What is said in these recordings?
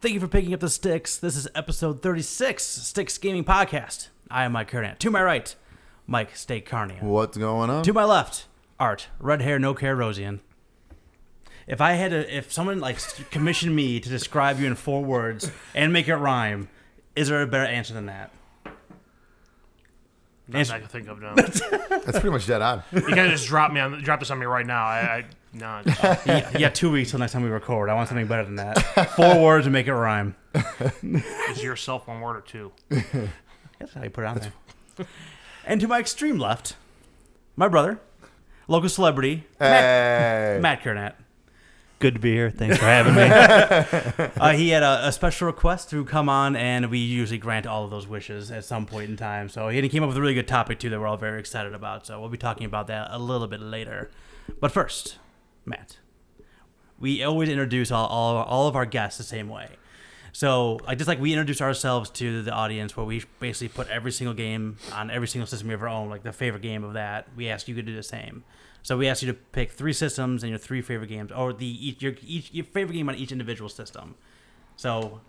Thank you for picking up the sticks. This is episode 36, Sticks Gaming Podcast. I am Mike Kernan. To my right, Mike Stay Carnia. What's going on? To my left, Art, red hair, no care, Rosian. If I had to, if someone like commissioned me to describe you in four words and make it rhyme, is there a better answer than that? That's I can think of now. you That's pretty much dead on. guys just drop me on, drop this on me right now. I, I no. I- Yeah, you got two weeks till next time we record. I want something better than that. Four words to make it rhyme. Is yourself one word or two? That's how you put it on there. and to my extreme left, my brother, local celebrity, Hey. Matt Kernat. Good to be here. Thanks for having me. Uh, he had a, a special request to come on, and we usually grant all of those wishes at some point in time. So he came up with a really good topic, too, that we're all very excited about. So we'll be talking about that a little bit later. But first, Matt, we always introduce all, all, all of our guests the same way. So, like, just like we introduce ourselves to the audience, where we basically put every single game on every single system we have our own, like the favorite game of that, we ask you to do the same. So we ask you to pick three systems and your three favorite games, or the each, your each your favorite game on each individual system. So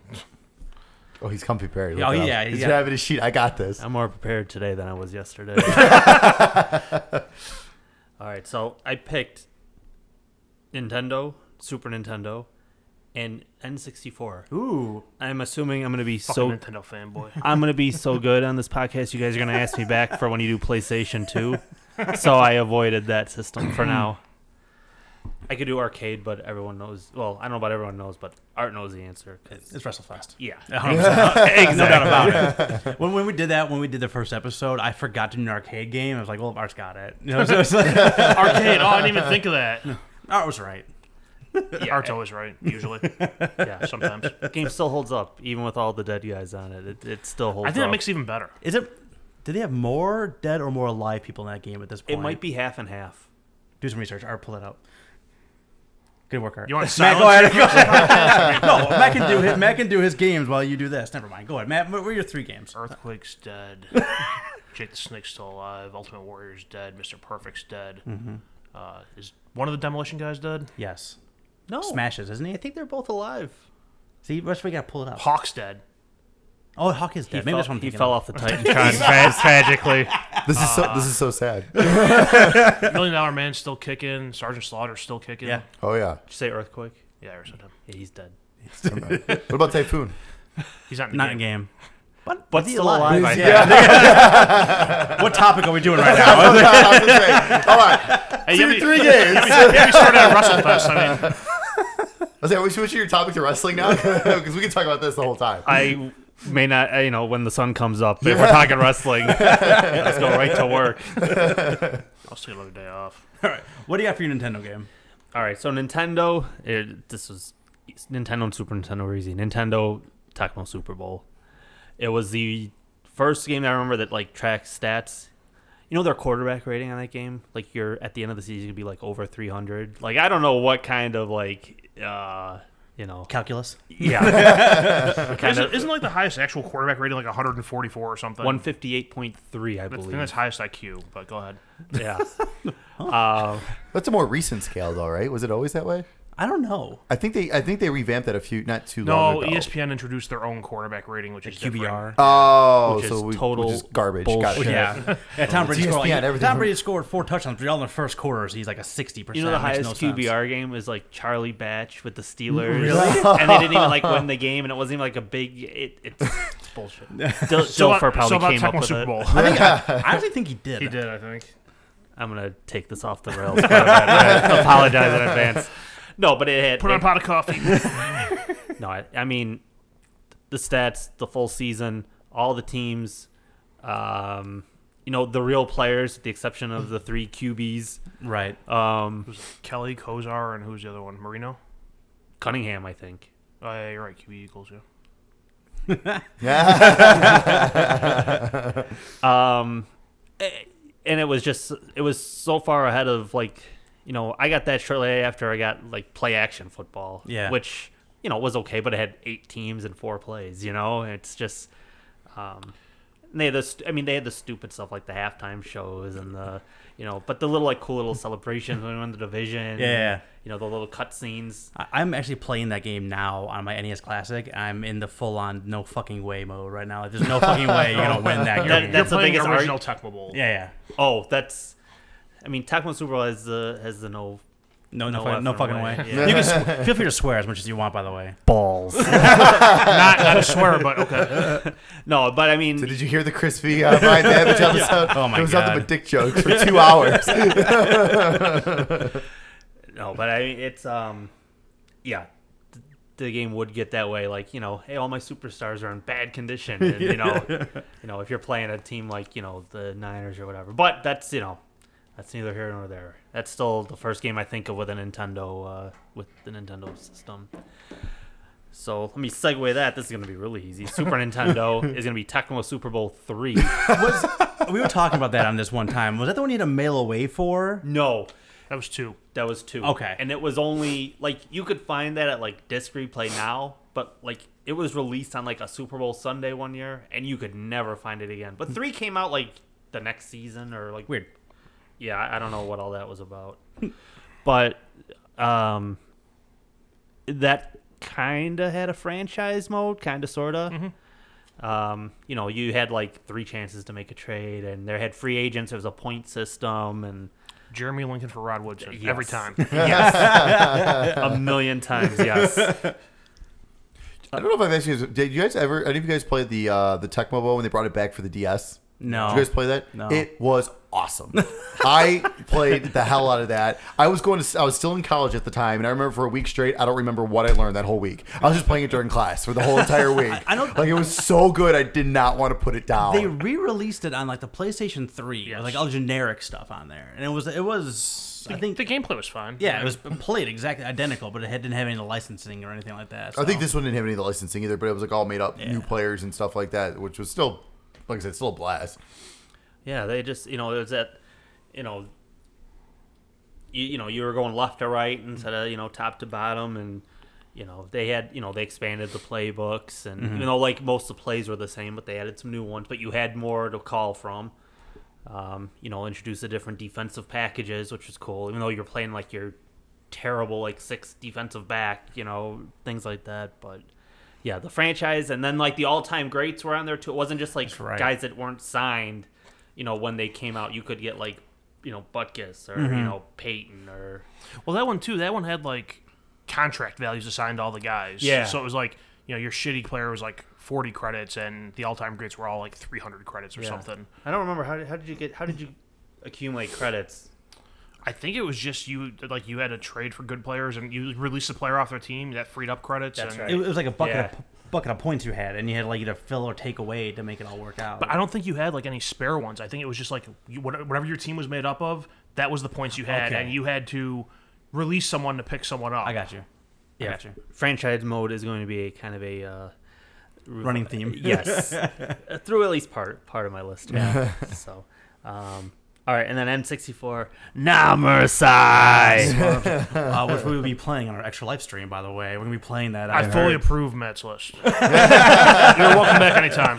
Oh, he's comfy Perry. Oh, yeah, He's yeah. Oh. grabbing his sheet. I got this. I'm more prepared today than I was yesterday. All right, so I picked Nintendo, Super Nintendo, and N64. ooh, I'm assuming I'm going to be Fucking so Nintendo fanboy. I'm going to be so good on this podcast. You guys are going to ask me back for when you do PlayStation 2. So I avoided that system for now. I could do arcade, but everyone knows. Well, I don't know about everyone knows, but Art knows the answer. 'cause- it's WrestleFest. yeah. Exactly. No doubt about it. When, when we did that, when we did the first episode, I forgot to do an arcade game. I was like, well, Art's got it. You know, so it's like, Arcade. Oh, I didn't even think of that. Art was right. Yeah, Art's always right. Usually, Yeah. sometimes. The game still holds up, even with all the dead guys on it. It, it still holds I up. think that makes it even better. Is it? Did they have more dead or more alive people in that game at this it point? might be half and half. Do some research. Art, pull it up. Good work, Art. You want Matt, silence? go ahead. Go ahead. no, Matt can do his, Matt can do his games while you do this. Never mind. Go ahead, Matt. What were your three games? Earthquake's dead. Jake the Snake's still alive. Ultimate Warrior's dead. Mister Perfect's dead. Uh, is one of the Demolition guys dead? Yes, No, smashes, isn't I he? think they're both alive. See, that's why we gotta pull it up. Hawk's dead. Oh, Hawk is dead. Maybe fell, that's what I'm he thinking fell of. off the Titantron tra- tragically. This is so. This is so sad. Million Dollar Man's still kicking. Sergeant Slaughter's still kicking. Yeah. Oh yeah. Did you say earthquake? Yeah, or something. Yeah, he's dead. Never mind. What about Typhoon? He's not in the Not game. in game. But But but he's still alive. alive. I He's- think. What topic are we doing right now? I was gonna say, All right. Hey, you Two, have any- three games. I If you started at WrestleFest, I mean, was like, we switching your topic to wrestling now because we can talk about this the whole time. I may not. uh, You know, when the sun comes up, if we're talking wrestling, let's go right to work. I'll take another day off. All right. What do you got for your Nintendo game? All right, so Nintendo. It, this was Nintendo and Super Nintendo were easy. Nintendo Tecmo Super Bowl. It was the first game that I remember that like tracks stats. You know their quarterback rating on that game. Like you're at the end of the season, you'd be like over 300. Like I don't know what kind of like uh you know Calculus. yeah kind Isn't, of isn't like the highest actual quarterback rating like 144 or something? 158.3 I I think believe. that's highest IQ, but go ahead. yeah. Uh, That's a more recent scale, though, right? Was it always that way? I don't know. I think they. I think they revamped that a few not too No, E long E ago. ESPN introduced their own quarterback rating, which is QBR. Oh, Which is so we, total which is garbage. Got it. bullshit. Yeah. yeah Tom Brady ESPN, scored. E Like, everything Tom from- Brady scored four touchdowns, but all in the first quarter, so he's like a sixty percent. You know the highest no sense. QBR game is like Charlie Batch with the Steelers, Really? and they didn't even like win the game, and it wasn't even like a big. It, it's, it's bullshit. Dil- So Dilfer about, probably so about came up Tecmo with Super it. Bowl. I think I, I actually think he did. he did, I think. I'm gonna take this off the rails. but I apologize in advance. No, but it had. Put on a It, pot of coffee. no, I, I mean, the stats, the full season, all the teams, um, you know, the real players, with the exception of the three QBs. Right. Um, Who's Kelly Kozar and who's the other one? Marino. Cunningham, I think. Oh yeah, you're right. QB equals yeah. Yeah. um eh, and it was just it was so far ahead of like you know i got that shortly after i got like play action football Yeah. which you know was okay but it had eight teams and four plays you know it's just um And they had this. I mean, they had the stupid stuff like the halftime shows and the, you know, but the little like cool little celebrations when we won the division. Yeah. You know the little cutscenes. I- I'm actually playing that game now on my NES Classic. I'm in the full on no fucking way mode right now. Like, there's no fucking way you're gonna win that That- game. that's the playing biggest original Tecmo Bowl. yeah, yeah. Oh, that's. I mean, Tecmo Super Bowl has the has the no No, no, No fucking, no effing fucking way. way. You can sw- feel free to swear as much as you want, by the way. balls. not, not a swear, but okay. no, but I mean, So did you hear the crispy uh, Brian Babbage episode? Oh my it was nothing God. but dick jokes for two hours. No, but I mean, it's um, yeah, th- the game would get that way. Like you know, hey, all my superstars are in bad condition. And, You know, you know, if you're playing a team like you know the Niners or whatever. But that's you know, that's neither here nor there. That's still the first game I think of with a Nintendo uh, with the Nintendo system. So let me segue that. This is gonna be really easy. Super Nintendo is gonna be Tecmo Super Bowl three. Was, we were talking about that on this one time. Was that the one you had to mail away for? No, That was two. That was two. Okay. And it was only like you could find that at like disc replay now, but like it was released on like a Super Bowl Sunday one year, and you could never find it again. But three came out like the next season or like Hmm. Weird. yeah, I I don't know what all that was about. but um that kind of had a franchise mode, kind of sort of. Mm-hmm. Um, you know, you had like three chances to make a trade and there had free agents, there was a point system and Jeremy Lincoln for Rod Woodson Yes. every time. a million times, yes. I don't know if I've asked you. guys- Did you guys ever? Any of you guys play the uh, the Tech Mobile when they brought it back for the DS? No. Did you guys play that? No. It was awesome. I played the hell out of that. I was going to. I was still in college at the time, and I remember for a week straight. I don't remember what I learned that whole week. I was just playing it during class for the whole entire week. I, know- Like it was so good. I did not want to put it down. They re-released it on like the PlayStation 3, with, like all generic stuff on there, and it was it was I think the gameplay was fine. yeah, it was played exactly identical, but it had- didn't have any licensing or anything like that. I so. think this one didn't have any of the licensing either, but it was like all made up new players and stuff like that, which was still, like I said, still a blast. Yeah, they just you know it was that you know you, you know you were going left to right instead of you know top to bottom and you know they had you know they expanded the playbooks and you know like most of the plays were the same but they added some new ones but you had more to call from um, you know introduce the different defensive packages which was cool even though you're playing like your terrible like six defensive back you know things like that but yeah the franchise and then like the all-time greats were on there too it wasn't just like right. guys that weren't signed you know when they came out you could get like you know Butkus or you know Peyton or Well, that one too. That one had like contract values assigned to all the guys. Yeah. So it was like you know your shitty player was like forty credits, and the all-time greats were all like three hundred credits or something. I don't remember how did, how did you get how did you accumulate credits? I think it was just you like you had to trade for good players, and you released a player off their team that freed up credits. That's and, right. it, was like a bucket Yeah. of bucket of points you had, and you had like either fill or take away to make it all work out. But I don't think you had like any spare ones. I think it was just like you, what- whatever your team was made up of, that was the points you had, Okay. and you had to release someone to pick someone up. I got you. I got you. Franchise mode is going to be a kind of a uh, Running theme. yes Uh, through at least part part of my list. Yeah. so um, all right, and then N sixty four Namersai. uh, which we will be playing on our extra live stream, by the way. We're gonna be playing that. uh, I heard. fully approve Matt's list. You're welcome back anytime.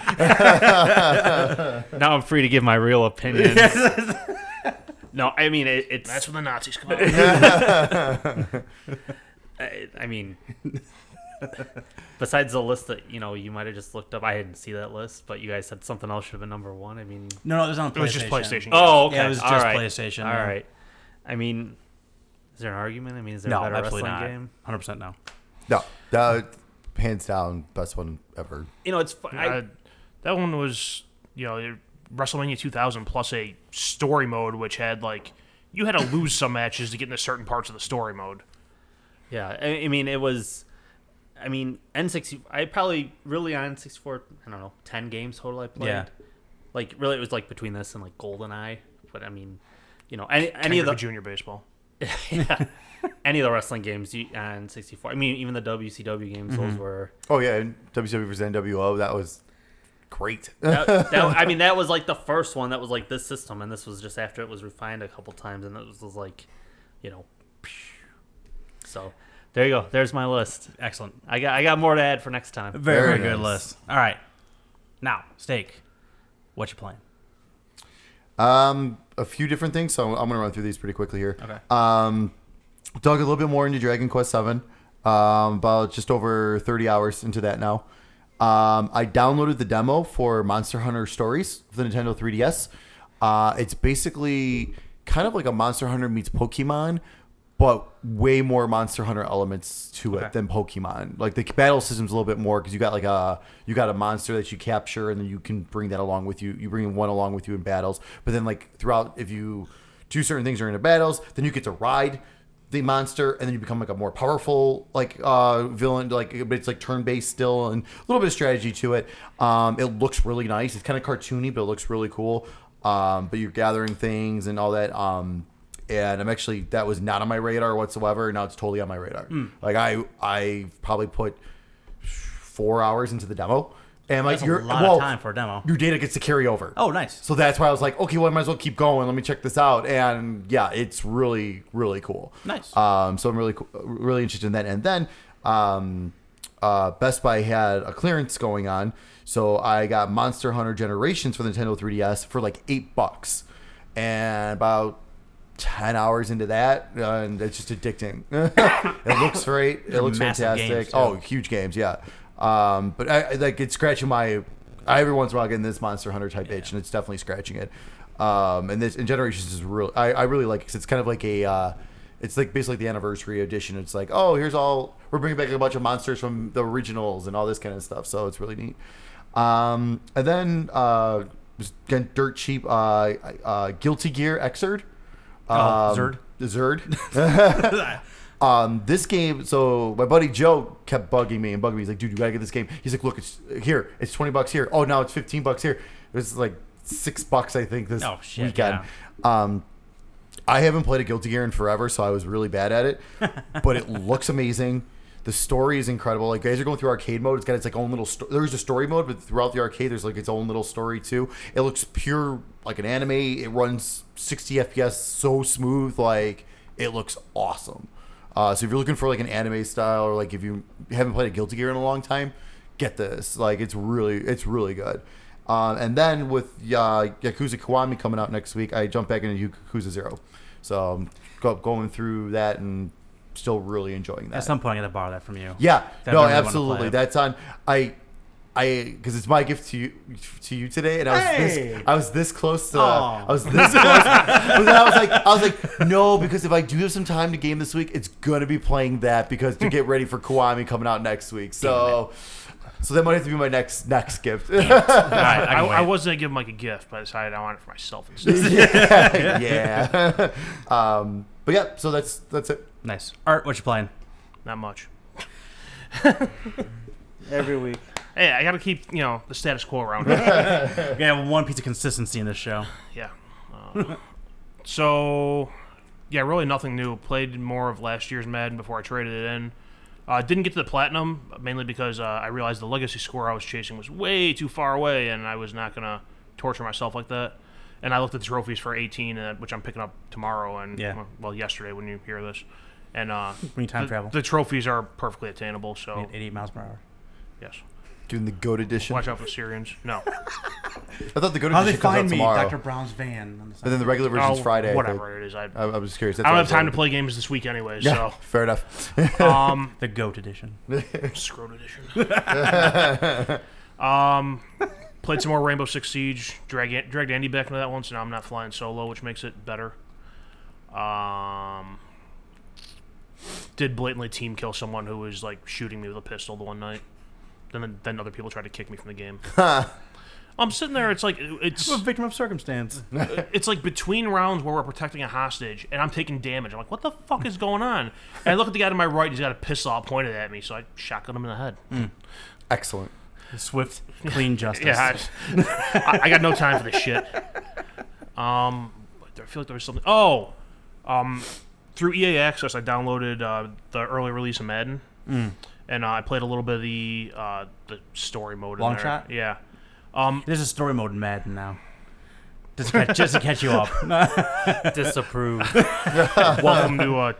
now I'm free to give my real opinions. no, I mean it, it's That's when the Nazis come out. I, I mean, besides the list that you know you might have just looked up, I didn't see that list, but you guys said something else should have been number one. I mean, No, no, it was on PlayStation. It was just PlayStation. oh, okay, Yeah, it was all just right. PlayStation, All yeah. right, I mean, is there an argument? I mean, is there No, a better absolutely wrestling not. game? 100% no. No, uh, hands down, best one ever. You know, it's fu- I, Uh, that one was, you know, WrestleMania 2000 plus a story mode, which had like you had to lose some matches to get into certain parts of the story mode. Yeah, I, I mean it was. I mean N60. I probably really on N64. I don't know, ten games total I played. Yeah. Like really, it was like between this and like GoldenEye. But I mean, you know, any any Any of the junior baseball. yeah, any of the wrestling games you, on 64. I mean, even the WCW games, those Mm-hmm. were. Oh yeah, and WCW versus NWO. That was great. That, that- I mean, that was like the first one that was like this system, and this was just after it was refined a couple times, and it was, was like, you know, so there you go. There's my list. Excellent. I got I got more to add for next time. Very, Very good nice. list. All right. Now, steak. What you playing? Um, a few different things, so I'm gonna run through these pretty quickly here. Okay. Um, dug a little bit more into Dragon Quest Seven. Um, about just over 30 hours into that now. Um, I downloaded the demo for Monster Hunter Stories for the Nintendo 3DS. Uh, it's basically kind of like a Monster Hunter meets Pokemon, but way more Monster Hunter elements to Okay. it than Pokemon. Like the battle system's a little bit more because you got like a you got a monster that you capture and then you can bring that along with you. You bring one along with you in battles, but then like throughout, if you do certain things during the battles, then you get to ride the monster and then you become like a more powerful like uh villain like but it's like turn based still and a little bit of strategy to it um it looks really nice it's kind of cartoony but it looks really cool um but you're gathering things and all that um and I'm actually that was not on my radar whatsoever. Now it's totally on my radar. Hmm. Like I I probably put four hours into the demo, and like That's you're a lot well, of time for a demo. your data gets to carry over. Oh, nice. So that's why I was like, okay, well, I might as well keep going. Let me check this out. And yeah, it's really, really cool. Nice. Um, so I'm really, co- really interested in that. And then um, uh, Best Buy had a clearance going on, so I got Monster Hunter Generations for the Nintendo 3DS for like eight bucks, and about. 10 hours into that uh, and it's just addicting it looks great it looks massive games, fantastic too. oh huge games yeah um, but I, I- like it's scratching my I every once in a while get in this Monster Hunter type itch, and it's definitely scratching it. Um, and this and Generations is real. I, I really like because it's kind of like a uh, it's like basically the anniversary edition. It's like oh here's all we're bringing back a bunch of monsters from the originals and all this kind of stuff. So it's really neat. Um, and then uh, just again, dirt cheap uh, uh, Guilty Gear Xrd. Oh, Um, Xrd. Xrd. Um, this game, so my buddy Joe kept bugging me and bugging me. He's like, dude, you gotta get this game. He's like, look, it's here. It's twenty bucks here. Oh, now it's fifteen bucks here. It was like six bucks, I think, this Oh, shit, weekend. Um, I haven't played a Guilty Gear in forever, so I was really bad at it. but it looks amazing. The story is incredible. Like guys are going through arcade mode. It's got its like own little. Sto- there's a story mode, but throughout the arcade, there's like its own little story too. It looks pure like an anime. It runs 60 FPS, so smooth. Like it looks awesome. Uh, so if you're looking for like an anime style, or like if you haven't played a Guilty Gear in a long time, get this. Like it's really, it's really good. Um, and then with uh, Yakuza Kiwami coming out next week, I jump back into Yakuza Zero. So I'm go- going through that and still really enjoying At that. some point, I'm gonna borrow that from you. yeah, that no, I really wanna absolutely. play. That's on. I, I, because it's my gift to you to you today, and I was Hey! this, I was this close to, Aw. I was this close. but then I was like, I was like, no, because if I do have some time to game this week, it's gonna be playing that because to get ready for Kiwami coming out next week. So. So that might have to be my next next gift. All right, I I, can I wait. was gonna give him like a gift, but I decided I want it for myself instead. yeah. um, but yeah, so that's that's it. nice. Art, what you playing? Not much. Every week. Hey, I gotta keep you know the status quo around. here. We gotta have one piece of consistency in this show. yeah. Uh, so, yeah, really nothing new. Played more of last year's Madden before I traded it in. Uh, didn't get to the platinum mainly because uh, I realized the legacy score I was chasing was way too far away, and I was not gonna torture myself like that. And I looked at the trophies for 18, uh, which I'm picking up tomorrow, and Yeah. well, yesterday when you hear this, and uh, We need time the, travel. the trophies are perfectly attainable. So At 88 miles per hour. yes, Doing the goat edition. watch out for Syrians. No. I thought the goat How they edition comes out find me, tomorrow, Dr. Brown's van? On the and side. then the regular version is Oh, Friday. I think. Whatever it is, I, I, I was just curious. That's I don't what have time to was play games this week anyway. wondering. Yeah, fair enough. So, um, The Goat Edition. Scrote edition. um, played some more Rainbow Six Siege. Drag, dragged Andy back into that one, so now I'm not flying solo, which makes it better. Um, did blatantly team kill someone who was like shooting me with a pistol the one night. Then, then other people tried to kick me from the game. I'm sitting there. It's like it's I'm a victim of circumstance. it's like between rounds where we're protecting a hostage and I'm taking damage. I'm like, what the fuck is going on? And I look at the guy to my right, he's got a pistol pointed at me, so I shotgun him in the head. Excellent. Swift, clean justice. Yeah, I, I- I got no time for this shit. Um, I feel like there was something. Oh, um, through EA Access, I downloaded uh, the early release of Madden, Mm. and uh, I played a little bit of the uh, the story mode. Long in there. shot? yeah. Um, There's a story mode in Madden now. Just to catch, just to catch you up. No, Disapprove. Welcome to uh,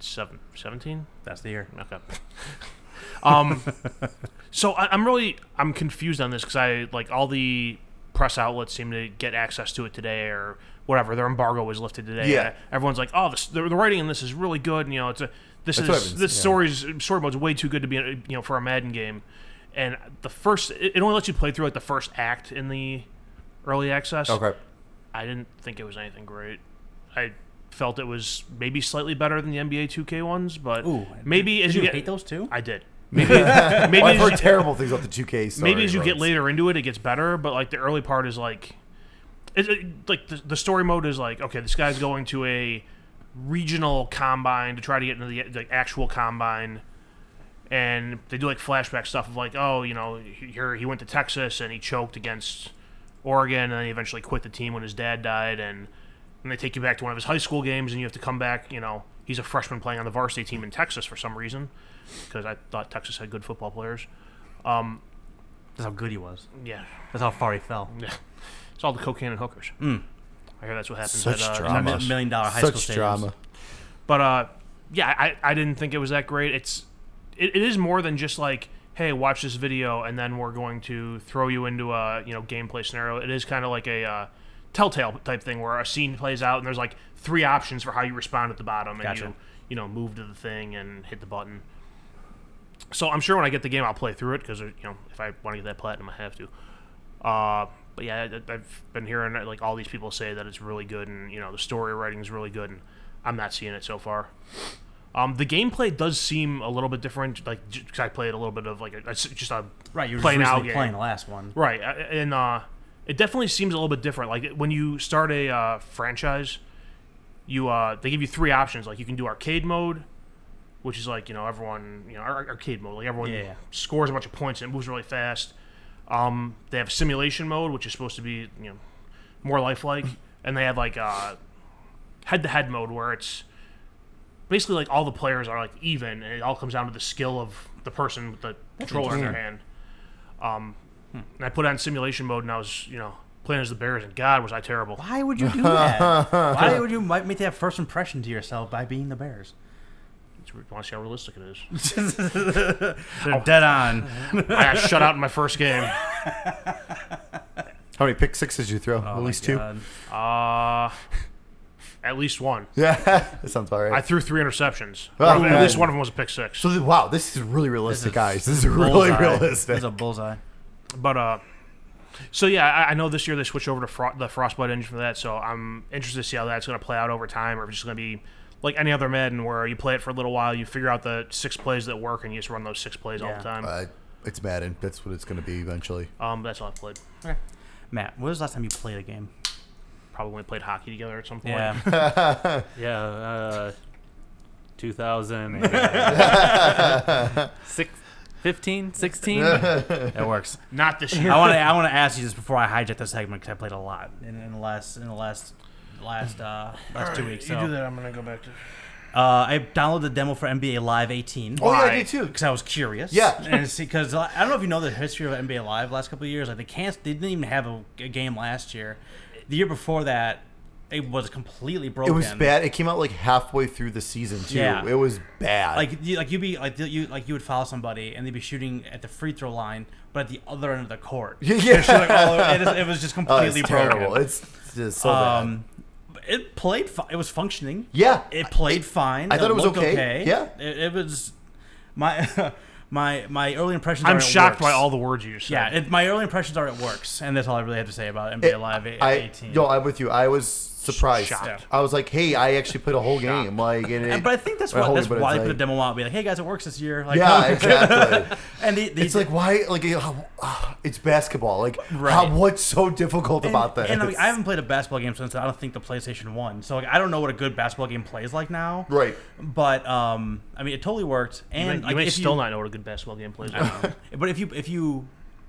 2017. That's the year. Okay. Um, so I, I'm really I'm confused on this because I like all the press outlets seem to get access to it today or whatever. Their embargo was lifted today. Yeah. Everyone's like, oh, this, the, the writing in this is really good. And, you know, it's a, this That's what I've is been- this yeah. story's story mode's way too good to be you know for a Madden game. And the first, it it only lets you play through like the first act in the early access. Okay. I didn't think it was anything great. I felt it was maybe slightly better than the NBA 2K ones, but Ooh, maybe Did as you, get hate those too? I did. Maybe maybe I've heard as you, terrible things about the 2K. Sorry, maybe as you get Rhodes. later into it, it gets better. But like the early part is like, it, it- like the, the story mode is like okay, this guy's going to a regional combine to try to get into the like, actual combine. And they do like flashback stuff of like, oh, you know, here he went to Texas and he choked against Oregon, and then he eventually quit the team when his dad died, and and they take you back to one of his high school games, and you have to come back. You know, he's a freshman playing on the varsity team in Texas for some reason, because I thought Texas had good football players. Um, That's how good he was. yeah, That's how far he fell. it's all the cocaine and hookers. I hear that's what happens. Mm. Such at, uh, drama. Texas. Million dollar high Such school drama. But uh, yeah, I, I didn't think it was that great. It's it, it is more than just like hey, watch this video and then we're going to throw you into a you know gameplay scenario. It is kind of like a uh, telltale type thing where a scene plays out and there's like three options for how you respond at the bottom and Gotcha. you you know move to the thing and hit the button. So I'm sure when I get the game, I'll play through it because you know if I want to get that platinum, I have to. Uh, but yeah, I, I've been hearing like all these people say that it's really good, and you know the story writing is really good, and I'm not seeing it so far. Um, the gameplay does seem a little bit different, like because I played a little bit of like a, it's just a Right, you were Playing just out recently game. playing the last one. Right, uh, and uh, it definitely seems a little bit different. Like when you start a uh, franchise, you uh, they give you three options. Like you can do arcade mode, which is like you know everyone you know ar- ar- arcade mode. Like everyone Yeah. scores a bunch of points and it moves really fast. Um, they have simulation mode, which is supposed to be you know more lifelike, and they have like uh, head-to-head mode where it's basically like all the players are like even, and it all comes down to the skill of the person with the controller in their hand. Um, and I put on simulation mode, and I was you know playing as the Bears, and God was I terrible. Why would you do that? Why would you mi- make that first impression to yourself by being the Bears? You want to see how realistic it is? They're dead on. I got shut out in my first game. How many pick sixes did you throw? Oh At least two. Uh, at least one. Yeah, that sounds about I right. threw three interceptions. Oh, One of- at man. least one of them was a pick six. so, th- wow, this is really realistic, guys. This is really realistic. It's a bullseye. But uh, so yeah, I, I know this year they switched over to Fro- the Frostbite engine for that. So I'm interested to see how that's going to play out over time, or if it's just going to be like any other Madden, where you play it for a little while, you figure out the six plays that work, and you just run those six plays all Yeah. the time. Uh, it's Madden. That's what it's going to be eventually. Um, that's all I have played. Matt, when was the last time you played a game? Probably when we played hockey together at some point. Yeah. Yeah, uh, 2000 six, 15, 16. That works. Not this year. I want to. I want to ask you this before I hijack the segment because I played a lot in, in the last in the last last uh, last two weeks. So. You do that. I'm gonna go back to. Uh, I downloaded the demo for NBA Live 18 Oh, yeah, Why? I did too. because I was curious. Yeah. and because I don't know if you know the history of NBA Live the last couple of years. Like they can't. They didn't even have a, a game last year. The year before that, it was completely It broken. was bad. It came out like halfway through the season too. Yeah. It was bad. Uh, like you, like you'd be like you like you would follow somebody and they'd be shooting at the free throw line, but at the other end of the court. Yeah, yeah. They're shooting all over- it, is- it was just Oh, completely it's broken. terrible. It's just so bad. Um, it played. Fi- it was functioning. Yeah. It played fine. I thought it was looked okay. Yeah. It, it was my my my early impressions. are I'm it shocked works. by all the words you said. Yeah, it, my early impressions are it works, and that's all I really have to say about NBA Live at I, 18. No, I'm with you. I was surprised. Shocked. I was like, hey, I actually played a whole game. Like, and And- it, but I think that's Well, why holy, that's but why they it's put a like- demo out, and be like, "Hey guys, it works this year." Like, yeah, exactly. and the, the, It's like why? Like how, ah, it's basketball. Like Right. how, what's so difficult and, about that? And I, mean, I haven't played a basketball game since I don't think the PlayStation One. So like, I don't know what a good basketball game plays like now. right. But But um, I mean, it totally worked. You may, And you like, may if still you, not know what a good basketball game plays. Right But if you if you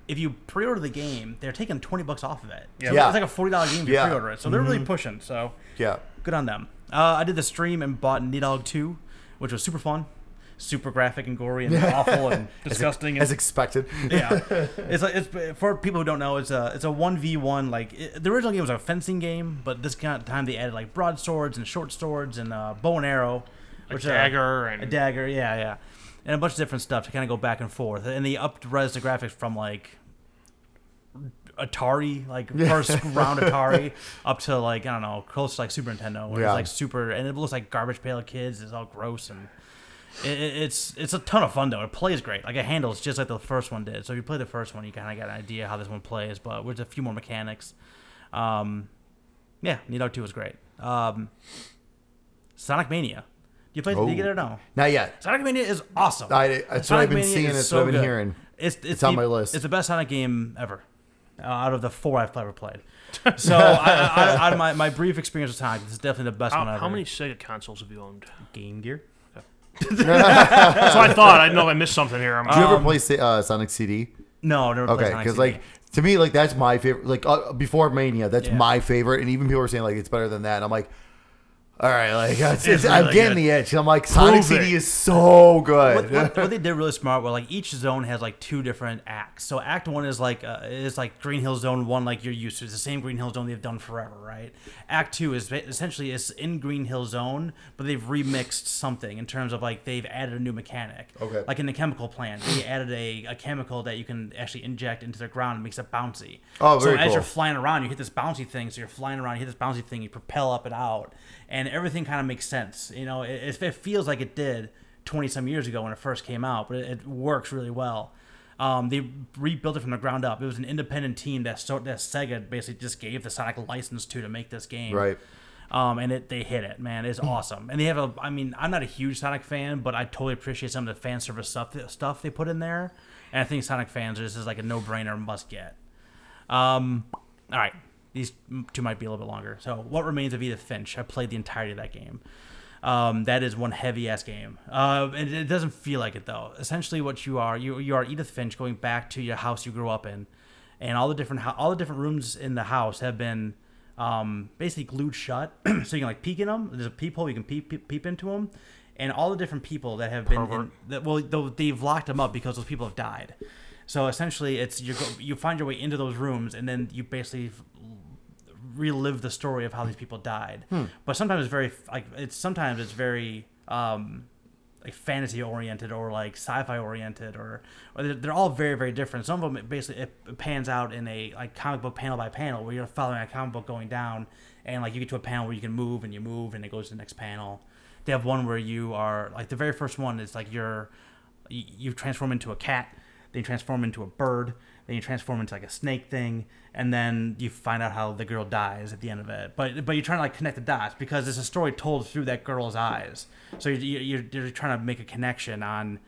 if you pre-order the game, they're taking twenty bucks off of it. So Yeah. it's like a forty dollar game if you Yeah. Mm-hmm. pre-order it. So they're really pushing. So yeah, good on them. Uh, I did the stream and bought Nidog two, which was super fun, super graphic and gory and awful and disgusting. as and, expected. yeah, it's like it's for people who don't know, it's a it's a one v one. Like it, the original game was a fencing game, but this kind of time they added like broadswords and short swords and uh, bow and arrow, now. a uh, dagger a and dagger, yeah, yeah, and a bunch of different stuff to kind of go back and forth. And they upped res the graphics from like Atari, like first round Atari, up to like I don't know, close to like Super Nintendo, where Yeah. it's like super, and it looks like garbage pail kids. It's all gross and. It, it- it's it's a ton of fun though. It plays great. Like it handles just like the first one did. So if you play the first one, you kind of get an idea how this one plays, but with a few more mechanics. Um, yeah, Need Dog Two was great. Um, Sonic Mania. You played? Did you get it or no? Not yet. Sonic Mania is awesome. I, that's what Sonic I've been Mania seeing. is That's so what I've been good. hearing. It's, it's, on the- my list. It's the best Sonic game ever, uh, out of the four I've ever played. So I, I, I, out of my, my brief experience with Sonic, this is definitely the best How, one I've how ever. many Sega consoles have you owned? Game Gear? That's what I thought. I didn't know if I missed something here. I'm, Do you Um, ever play Sa- uh, Sonic CD? No, I never played Okay, Sonic. because CD. like to me, like that's my favorite. Like uh, before Mania, that's Yeah. my favorite, and even people were saying like it's better than that. And I'm like, all right, like it's, it's, I'm really getting good. the itch. I'm like, Sonic Prove CD it. is so what, good. what, what they did really smart was like each zone has like two different acts. So Act One is like uh, is like Green Hill Zone One, like you're used to. It's the same Green Hill Zone they've done forever, right? Act Two is ba- essentially it's in Green Hill Zone, but they've remixed something in terms of like they've added a new mechanic. Okay. Like in the chemical plant, they added a, a chemical that you can actually inject into the ground and makes it bouncy. Oh, so very as cool. you're flying around, you hit this bouncy thing. So you're flying around, you hit this bouncy thing, you propel up and out, and everything kind of makes sense. You know, it, it, it feels like it did 20 some years ago when it first came out, but it, it works really well. Um, they rebuilt it from the ground up. It was an independent team that so, that Sega basically just gave the Sonic license to to make this game. Right. Um, and it, they hit it, man. It's awesome. And they have a, I mean, I'm not a huge Sonic fan, but I totally appreciate some of the fan service stuff stuff they put in there. And I think Sonic fans, this is like a no brainer must get. Um, all right, these two might be a little bit longer. So, what remains of Edith Finch? I played the entirety of that game. Um, that is one heavy ass game. Uh, it, it doesn't feel like it though. Essentially, what you are, you you are Edith Finch going back to your house you grew up in, and all the different hou- all the different rooms in the house have been um, basically glued shut, so you can like peek in them. There's a peephole you can peep peep, peep into them, and all the different people that have been in, Pervert. that, well, tho- they've locked them up because those people have died. So essentially, it's you go, you find your way into those rooms, and then you basically relive the story of how these people died. But sometimes it's very like it's sometimes it's very um, like fantasy oriented or like sci-fi oriented or, or they're, they're all very very different. Some of them it basically it, it pans out in a like comic book panel by panel where you're following a comic book going down and like you get to a panel where you can move and you move and it goes to the next panel. They have one where you are like the very first one is like you're you, you transform into a cat, then you transform into a bird, then you transform into like a snake thing, and then you find out how the girl dies at the end of it. But but you're trying to like connect the dots because it's a story told through that girl's eyes. So you're you're, you're trying to make a connection on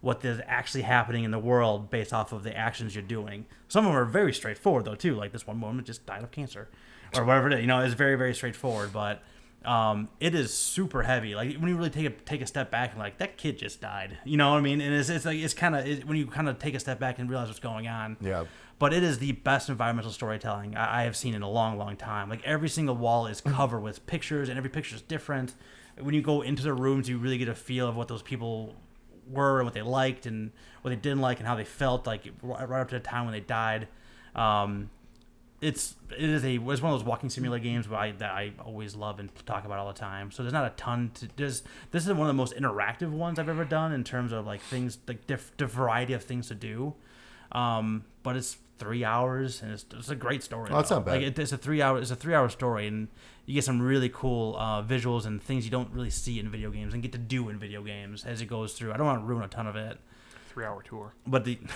what is actually happening in the world based off of the actions you're doing. Some of them are very straightforward though too. Like this one woman just died of cancer, or whatever it is. You know, it's very very straightforward, but. Um, it is super heavy. Like when you really take a take a step back and like that kid just died. You know what I mean? And it's, it's like it's kind of it, when you kind of take a step back and realize what's going on. Yeah. But it is the best environmental storytelling I, I have seen in a long, long time. Like every single wall is covered with pictures, and every picture is different. When you go into the rooms, you really get a feel of what those people were and what they liked and what they didn't like and how they felt. Like right right up to the time when they died. Um, it's it is a it's one of those walking simulator games where I, that I always love and talk about all the time. So there's not a ton to there's this is one of the most interactive ones I've ever done in terms of like things like diff, the variety of things to do. Um, but it's three hours and it's, it's a great story. Oh, it's though. not bad. Like it, it's a three hour it's a three hour story and you get some really cool uh, visuals and things you don't really see in video games and get to do in video games as it goes through. I don't want to ruin a ton of it three hour tour. but the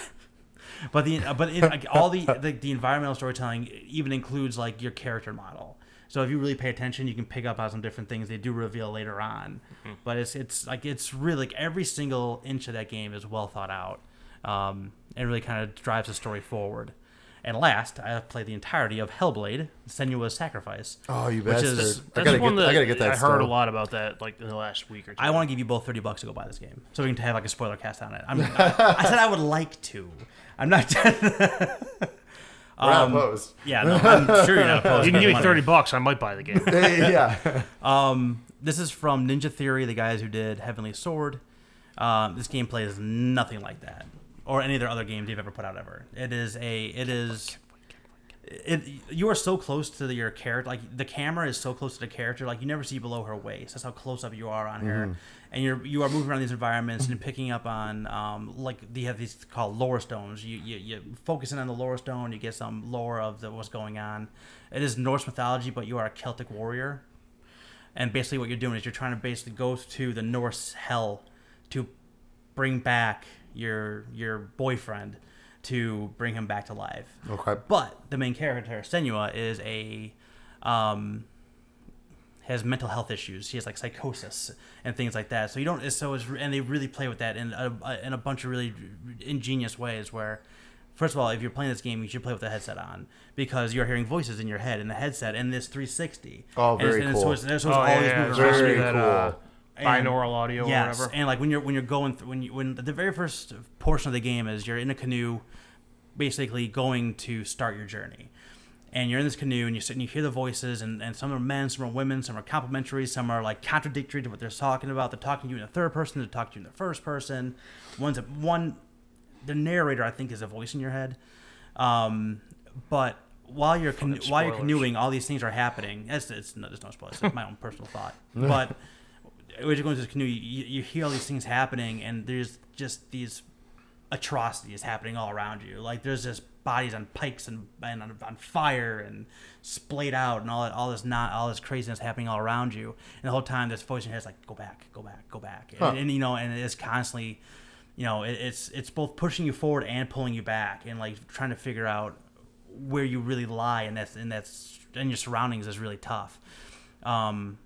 but the but it, like, all the, the the environmental storytelling even includes like your character model so if you really pay attention you can pick up on some different things they do reveal later on Mm-hmm. but it's it's like it's really like every single inch of that game is well thought out um, and really kind of drives the story forward and last i have played the entirety of hellblade senua's sacrifice Oh, you Which bastard! is- I That's gotta one get. that I gotta get that. I still. heard a lot about that like in the last week or two. I want to give you both thirty bucks to go buy this game, so we can have like a spoiler cast on it. I'm, I, I said I would like to. I'm not. We're not opposed. yeah, no, I'm sure you're not opposed. You to can give me money. thirty bucks. I might buy the game. yeah. Um, this is from Ninja Theory, the guys who did Heavenly Sword. Um, this gameplay is nothing like that, or any of their other games they've ever put out ever. It is a, it is it, you are so close to the, your character. Like the camera is so close to the character. Like you never see below her waist. That's how close up you are on her, and you're you are moving around these environments and picking up on um like they have these called lore stones. You you you focusing on the lore stone. You get some lore of the, what's going on. It is Norse mythology, but you are a Celtic warrior. And basically, what you're doing is you're trying to basically go to the Norse hell to bring back your your boyfriend to bring him back to life. Okay. But the main character Senua is a um, has mental health issues. He has like psychosis and things like that. So you don't. So it's and they really play with that in a, in a bunch of really ingenious ways. Where first of all, if you're playing this game, you should play with the headset on because you're hearing voices in your head in the headset and this 360. Oh, And it's- very and it's- cool. so it's, so Oh, it's all yeah, these yeah, moving so you around. do Very that, uh, And- binaural audio or whatever. and like when you're when you're going through when you when the very first portion of the game is you're in a canoe, basically going to start your journey, and you're in this canoe and you sit and you hear the voices and, and some are men, some are women, some are complimentary, some are like contradictory to what they're talking about. They're talking to you in the third person, they're talking to you in the first person. One's a, one, the narrator I think is a voice in your head, um, but. While you're canoe Fucking while you're spoilers. canoeing, all these things are happening. It's, it's no, there's no spoilers. It's my own personal thought, but as you're going to this canoe, you, you hear all these things happening, and there's just these atrocities happening all around you. Like there's just bodies on pikes and, and on, on fire and splayed out, and all that, all this not all this craziness happening all around you. And the whole time, this voice in your head is like, "Go back, go back, go back," and, and you know, and it's constantly, you know, it, it's it's both pushing you forward and pulling you back, and like trying to figure out where you really lie, and that's and that's and your surroundings is really tough. Um,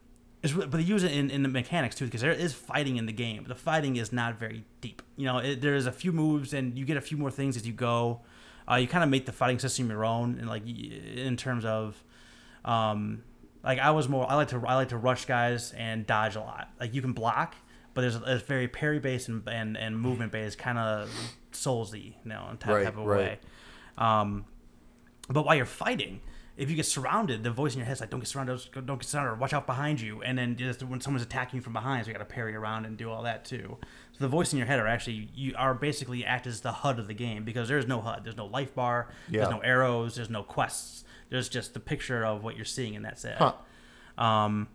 it's re- but they use it in, in the mechanics too because there is fighting in the game. The fighting is not very deep. You know, it, there is a few moves and you get a few more things as you go. Uh, you kind of make the fighting system your own, and like y- in terms of, um, like I was more I like to I like to rush guys and dodge a lot. Like you can block, but there's a, it's very parry based and and, and movement based, kind of soulsy, you know, type, Right, type of right. way. Um, but while you're fighting, if you get surrounded, the voice in your head's like, "Don't get surrounded! Don't get surrounded! Watch out behind you!" And then just when someone's attacking you from behind, so you got to parry around and do all that too. So the voice in your head are actually you are basically act as the HUD of the game because there's no HUD, there's no life bar, Yeah. there's no arrows, there's no quests. There's just the picture of what you're seeing, and that's it. Huh. Um,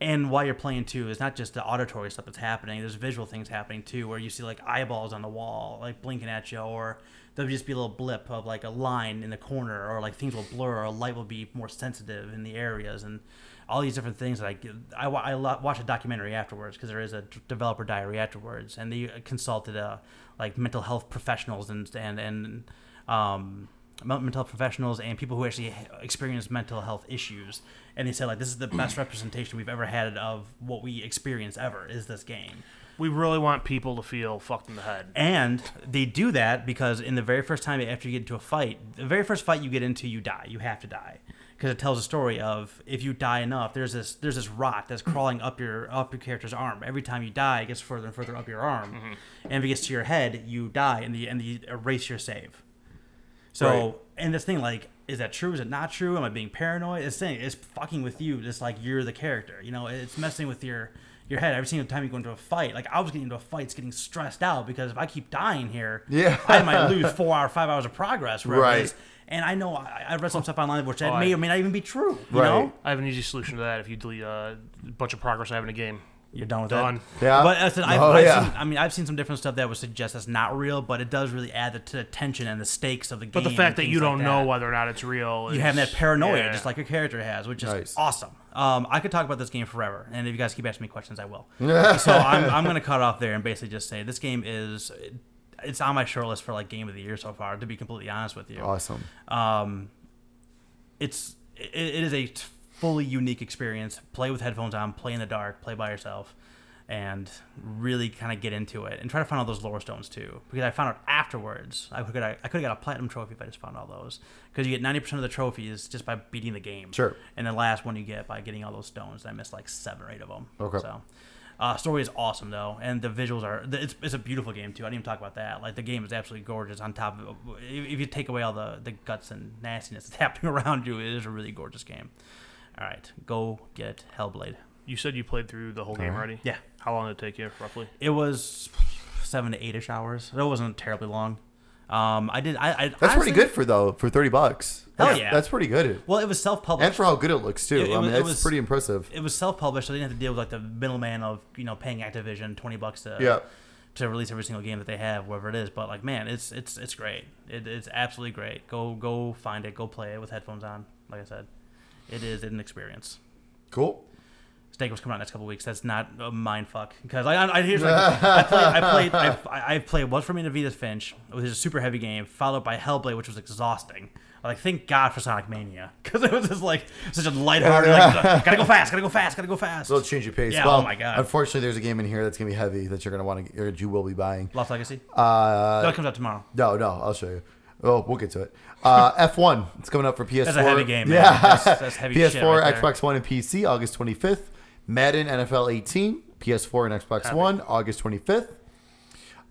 and while you're playing too, it's not just the auditory stuff that's happening. There's visual things happening too, where you see like eyeballs on the wall, like blinking at you, or there'll just be a little blip of like a line in the corner, or like things will blur, or a light will be more sensitive in the areas, and all these different things. That I get- I, wa- I lo- watch a documentary afterwards because there is a d- developer diary afterwards, and they consulted uh, like mental health professionals and and and um, mental health professionals and people who actually experience mental health issues and they said like this is the best representation we've ever had of what we experience ever is this game we really want people to feel fucked in the head. and they do that because in the very first time after you get into a fight the very first fight you get into you die you have to die because it tells a story of if you die enough there's this there's this rot that's crawling up your up your character's arm every time you die it gets further and further up your arm and if it gets to your head you die and the and the erase your save so Right. and this thing like is that true? Is it not true? Am I being paranoid? It's saying it's fucking with you. Just like you're the character, you know. It's messing with your your head every single time you go into a fight. Like I was getting into a fight, it's getting stressed out because if I keep dying here, Yeah. I might lose four hour, five hours of progress, wherever Right. It is. And I know I, I read some stuff online which that Oh, may I- or may not even be true. You Right. know, I have an easy solution to that if you delete uh, a bunch of progress I have in a game. you're done with Done. that. Yeah. But I said, I've, Oh, I've yeah. seen, I mean, I've seen some different stuff that would suggest that's not real, but it does really add to the tension and the stakes of the game. But the and fact that you things like don't know whether or not it's real, you is- have that paranoia yeah. just like your character has, which is Nice. awesome. Um, I could talk about this game forever, and if you guys keep asking me questions, I will. so I'm, I'm going to cut off there and basically just say this game is it's on my short list for like game of the year so far. To be completely honest with you, Awesome. um, it's it, it is a t- fully unique experience. Play with headphones on, play in the dark, play by yourself, and really kind of get into it and try to find all those lore stones too. Because I found out afterwards, I could I could have got a platinum trophy if I just found all those. Because you get ninety percent of the trophies just by beating the game. Sure. And the last one you get by getting all those stones. I missed like seven or eight of them. Okay. So. Uh, story is awesome though, and the visuals are. the- It's, it's a beautiful game too. I didn't even talk about that. Like the game is absolutely gorgeous. On top of, if if you take away all the the guts and nastiness that's happening around you, it is a really gorgeous game. All right, go get Hellblade. You said you played through the whole game already. Yeah. How long did it take you roughly? It was seven to eight ish hours. That wasn't terribly long. Um, I did. I, I That's honestly, pretty good for though for thirty bucks. Hell That's- yeah. that's pretty good. Well, it was self-published. And for how good it looks too. It- it I mean, was- it that's was- pretty impressive. it was self-published, so they didn't have to deal with like the middleman of you know paying Activision twenty bucks to Yeah. to release every single game that they have, wherever it is. But like, man, it's it's it's great. It, it's absolutely great. Go go find it. Go play it with headphones on. Like I said, it is an experience. Cool. Stakeholders coming out next couple weeks. That's not a mind fuck because I, I, I here's what I, played, I played I played I, I played one from Vita Finch, which is a super heavy game, followed by Hellblade, which was exhausting. Like thank God for Sonic Mania because it was just like such a lighthearted like gotta go fast, gotta go fast, gotta go fast. So it'll change your pace. Yeah, Well, oh my God. Unfortunately, there's a game in here that's gonna be heavy that you're gonna want to, or you will be buying. Lost Legacy. Uh, that comes out tomorrow. no, no, I'll show you. Oh, we'll get to it. Uh, F1, it's coming up for PS4. That's a heavy game. Man. Yeah, that's, that's heavy PS4, shit. Right there. Xbox One, and PC, August 25th. Madden NFL 18, PS4 and Xbox One, August 25th.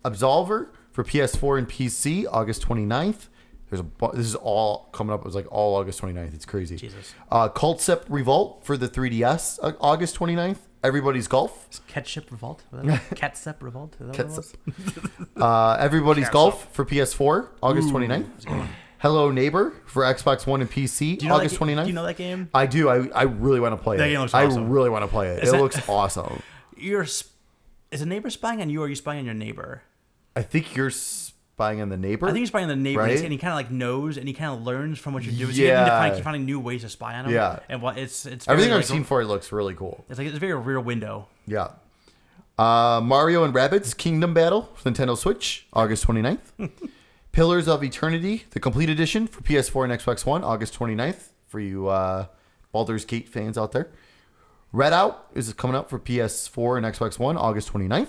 Absolver for PS4 and PC, August 29th. There's a bu- this is all coming up. It was like all August 29th. It's crazy. Jesus. Uh, Cultcept Revolt for the 3DS, uh, August 29th. Everybody's Golf. Catship Revolt. Was that it? Catsup Revolt. Is that what it was? Uh, Everybody's Catsup. Golf for PS4, August 29th. Hello Neighbor for Xbox One and PC, Do you know August that, ga- 29th. Do you know that game? I do. I, I really want to play That it. game looks I awesome. really want to play it. Is it that- looks awesome. You're. Sp- is a neighbor spying on you, or are you spying on your neighbor? I think you're spying on the neighbor. I think he's spying on the neighbor, and he's- Right? and he kind of like knows, and he kind of learns from what you do. So yeah. you have to find, Yeah. keep finding new ways to spy on him. Yeah. and what it's it's very, Everything I've like, seen for it looks really cool. It's like it's very rear window. Yeah. Uh, Mario and Rabbids Kingdom Battle for Nintendo Switch, August 29th. Pillars of Eternity, the complete edition for PS4 and Xbox One, August 29th for you uh, Baldur's Gate fans out there. Redout is coming up for PS4 and Xbox One, August 29th.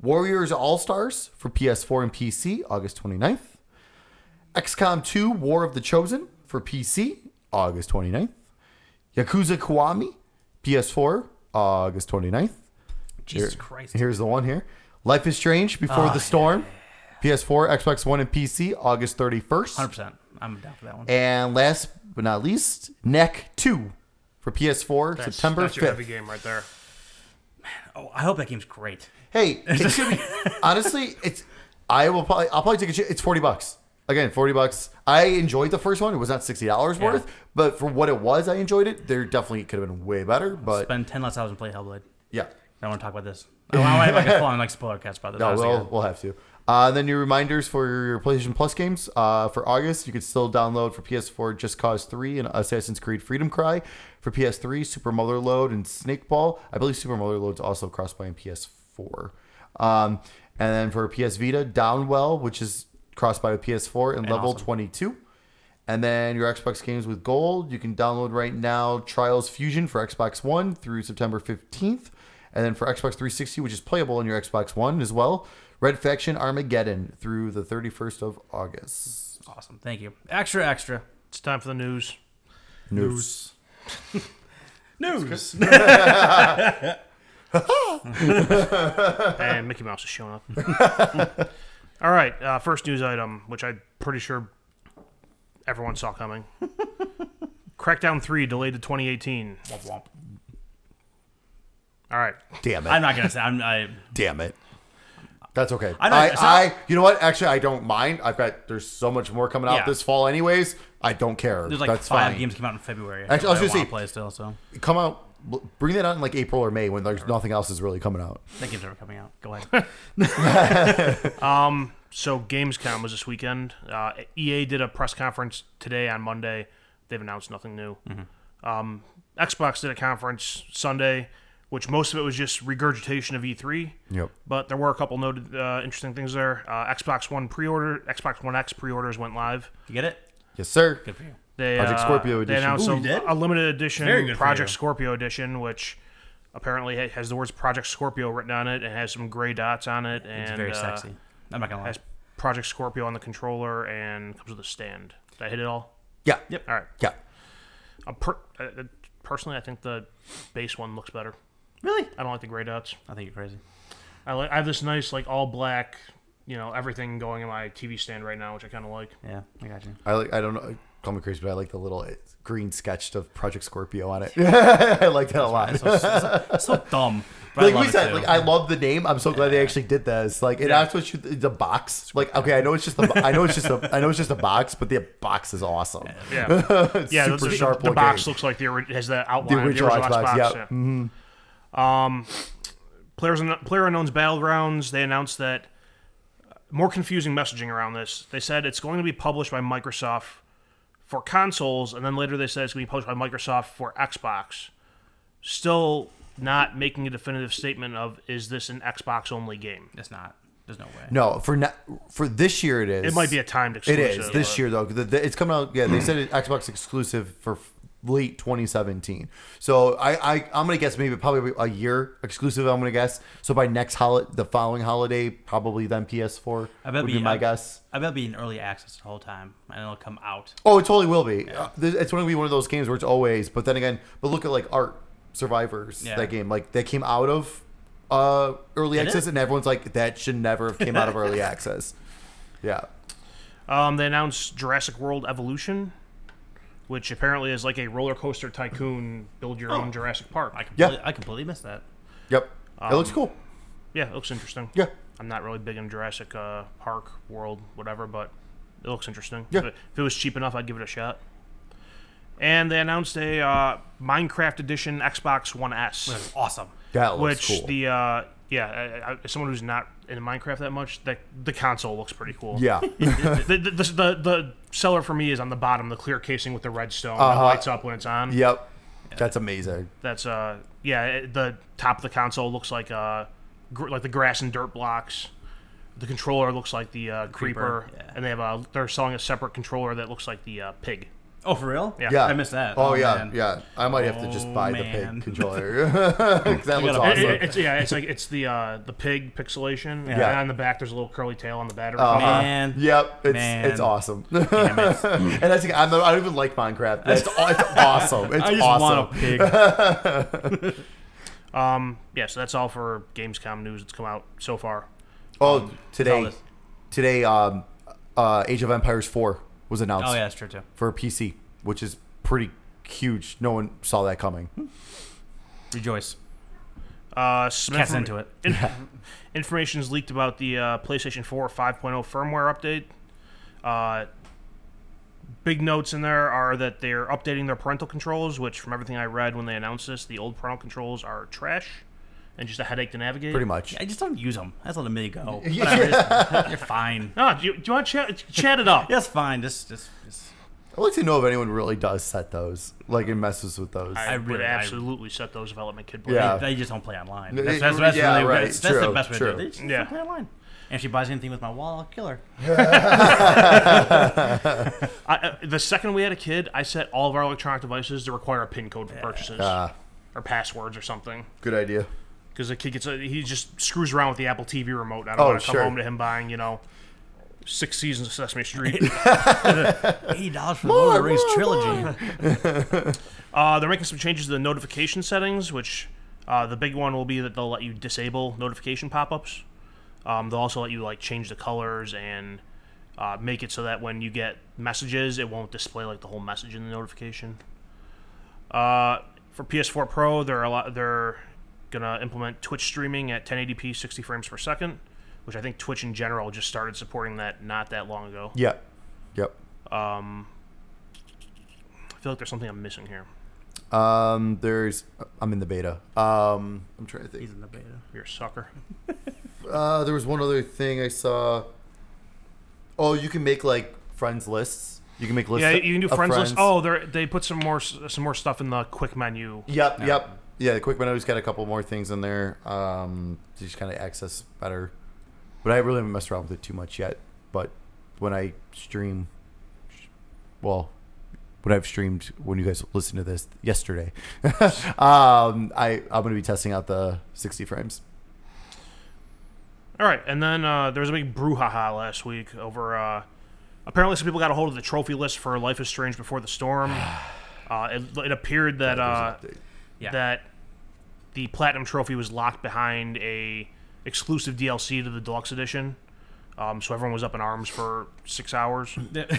Warriors All Stars for PS4 and PC, August 29th. XCOM 2 War of the Chosen for PC, August 29th. Yakuza Kiwami, PS4, August 29th. Jesus Here- Christ! Ah, Here's the one here. Life is Strange Before the Storm, PS4, Xbox One, and PC, August 31st. Hundred percent. I'm down for that one. And last but not least, Neck 2 for PS4, That's- September that's 5th. your heavy game right there. Oh, I hope that game's great. Hey, it should be, honestly, it's I will probably I'll probably take a chance. It's forty bucks. Again, forty bucks. I enjoyed the first one. It was not sixty dollars worth, but for what it was, I enjoyed it. There definitely could have been way better, but Spend ten less hours and play Hellblade. yeah, I want to talk about this. I want to like a full on like spoiler cast about this. no, Honestly, we'll we'll have to. Uh, then your reminders for your PlayStation Plus games uh, for August, you could still download for PS4 Just Cause 3 and Assassin's Creed Freedom Cry. For PS3, Super Mother Load and Snake Ball. I believe Super Mother Load's also cross by on PS4. Um, and then for PS Vita, Downwell, which is cross by with PS4 and, Level awesome. 22. And then your Xbox games with gold, you can download right now Trials Fusion for Xbox One through September 15th. And then for Xbox 360, which is playable on your Xbox One as well, Red Faction Armageddon through the 31st of August. awesome. Thank you. Extra, extra. It's time for the news. News. News. and Mickey Mouse is showing up. All right, uh, first news item, which I'm pretty sure everyone saw coming. Crackdown 3 delayed to 2018. Womp womp. All right. Damn it. I'm not gonna say. I'm. I, Damn it. That's okay. I I, don't- I, it's not- you know what? Actually, I don't mind. I've got there's so much more coming out Yeah. this fall, anyways. I don't care. there's like That's five fine. games come out in February. Actually, I was that gonna wanna say- play still. So Come out, bring that out in like April or May when there's nothing else is really coming out. that game's never coming out. Go ahead. Um, so Gamescom was this weekend. Uh, EA did a press conference today on Monday. They've announced nothing new. Mm-hmm. Um, Xbox did a conference Sunday, which most of it was just regurgitation of E3. Yep. But there were a couple noted uh, interesting things there. Uh, Xbox One pre-order, Xbox One X pre-orders went live. You get it? Yes, sir. Good for you. They, Project uh, Scorpio they edition. announced Ooh, a, you did? a limited edition Very good for Project you. Scorpio edition, which apparently ha- has the words Project Scorpio written on it and has some gray dots on it, and It's very uh, sexy. I'm not gonna lie. has Project Scorpio on the controller and comes with a stand. Did I hit it all? Yeah. Yep. All right. Yeah. Uh, per- uh, uh, personally, I think the base one looks better. Really? I don't like the gray dots. I think you're crazy. I like. I have this nice like all black you know everything going in my TV stand right now, which I kind of like. Yeah, I got you. I like. I don't know. Call me crazy, but I like the little uh, green sketch of Project Scorpio on it. I like that a lot. So, so, so dumb. But like I love we it said, too. like I love the name. I'm so glad they actually did this. Like it that's what you, the box. Like okay, I know it's just a, I know it's just a, I know it's just a box, but the box is awesome. Yeah, It's yeah. super the, sharp The, the looking. box looks like the ori- has the outline. the of original Xbox. Xbox yeah. yeah. Mm. Um, players player unknown's battlegrounds. They announced that uh, more confusing messaging around this. They said it's going to be published by Microsoft for consoles, and then later they said it's going to be published by Microsoft for Xbox. Still not making a definitive statement of is this an Xbox only game? It's not. There's no way. No, for not, for this year it is. It might be a timed It exclusive. is this but- year though. The, the, it's coming out. Yeah, they said it Xbox exclusive for f- late 2017. So I, I I'm gonna guess maybe probably a year exclusive. I'm gonna guess. So by next holiday, the following holiday, probably then PS4 I bet would be be- my I- guess. I bet it'll be in early access the whole time, and it'll come out. Oh, it totally will be. Uh, th- It's going to be one of those games where it's always. But then again, but look at like Art Survivors, Yeah. that game. Like that came out of uh early Did access, it? and everyone's like, that should never have came out of early access. Yeah. Um, they announced Jurassic World Evolution, which apparently is like a roller coaster tycoon build your own Jurassic Park. I completely, I completely missed that. Yep. it Um, looks cool. yeah, it looks interesting. Yeah. I'm not really big in Jurassic uh, Park World, whatever, but it looks interesting. Yeah. If, it, if it was cheap enough, I'd give it a shot. And they announced a uh, Minecraft Edition Xbox One S, That's awesome. That looks which cool. the uh, yeah, I, I, as someone who's not into Minecraft that much, that the console looks pretty cool. yeah. the, the, the, the, the seller for me is on the bottom, the clear casing with the red stone that Uh-huh. lights up when it's on. yep. That's amazing. That's uh yeah, it- the top of the console looks like uh gr- like the grass and dirt blocks. The controller looks like the uh, creeper, Creeper, yeah. and they have a they're selling a separate controller that looks like the uh, pig. Oh, for real? Yeah. Yeah. I missed that. Oh, yeah. man. Yeah. I might have to just Oh, buy the man. pig controller. 'Cause that gotta- looks It- awesome. it- it's, yeah, it's like it's the uh, the pig pixelation, and Yeah. on the back there's a little curly tail on the battery. Man. Uh-huh. Yep, it's Man. it's awesome, Damn it. and that's I'm not, I don't even like Minecraft. That's it's awesome. It's I just awesome. want a pig. Um, yeah, so that's all for Gamescom news that's come out so far. Oh, um, tell today, us. today, um, uh, Age of Empires Four was announced oh yeah, that's true too. for PC, which is pretty huge. No one saw that coming. Rejoice. Uh, some Cats informa- into it. information's leaked about the uh, PlayStation 4 5.0 firmware update. Uh, big notes in there are that they're updating their parental controls, which, from everything I read when they announced this, the old parental controls are trash and just a headache to navigate. Pretty much. I just don't use them. I just let them really go. Yeah. Whatever, You're fine. No, do you, do you want to chat, chat it up? Yeah, it's fine. Just, just, just. I'd like to know if anyone really does set those, like, and messes with those. I, I would really- I- absolutely set those development kid play. Yeah. They just don't play online. Yeah, That's, that's, that's, yeah, really, right, that's, that's the true, best way to true. do it. They just Yeah. don't play online. And if she buys anything with my wall, I'll kill her. I, uh, the second we had a kid, I set all of our electronic devices to require a PIN code for purchases Ah, or passwords or something. good idea. because the kid gets a, he just screws around with the Apple TV remote. I don't Oh, want to come sure. home to him buying you know six seasons of Sesame Street. Eighty dollars for the Lord of the Rings trilogy. uh, they're making some changes to the notification settings, which uh, the big one will be that they'll let you disable notification pop-ups. Um, they'll also let you like change the colors and uh, make it so that when you get messages, it won't display like the whole message in the notification. Uh, for PS4 Pro, they're a lot, they're gonna implement Twitch streaming at 1080p, 60 frames per second, which I think Twitch in general just started supporting that not that long ago. Yep, yep. I feel like there's something I'm missing here. Um, there's. I'm in the beta. Um, I'm trying to think. He's in the beta. You're a sucker. Uh, there was one other thing I saw. Oh, you can make like friends lists. You can make lists. Yeah, you can do of friends, list. Oh, they they put some more s- some more stuff in the quick menu. Yep, yep. Yeah, the quick menu's got a couple more things in there um, to just kind of access better. But I really haven't messed around with it too much yet. But when I stream, well, when I've streamed, when you guys listen to this yesterday, um, I I'm gonna be testing out the 60 frames. All right, and then uh, there was a big brouhaha last week over. Uh, apparently, some people got a hold of the trophy list for Life is Strange Before the Storm. Uh, it, it appeared that uh, Yeah. that the platinum trophy was locked behind a exclusive DLC to the deluxe edition. Um, so everyone was up in arms for six hours. It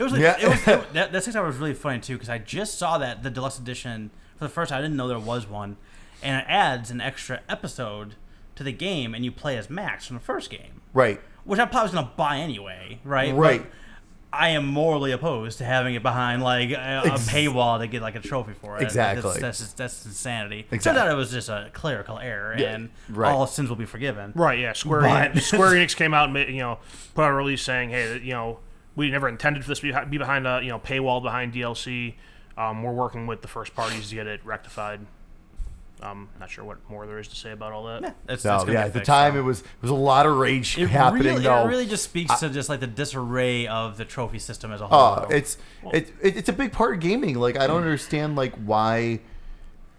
was like, Yeah. it was, it, that, that six hour was really funny too because I just saw that the deluxe edition for the first time. I didn't know there was one, and it adds an extra episode to the game, and you play as Max from the first game, Right. which I probably was gonna buy anyway, right? Right. But I am morally opposed to having it behind like a, a Ex- paywall to get like a trophy for it. Exactly. That's that's, just, that's insanity. Turns Exactly. out it was just a clerical error, and right. all sins will be forgiven. Right. Yeah. Square Enix, Square Enix came out and made, you know put out a release saying, hey, you know, we never intended for this to be be behind a you know paywall behind DLC. Um, we're working with the first parties to get it rectified. Um, not sure what more there is to say about all that. That's, that's So gonna yeah, be at the fixed, time so. it was it was a lot of rage It happening really, though. It really just speaks to just like the disarray of the trophy system as a whole. Uh, it's it, it, it's a big part of gaming. Like I don't understand like why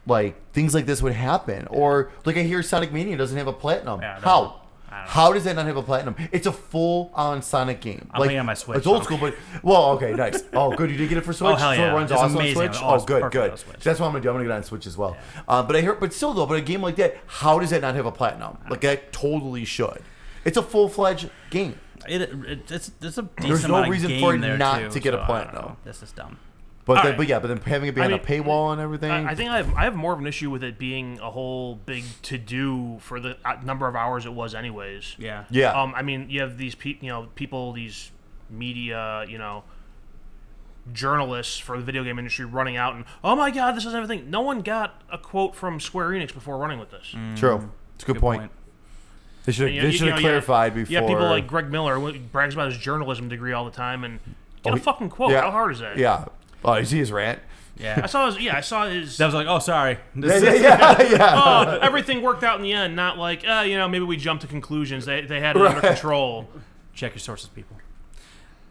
like things like this would happen. Or like I hear Sonic Mania doesn't have a platinum. Yeah, I don't- How? I don't know. How does that not have a platinum? It's a full on Sonic game. I'm playing on my Switch, It's so- old school, but well, okay, nice. Oh, good, you did get it for Switch. hell so it yeah. runs It's awesome amazing. on Switch. Oh, Oh, it's good, perfect on good. Switch. That's what I'm gonna do. I'm gonna get it on Switch as well. Uh, but I hear, but still though, but a game like that, how does that not have a platinum? Like that totally should. It's a full fledged game. It, it, it's, it's a decent no amount of reason game for it there, not too, to get a so I platinum. don't know. This is dumb. But All then, right. but yeah, but then having it behind mean, a paywall and everything. I I think I have, I have more of an issue with it being a whole big to do for the uh, number of hours it was, anyways. Yeah. yeah. Um, I mean, you have these pe- you know people, these media, you know, journalists for the video game industry running out and oh my god, this is everything. No one got a quote from Square Enix before running with this. True. It's a good, point. They should have You know, they you- should you know, have you have- clarified before. You have people like Greg Miller who brags about his journalism degree all the time and get Oh, a he- fucking quote. yeah. How hard is that? yeah. Oh, you see his rant. Yeah. I saw his. Yeah, I saw his. that was like, oh, sorry. Yeah, This yeah, is- yeah, yeah. oh, everything worked out in the end. Not like, uh, you know, maybe we jumped to conclusions. They, they had it under control. Check your sources, people.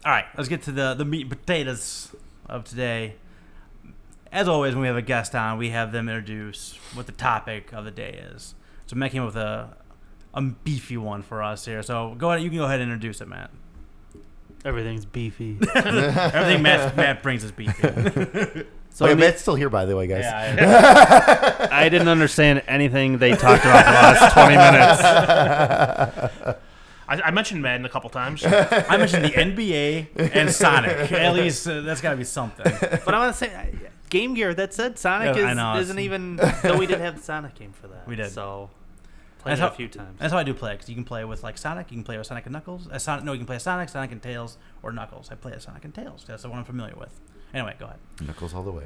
All right, let's get to the, the meat and potatoes of today. As always, when we have a guest on, we have them introduce what the topic of the day is. So Matt came up with a, a beefy one for us here. So go ahead, you can go ahead and introduce it, Matt. Everything's beefy. Everything Matt, Matt brings is beefy. So Wait, I, mean, Matt's still here, by the way, guys. Yeah, I didn't understand anything they talked about for the last 20 minutes. I, I mentioned Madden a couple times. I, I mentioned the NBA and Sonic. At least uh, that's got to be something. But I want to say, I- Game Gear, that said, Sonic Yeah, I is, know, it's- isn't even. Though we did have the Sonic game for that. We did. So, played That's it a how- few times. That's how I do play because you can play with like Sonic, you can play with Sonic and Knuckles. Uh, Sonic, no, you can play Sonic, Sonic and Tails, or Knuckles. I play as Sonic and Tails. That's the one I'm familiar with. Anyway, go ahead. Knuckles all the way.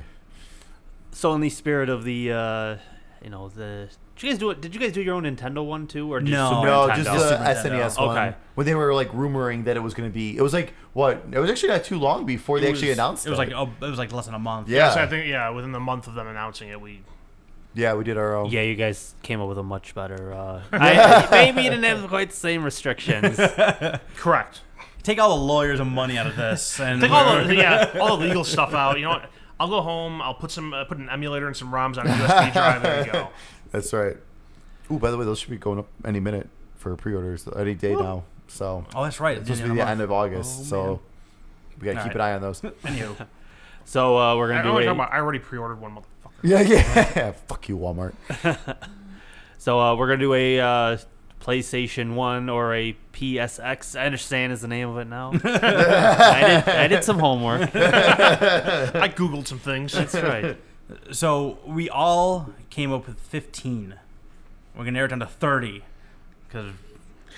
So, in the spirit of the, uh, you know, the. Did you guys do it? Did you guys do your own Nintendo one too, or just No. uh, Oh, Super No, Nintendo? just Super the Nintendo. SNES Okay. one. When they were like rumoring that it was going to be, it was like what? It was actually not too long before they It actually was- announced. It was like oh, it was like less than a month. yeah, So I think, yeah, within the month of them announcing it, we. yeah, we did our own. Yeah, you guys came up with a much better. Uh, I, maybe you didn't have quite the same restrictions. Correct. Take all the lawyers and money out of this, and Take all we're- the yeah, all the legal stuff out. You know what? I'll go home. I'll put some uh, put an emulator and some ROMs on a USB drive. There we go. that's right. Ooh, by the way, those should be going up any minute for pre-orders any day now. So oh, that's right. it's supposed to be the end of August. oh, so we got to All keep right. an eye on those. Anywho, So uh, we're I, gonna don't know what you're do talking a, about. I already pre-ordered one motherfucker. yeah, yeah. Fuck you, Walmart. so uh, we're gonna do a uh, PlayStation One or a PSX. I understand is the name of it now. I, did, I did some homework. I googled some things. That's right. so we all came up with 15. We're gonna narrow it down to 30 because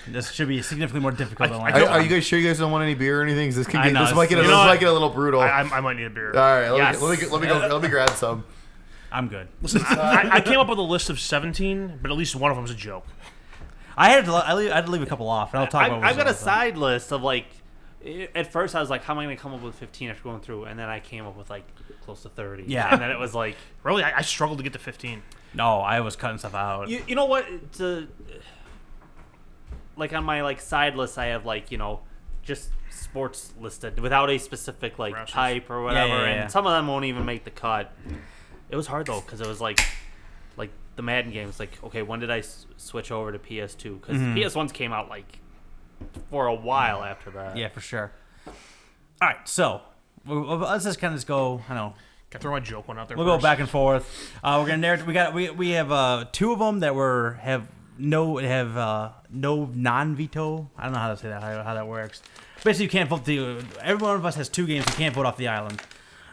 this should be significantly more difficult than I- I last Are, one. don't- are you guys sure you guys don't want any beer or anything? 'Cause This, can I get, know, this might get a, it's- this you know might what? get a little brutal. I, I, I might need a beer. All right, let, Yes. me, let me let me go let me grab some. I'm good. Listen, I, I came up with a list of 17, but at least one of them's a joke. I had to. I, leave, I had to leave a couple off, and I'll talk I, about. I've got a what's on side list of like. i- At first, I was like, "How am I gonna come up with 15 after going through?" And then I came up with like close to 30. Yeah. And then it was like, Really, I, I struggled to get to 15. it. No, I was cutting stuff out. You, you know what? To, like on my like side list, I have like you know just sports listed without a specific like Browsers. type or whatever, yeah, yeah. and some of them won't even make the cut. It was hard though because it was like like the Madden games. Like okay, when did I s- switch over to PS2? Because Mm-hmm. PS1s came out like for a while after that. Yeah, for sure. All right, so w- w- let's just kind of just go. I don't know Can I throw my joke one out there? we'll first? go back and forth. Uh, we're gonna narrate. We got we we have uh, two of them that were have no have uh, no non-veto. I don't know how to say that. How, how that works. Basically, you can't vote the. Every one of us has two games. You can't vote off the island.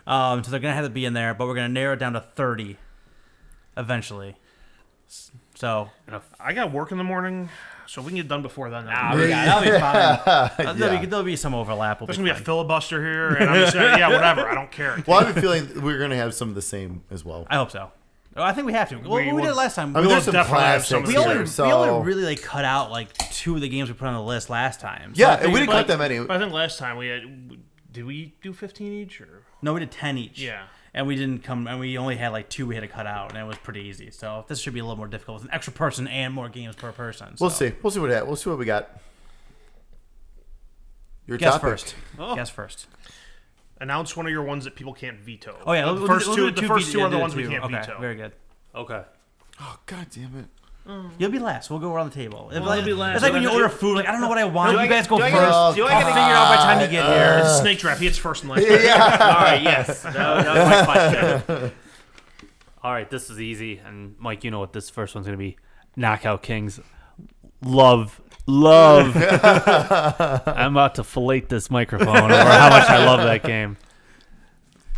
Um, so they're gonna have to be in there, but we're gonna narrow it down to thirty, eventually. S- So I got work in the morning, so we can get done before then. ah, we got- that'll be fine. Uh, there'll, Yeah. be, there'll be some overlap. We'll There's be gonna be a fine. filibuster here, and I'm just gonna, yeah, whatever. I don't care. Well, I have a feeling we're gonna have some of the same as well. I hope so. Oh, I think we have to. Well, We we, did will- it last time. I mean, we there's some definitely have some classics we of the only, here, we so only really like cut out like two of the games we put on the list last time. So yeah, I and figured- we didn't cut that many. But I think last time we had. Did we do 15 each or? No, we did ten each. Yeah. and we didn't come, and we only had like two we had to cut out, and it was pretty easy. So this should be a little more difficult with an extra person and more games per person. We'll so. see. We'll see what that. We'll see what we got. Your Guess topic. first. Guess first. Announce one of your ones that people can't veto. Oh yeah, the let's- let's first do- let's do two. The first ve- two yeah, are the do ones we two. can't okay, veto. Very good. Okay. Oh god damn it! You'll be last. We'll go around the table. If, like, I'll be last. It's like when you Do- order food. Like I don't know what I want. Do I you get- guys go do I first. get a- do I I'll get a- figure it out by the time you get here. It's a snake draft. He hits first and last. All right. Yes. That, that was my question. All right. This is easy, and Mike, you know what this first one's gonna be. Knockout Kings. Love, love. I'm about to fillet this microphone over how much I love that game.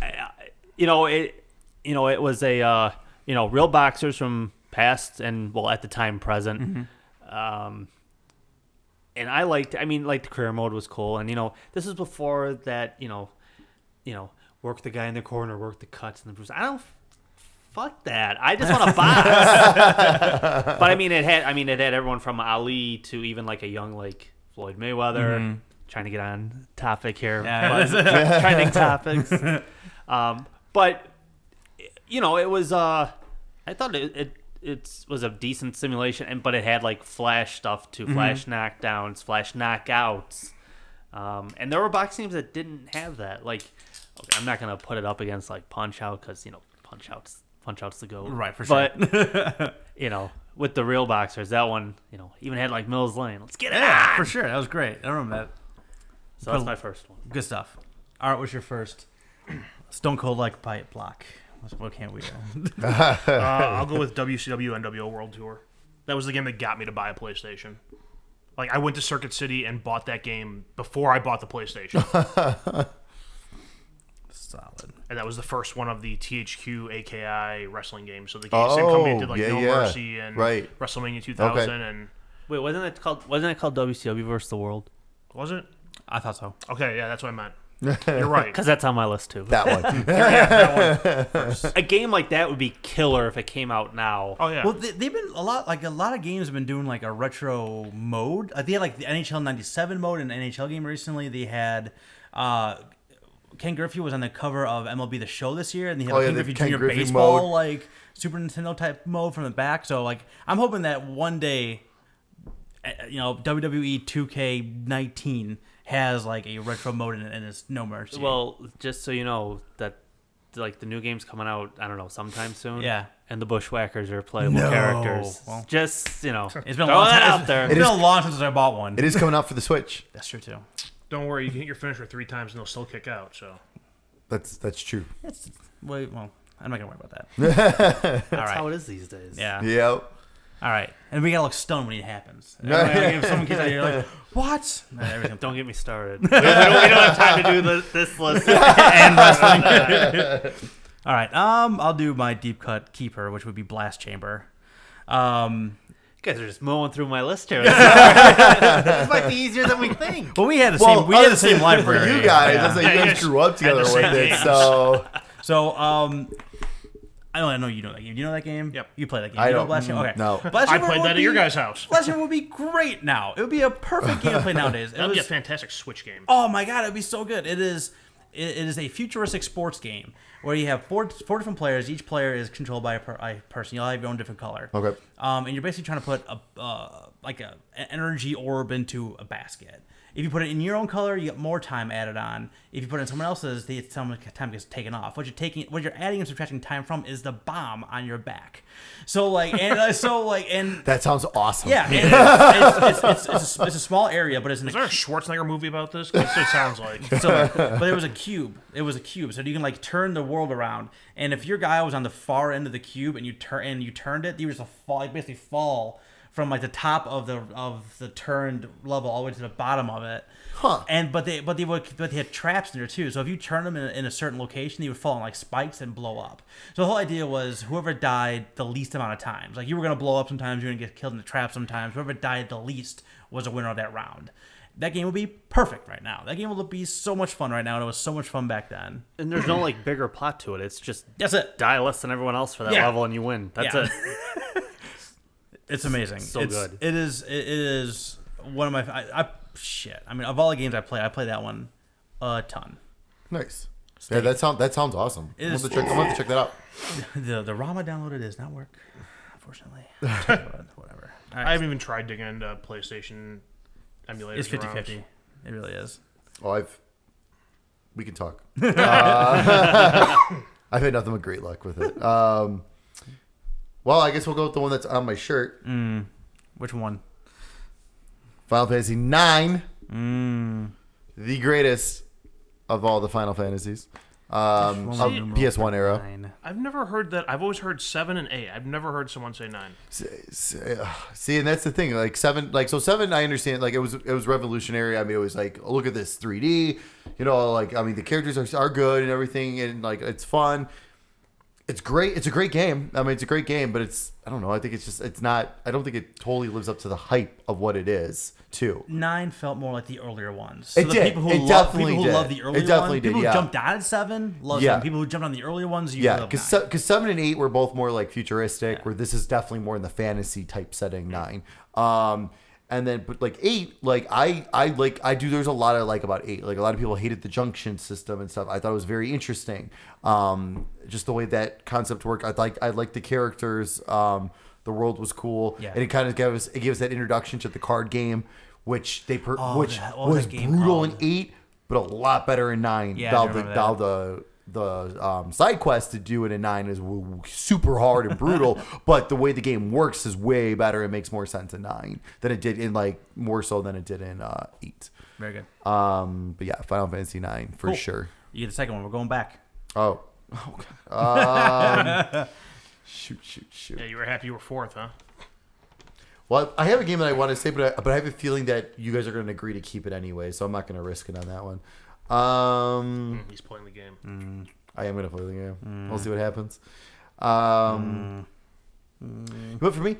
I- I- You know it. You know it was a uh, you know real boxers from past and well at the time present. Um, and I liked. I mean, like the career mode was cool, and you know this is before that. You know, you know, work the guy in the corner, work the cuts and the bruises. I don't. Fuck that! I just want to box. but I mean, it had. I mean, it had everyone from Ali to even like a young like Floyd Mayweather. Trying to get on topic here, Yeah. but- trending topics. Um, but you know, it was. Uh, I thought it it it was a decent simulation, and but it had like flash stuff too, flash knockdowns, flash knockouts, um, and there were box teams that didn't have that. Like, okay, I'm not gonna put it up against like Punch Out because you know Punch Out's Punch Out's the goat, Right, for sure. But you know, with the real boxers, that one you know even had like Mills Lane. Let's get it Yeah, on. for sure. That was great. I remember that. So that's my first one. Good stuff. All right, what's your first? Stone Cold like pipe block. What's- What can't we do? Uh, I'll go with WCW NWO World Tour. That was the game that got me to buy a PlayStation. Like I went to Circuit City and bought that game before I bought the PlayStation, Solid. and that was the first one of the THQ AKI wrestling games. So the game, same company did like Oh, yeah, No yeah. Mercy and Right. WrestleMania 2000, and Wait, wasn't it called? Wasn't it called WCW versus the World? was it? I thought so. Okay, yeah, that's what I meant. You're right. Because that's on my list too. That one. a game like that would be killer if it came out now. Oh yeah. Well, they, they've been a lot like a lot of games have been doing like a retro mode. Like, they had like the NHL '97 mode in an NHL game recently. They had. uh Ken Griffey was on the cover of MLB The Show this year, and they had Oh, like, yeah, Ken the Griffey Ken Jr. Griffey baseball, mode. like Super Nintendo type mode from the back. So, like, I'm hoping that one day, uh, you know, E WWE 2K19 has like a retro mode and, and it's no mercy. Well, just so you know that like the new game's coming out, I don't know, sometime soon. Yeah. And the Bushwhackers are playable No. characters. Well- just you know, it's been a throw long that time. out there. It's been a long time since I bought one. it is coming out for the Switch. That's true too. Don't worry, you can hit your finisher three times and they'll still kick out. So That's that's true. That's wait, well, I'm not gonna worry about that. All That's how right. it is these days. Yeah. Yeah. All right. And we gotta look stunned when it happens. Everybody- if someone gets out here like, what? Nah, everything- Don't get me started. we, we don't, we don't have time to do the, this list. and All right. Um, I'll do my deep cut keeper, which would be blast chamber. Um, you guys are just mowing through my list here. this might be easier than we think. but we had the same. we had the same library. For you guys, Yeah. it's like Yeah, you you guys guys grew up had the together with same it. games. So So, um, I know, I know you know that game. You know that game? Yep. You play that game. I you know don't- Blast Chamber? Okay. mm, no. Blast I Chamber played would that at your be- guys' house. Blast Chamber would be great now. It would be a perfect game to play nowadays. It That'd be a was fantastic Switch game. Oh my god, it'd be so good. It is it, it is a futuristic sports game where you have four four different players. Each player is controlled by a, per, a person. You all have your own different color. Okay. Um, and you're basically trying to put a uh, like a, an energy orb into a basket. If you put it in your own color, you get more time added on. If you put it in someone else's, the some time gets taken off. What you're taking, what you're adding and subtracting time from is the bomb on your back. So like, and uh, so like, and that sounds awesome. yeah, and it's, it's, it's, it's, a, s- it's a small area, but it's an Is there a Schwarzenegger movie about this? 'Cause That's what it sounds like. so, like, but it was a cube. It was a cube, so you can like turn the world around. And if your guy was on the far end of the cube and you turn and you turned it, you would just fall, like, basically fall from like the top of the of the turned level all the way to the bottom of it. Huh. And but they but they would but they had traps in there too. So if you turn them in, a- in a certain location, they would fall on like spikes and blow up. So the whole idea was whoever died the least amount of times, like you were gonna blow up sometimes, you're gonna get killed in the trap sometimes. Whoever died the least was a winner of that round. That game would be perfect right now. That game would be so much fun right now, and it was so much fun back then. And there's no like bigger plot to it. It's just That's it. die less than everyone else for that Yeah. level and you win. That's Yeah. it. It's amazing. So It's- good. It is. It is one of my. I, I shit. I mean, of all the games I play, I play that one a ton. Nice. Yeah, that sounds that sounds awesome. I'm gonna, is- have to check, I'm gonna have to check that out. The the ROM I downloaded does not work, unfortunately. Whatever. All I right. haven't even tried digging into PlayStation emulators. It's 50 ROMs. 50. It really is. Oh, I've. We can talk. Uh, I've had nothing but great luck with it. Um, well, I guess we'll go with the one that's on my shirt. Which one? Final Fantasy Nine, the greatest of all the Final Fantasies um, Which of one? PS1 era. Nine. I've never heard that. I've always heard seven and eight. I've never heard someone say nine. See, uh, see, and that's the thing. Like seven, like so seven. I understand. Like it was, it was revolutionary. I mean, it was like, oh, look at this 3D. You know, like I mean, the characters are are good and everything, and like it's fun. It's great. It's a great game. I mean, it's a great game, but it's I don't know. I think it's just it's not. I don't think it totally lives up to the hype of what it is. Too. Nine felt more like the earlier ones. So It the did. people who It love people definitely who did. love the It earlier definitely one, did, people yeah. who jumped out at seven love Yeah. them. People who jumped on the earlier ones, you Yeah, love because nine. seven and eight were both more like futuristic, where this is definitely more in the fantasy type setting. Nine, um, and then but like eight, like I I like I do. There's a lot I like about eight. Like a lot of people hated the junction system and stuff. I thought it was very interesting. Um, just the way that concept worked. I like I liked the characters. Um, the world was cool, Yeah. and it kind of gave us it gave us that introduction to the card game, which they per- Oh, which that- what was was that game Oh, brutal in called? eight, but a lot better in nine. Yeah, I Thou do the, remember thou that. the the um, side quest to do it in nine is w- w- super hard and brutal, but the way the game works is way better. It makes more sense in nine than it did in like more so than it did in uh, eight. Very good. Um, but yeah, Final Fantasy nine for Cool. sure. You get the second one. We're going back. Oh, oh god. Um, shoot, shoot, shoot. Yeah, you were happy you were fourth, huh? Well, I have a game that I want to say, but I, but I have a feeling that you guys are going to agree to keep it anyway, so I'm not going to risk it on that one. Mm. Um, Mm, He's playing the game. I am going to play the game. Mm. We'll see what happens. Um, Mm. But for me,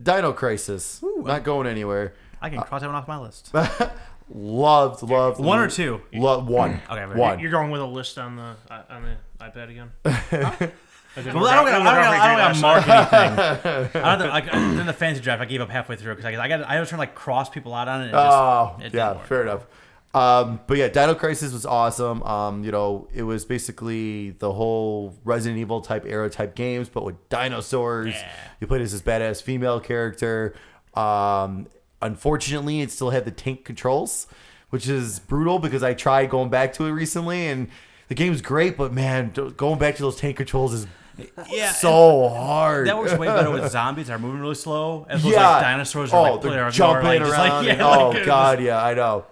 Dino Crisis, not going anywhere. I can cross that one off my list. Loved, loved One or two? Loved one. Okay, very one. You're going with a list on the uh, on the iPad again. Well, I don't got- I don't got to mark anything. I don't think, like, in the fantasy draft, I gave up halfway through because I, I got I was trying to like cross people out on it. And it just, Oh, it didn't yeah, work. fair enough. Um, but yeah, Dino Crisis was awesome. Um, you know, it was basically the whole Resident Evil type era type games, but with dinosaurs. Yeah. You played as this badass female character. Um, unfortunately, it still had the tank controls, which is brutal because I tried going back to it recently, and the game's great, but man, d- going back to those tank controls is yeah. so hard. that works way better with zombies. They're moving really slow, as opposed to, yeah. like dinosaurs are oh, like, they're they're jumping like, just around. like- and- yeah, like, oh it was- god, yeah, I know.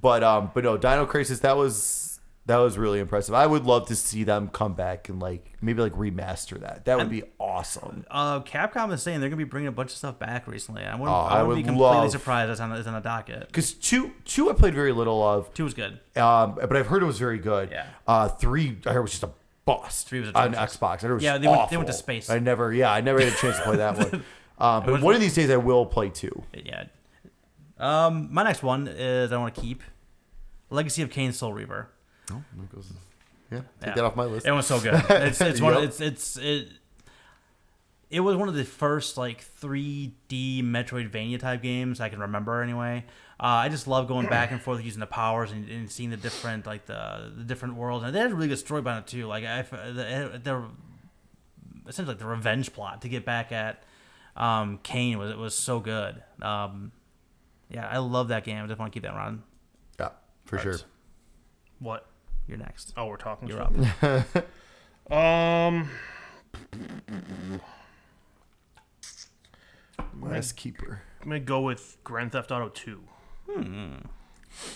But um, but no, Dino Crisis. That was that was really impressive. I would love to see them come back and like maybe like remaster that. That would be awesome. Uh, Capcom is saying they're gonna be bringing a bunch of stuff back recently. I wouldn't, Oh, I I wouldn't would be completely love- surprised it's on, it's on the docket. Because two two I played very little of, Two was good. um, but I've heard it was very good. Yeah. Uh, three I heard was just a bust. Three was on atrocious. Xbox. I heard it was Yeah, they went- they awful. went to space. I never, yeah, I never had a chance to play that one. Uh, but one of these days I will play two. Yeah. Um, my next one is I want to keep Legacy of Kain Soul Reaver. Yeah, take Yeah. that off my list. It was so good. It's it's one. Yep. It's it's it. It was one of the first like 3D Metroidvania type games I can remember. Anyway, uh, I just love going back and forth using the powers and, and seeing the different like the, the different worlds. And they had a really good story behind it too. Like I, the, eh, the essentially like the revenge plot to get back at um, Kane was it was so good. Um, yeah, I love that game. I just want to keep that running. Yeah, for sure. What? You're next. Oh, we're talking. You're so- up. Um, Last keeper. I'm gonna go with Grand Theft Auto 2. Hmm.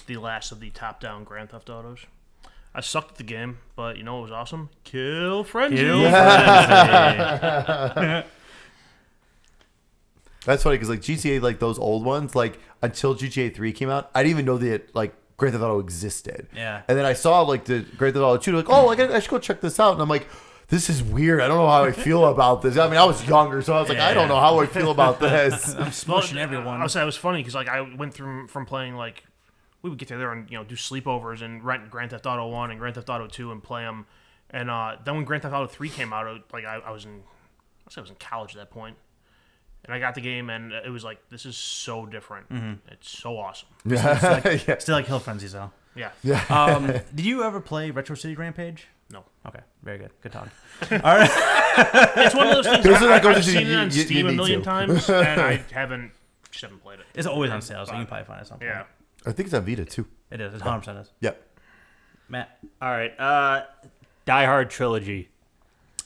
The last of the top-down Grand Theft Autos. I sucked at the game, but you know what was awesome? Kill Frenzy. Kill Frenzy. That's funny because like GTA, like those old ones, like until GTA Three came out, I didn't even know that like Grand Theft Auto existed. Yeah. And then I saw like the Grand Theft Auto Two, like oh, I, gotta, I should go check this out, and I'm like. This is weird. I don't know how I feel about this. I mean, I was younger, so I was like, I don't know how I feel about this. Smushing everyone. I was it was funny because like I went through from playing like we would get there and you know do sleepovers and rent Grand Theft Auto One and Grand Theft Auto Two and play them. And uh, then when Grand Theft Auto Three came out, I, like I, I was in, I guess I was in college at that point, and I got the game and it was like this is so different. Mm-hmm. It's so awesome. yeah. Still like Hill Frenzy though. Yeah. Um, did you ever play Retro City Rampage? No. Okay, very good. Good talk. It's one of those things. Those are I, not going to have do- seen it you- on you- you Steam a need million to. times, and I haven't just haven't played it. It's always on sale, so you can probably find it somewhere. Yeah. I think it's on Vita too. It is. It's 100% is. Yep. Matt. All right. Uh, Die Hard trilogy.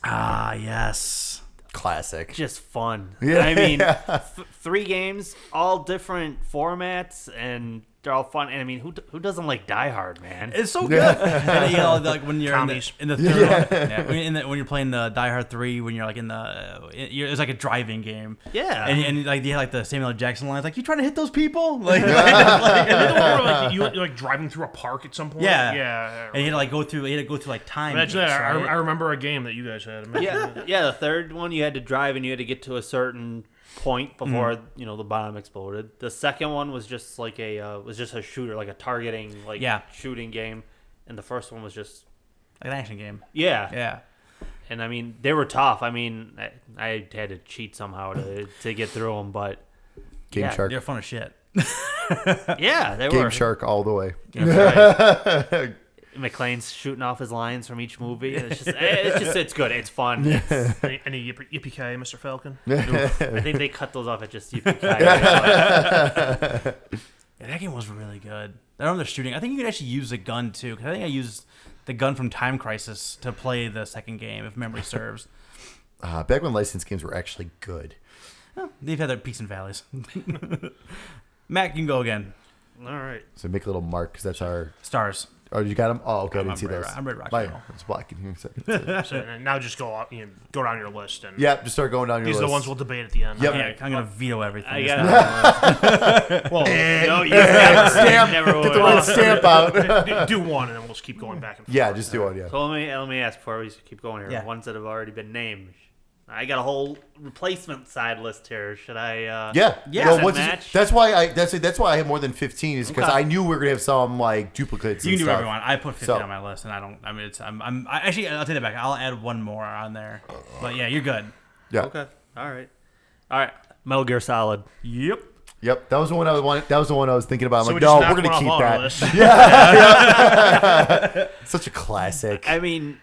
Ah, yes. Classic. Just fun. Yeah. I mean, th- three games, all different formats, and they're all fun. And I mean, who, d- who doesn't like Die Hard, man? It's so good. and, you know, like when you're in the, Commies. in the third one, yeah, when, you're in the, when you're playing the Die Hard three, when you're like in the, uh, you're, it's like a driving game. Yeah. And, and like you had like the Samuel L. Jackson lines, like you trying to hit those people, like, like, like- And then the one where, like you you're, like driving through a park at some point. Yeah. Yeah. and you had to like go through, you had to go through like time. Imagine that. loops, I, right? I remember a game that you guys had. Imagine that. yeah, yeah. The third one, you had to drive and you had to get to a certain point before Mm-hmm. you know the bomb exploded. The second one was just like a uh, was just a shooter, like a targeting, like Yeah. shooting game, and the first one was just like an action game. yeah. Yeah. And I mean, they were tough. I mean, I, I had to cheat somehow to to get through them, but Game Yeah, Shark. They're fun as shit. yeah, they Game were. Shark all the way. That's right. McLean's shooting off his lines from each movie. It's just, eh, it's just, it's good. It's fun. It's- Any, any yippee, yippee ki Mr. Falcon? I think they cut those off at just yippee Yeah, that game was really good. I remember the shooting. I think you could actually use a gun too. 'cause I think I used the gun from Time Crisis to play the second game, if memory serves. Uh, back when licensed games were actually good. They've had their peaks and valleys. Mac, you can go again. All right. So make a little mark because that's our. Stars. Oh, you got them? Oh, okay. I I'm didn't see Red those. Rock- I'm Red Rock My- Channel. It's black in here. so- So, and now just go up, you know, go down your list and Yep, just start going down your these list. are the ones we'll debate at the end. Yep. Yeah, I'm gonna veto everything. I It's got not- Well, no, you never, Stamp. never Get the would. uh, red stamp out. Do, do one and then we'll just keep going back and forth. yeah, just do one. Yeah. So let me let me ask before we keep going here. Yeah. Ones that have already been named. I got a whole replacement side list here. Should I? Uh, Yeah. Yeah. Well, Does it once you- match? that's why I that's that's why I have more than fifteen is because Okay. I knew we were gonna have some like duplicates. You and can do stuff. everyone. I put 15 So- on my list, and I don't. I mean, it's. I'm. I'm I, actually. I'll take that back. I'll add one more on there. But yeah, you're good. Yeah. Okay. All right. All right. Metal Gear Solid. Yep. Yep. That was the one I was wanted, That was the one I was thinking about. I'm So we like, just no, knocked we're gonna one keep off that. Our list. Such a classic. I mean,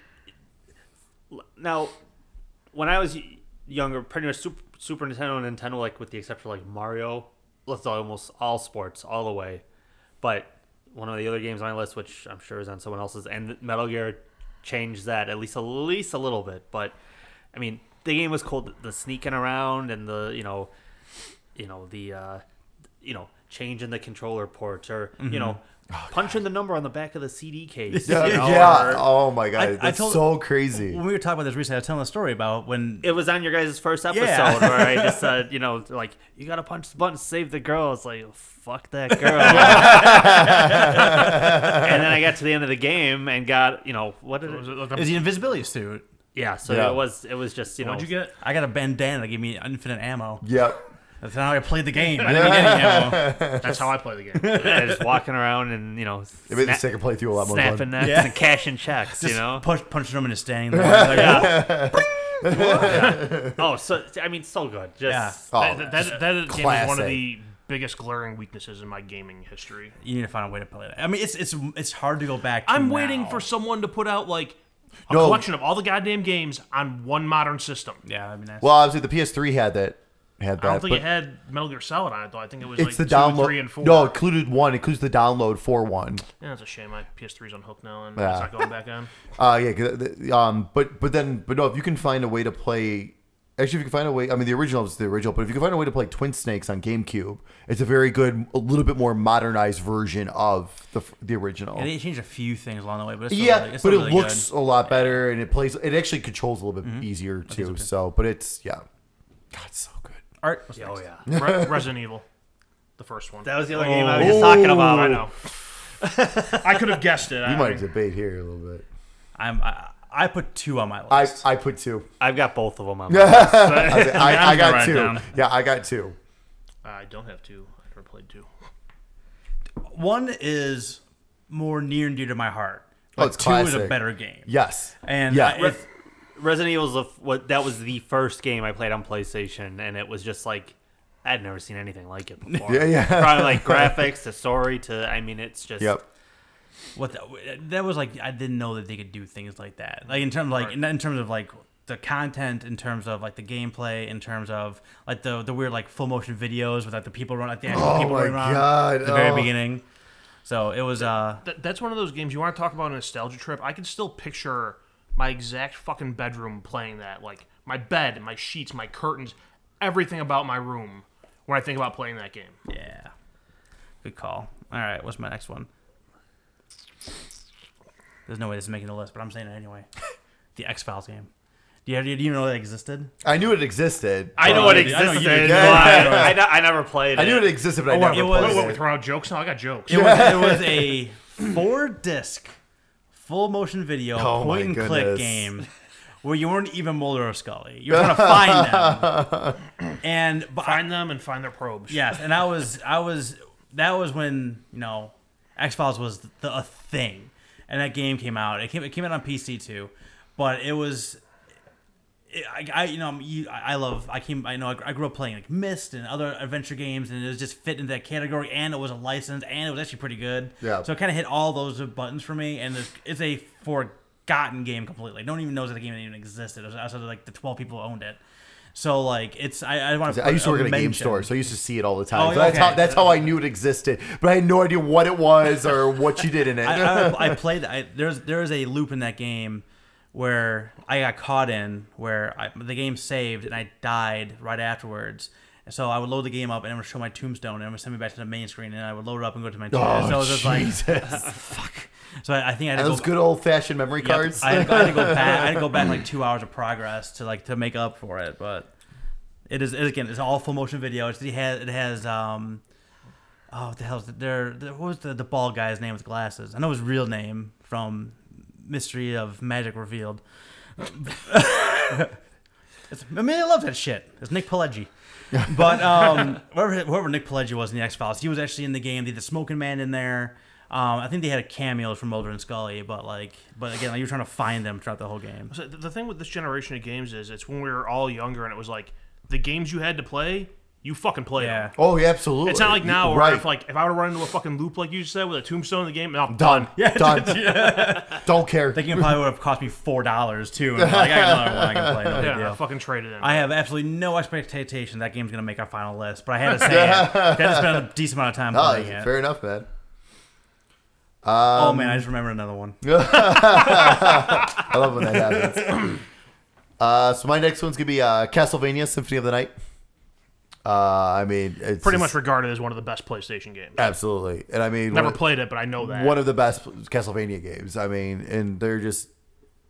now when I was younger, pretty much Super, Super Nintendo and Nintendo, like with the exception of like Mario, let's almost all sports all the way. But one of the other games on my list, which I'm sure is on someone else's, and Metal Gear changed that at least at least a little bit. But I mean, the game was called the sneaking around and the you know, you know the uh, you know changing the controller ports or you know. Punching the number on the back of the CD case. Mm-hmm. Oh, yeah. you know, yeah. or- Oh my god, I- I that's told- so crazy. When we were talking about this recently, I was telling a story about when. it was on your guys' first episode Yeah. where I just said, you know, like you gotta punch the button to save the girl. It's like fuck that girl. and then I got to the end of the game and got, you know, what did Was it? it like the- It was the invisibility suit. Yeah, so Yeah. it was it was just you know what'd you get? I got a bandana that gave me infinite ammo. Yep. That's how I played the game. I didn't need any ammo. That's how I play the game. I was walking around and you know It made the sna- second playthrough a lot more snapping fun. necks Yeah. and cashing checks, you know. Push, punching them in his standing. There. Like, Oh, so I mean, so good. Just Oh, that that, that, that game is one classic. of the biggest glaring weaknesses in my gaming history. You need to find a way to play that. I mean, it's it's it's hard to go back. To I'm waiting now. for someone to put out like a No. collection of all the goddamn games on one modern system. Yeah, I mean, that's, Well, obviously the PS3 had that. Had that. I don't think but it had Metal Gear Solid on it though. I think it was it's like the two, download. three, and four. No, it included one. It includes the download for one. Yeah, that's a shame. My PS3's unhooked now, and Yeah. it's not going back on. Uh, yeah. 'cause the- the- Um, but but then but no, if you can find a way to play. Actually, if you can find a way, I mean, the original is the original, but if you can find a way to play Twin Snakes on GameCube, it's a very good, a little bit more modernized version of the f- the original. they changed a few things along the way, but it's still yeah, really, it's but still it really Mm-hmm. looks a lot better, and it plays. It actually controls a little bit easier too. So, but it's yeah, God, so good. good. Art. What's Oh next? yeah. Re- Resident Evil, the first one. That was the other game Oh. Oh. I was just talking about. I know. I could have guessed it. You I, might debate here a little bit. I'm. I, I put two on my list. I, I put two. I've got both of them on. I, was- I- I I'm gonna got write it two. down. Yeah, I got two. I don't have two. I never played two. One is more near and dear to my heart. But Oh, it's two is a classic. better game. Yes. And Yeah. I- if- Resident Evil is the f- what that was the first game I played on PlayStation, and it was just like I'd never seen anything like it before. Yeah, yeah. Probably like graphics to story to I mean, it's just Yep. what the, that was like, I didn't know that they could do things like that. Like in terms, like in terms of like the content, in terms of like the gameplay, in terms of like the the weird like full motion videos with like the people run, like the actual Oh people my running around God, at the very oh. beginning. So it was. uh That, that's one of those games you want to talk about a nostalgia trip. I can still picture my exact fucking bedroom playing that. Like my bed, my sheets, my curtains, everything about my room when I think about playing that game. Yeah. Good call. All right, what's my next one? There's no way this is making the list, but I'm saying it anyway. the X Files game. Do you, do you know that existed? I knew it existed. I know Oh, it you did- I know you existed. did. but Yeah. I, I ne- I never played it. I knew it existed, but I what- Oh, never it was- played What- Wait, Oh, what, what, we it. throwing out jokes? No, I got jokes. It was, it was a four disc, full motion video, Oh my point and click goodness. game where you weren't even Mulder or Scully. You were trying to find them. And but Find them and find their probes. Yes, and I was I was that was when you know X Files was the a thing, and that game came out. It came it came out on PC too, but it was. it- I, I you know you, I I love I came I know I, I grew up playing like Myst and other adventure games and it was just fit into that category and it was a license and it was actually pretty good Yeah. so it kind of hit all those uh, buttons for me and it's, it's a forgotten game completely no one even knows that the game even existed I was, outside of like the twelve people who owned it so like it's I I want I used to work at a game store, so I used to see it all the time. Oh, So that's, okay. how, that's how I knew it existed, but I had no idea what it was or what you did in it. I, I, I played. I, there's there is a loop in that game where I got caught in where I, the game saved and I died right afterwards. And So I would load the game up and it would show my tombstone and it would send me back to the main screen and I would load it up and go to my tombstone. so it oh, was just like, Jesus. so I, I think I had to Those go, good old fashioned memory yep, cards. I, had to, I had to go back. I had to go back like two hours of progress to like to make up for it. But it is it, again, it's all full motion video. It's, it has it has um. Oh, what the hell's it? There, there, what was the, the bald guy's name with glasses? I know his real name from Mystery of Magic Revealed. it's, Amelia loves that shit. It's Nick Pileggi. But um, whoever, whoever Nick Pileggi was in the X Files, he was actually in the game. They had the Smoking Man in there. Um, I think they had a cameo from Mulder and Scully, but like, but again, like, you're trying to find them throughout the whole game. So the the thing with this generation of games is it's when we were all younger and it was like the games you had to play, you fucking played. Yeah. them. oh, yeah, absolutely. It's not like now where right? if like if I would run into a fucking loop like you said with a tombstone in the game, and I'm done. done. Yeah, done. Don't care. That game probably would have cost me four dollars too. And I'm like, I got another one I can play. No big Yeah, deal. I fucking traded in. I have absolutely no expectation that game's gonna make our final list, but I had to say it. That has been a decent amount of time Oh, playing it. fair enough, man. oh man, I just remembered another one. I love when that happens. uh, so my next one's gonna be uh, Castlevania Symphony of the Night. Uh, I mean, it's Pretty just- much regarded as one of the best PlayStation games. absolutely, and I mean, Never one of- played it, but I know that. one of the best Castlevania games. I mean, and they're just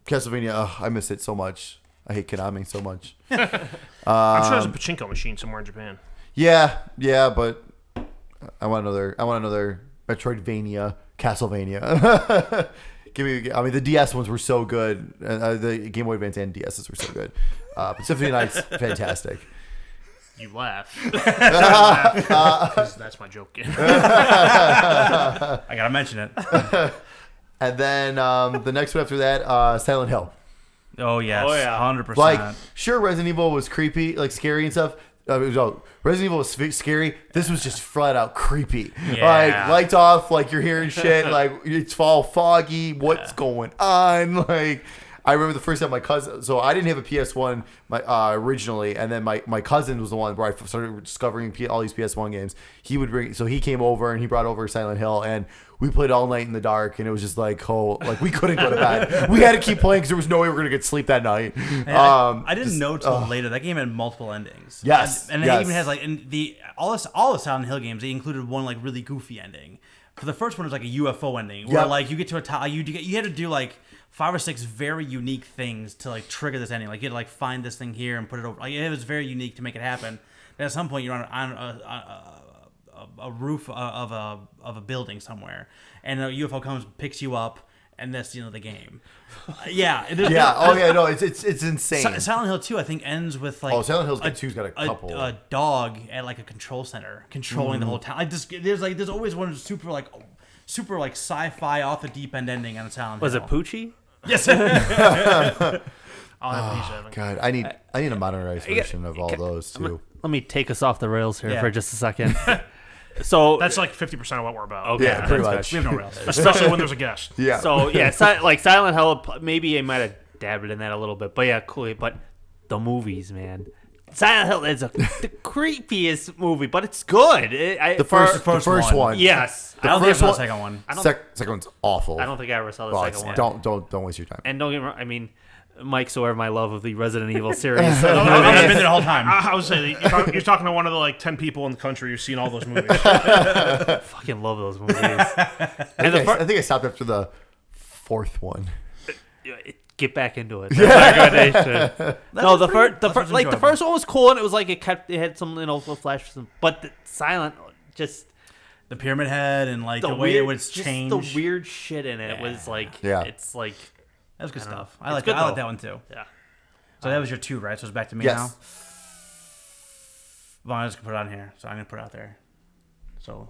Castlevania. ugh, I miss it so much. I hate Konami so much. I'm sure um, there's a pachinko machine somewhere in Japan. Yeah, yeah, but I want another. I want another Metroidvania, Castlevania. Give me. I mean, the DS ones were so good. Uh, Uh, the Game Boy Advance and DSs were so good. Uh, but Symphony of the Night's fantastic. You laugh. Because that's my joke. I gotta mention it. And then um, the next one after that, uh, Silent Hill. Oh yes, Oh, yeah. hundred Like, percent. sure, Resident Evil was creepy, like scary and stuff. Uh, it was all- Resident Evil was sp- scary. This was just flat out creepy. Yeah. Like lights off, like you're hearing shit, like it's all foggy. What's going on? Like I remember the first time my cousin. So I didn't have a PS One my uh, originally, and then my, my cousin was the one where I f- started discovering P- all these PS One games. He would bring, so he came over and he brought over Silent Hill, and we played all night in the dark, and it was just like, oh, like we couldn't go to bed. we had to keep playing because there was no way we were gonna get sleep that night. Um, I didn't know till later that game had multiple endings. Yes, and, and it yes. even has like in the all this all the Silent Hill games. They included one like really goofy ending. For the first one, it was like a UFO ending, where Yep. like you get to a top, you get you had to do like five or six very unique things to like trigger this ending. Like you had to like find this thing here and put it over. Like it was very unique to make it happen. at some point you're on on a, a, a, a roof uh, of a of a building somewhere, and a UFO comes picks you up, and that's the end of the game. yeah, there's- Yeah. Oh yeah. No, it's it's it's insane. Si- Silent Hill 2, I think, ends with like. Oh, Silent Hill a- 2's got a couple. Mm-hmm. A dog at like a control center controlling the whole town. Like this, there's like there's always one super like super like sci-fi off the deep end ending on Silent Was Hill. it Poochie? Yes. I'll have what he's having. God, I need I need a modernized version of all okay, those too. Let me take us off the rails here Yeah. for just a second. so That's like 50% of what we're about. Okay. Yeah, Yeah, pretty much. that's we have no rails. Especially when there's a guest. Yeah. So yeah, si- like Silent Hill, pl- maybe I might have dabbled in that a little bit, but yeah, cool. But the movies, man, Silent Hill is a, the creepiest movie, but it's good. It, I, the for- first, the first first one. one. yes, I don't think I first saw the one- second one. I don't- Sec- second one's awful. I don't think I ever saw the Oh, it's- second one. Don't don't don't waste your time. And don't get me wrong, I mean, Mike's aware of my love of the Resident Evil series. I, So I've been there the whole time. I was saying, you're talking, you're talking to one of the like 10 people in the country who've seen all those movies. I fucking love those movies. and the I, fir- I think I stopped after the fourth one. get back into it. That's my recommendation. no, the pretty- first, the that first, was like the enjoyable. first one was cool, and it was like it kept, it had some you know little flash, but the silent, just The Pyramid Head and like the, the, way weird, it was just changed. the weird shit in it was like, Yeah. it's like, that was good I don't know. stuff. I It's like good, I like though. that one too. yeah, So that was your two, right? So it's back to me Yes. now. Well, I'm just gonna put it on here, so I'm gonna put it out there. So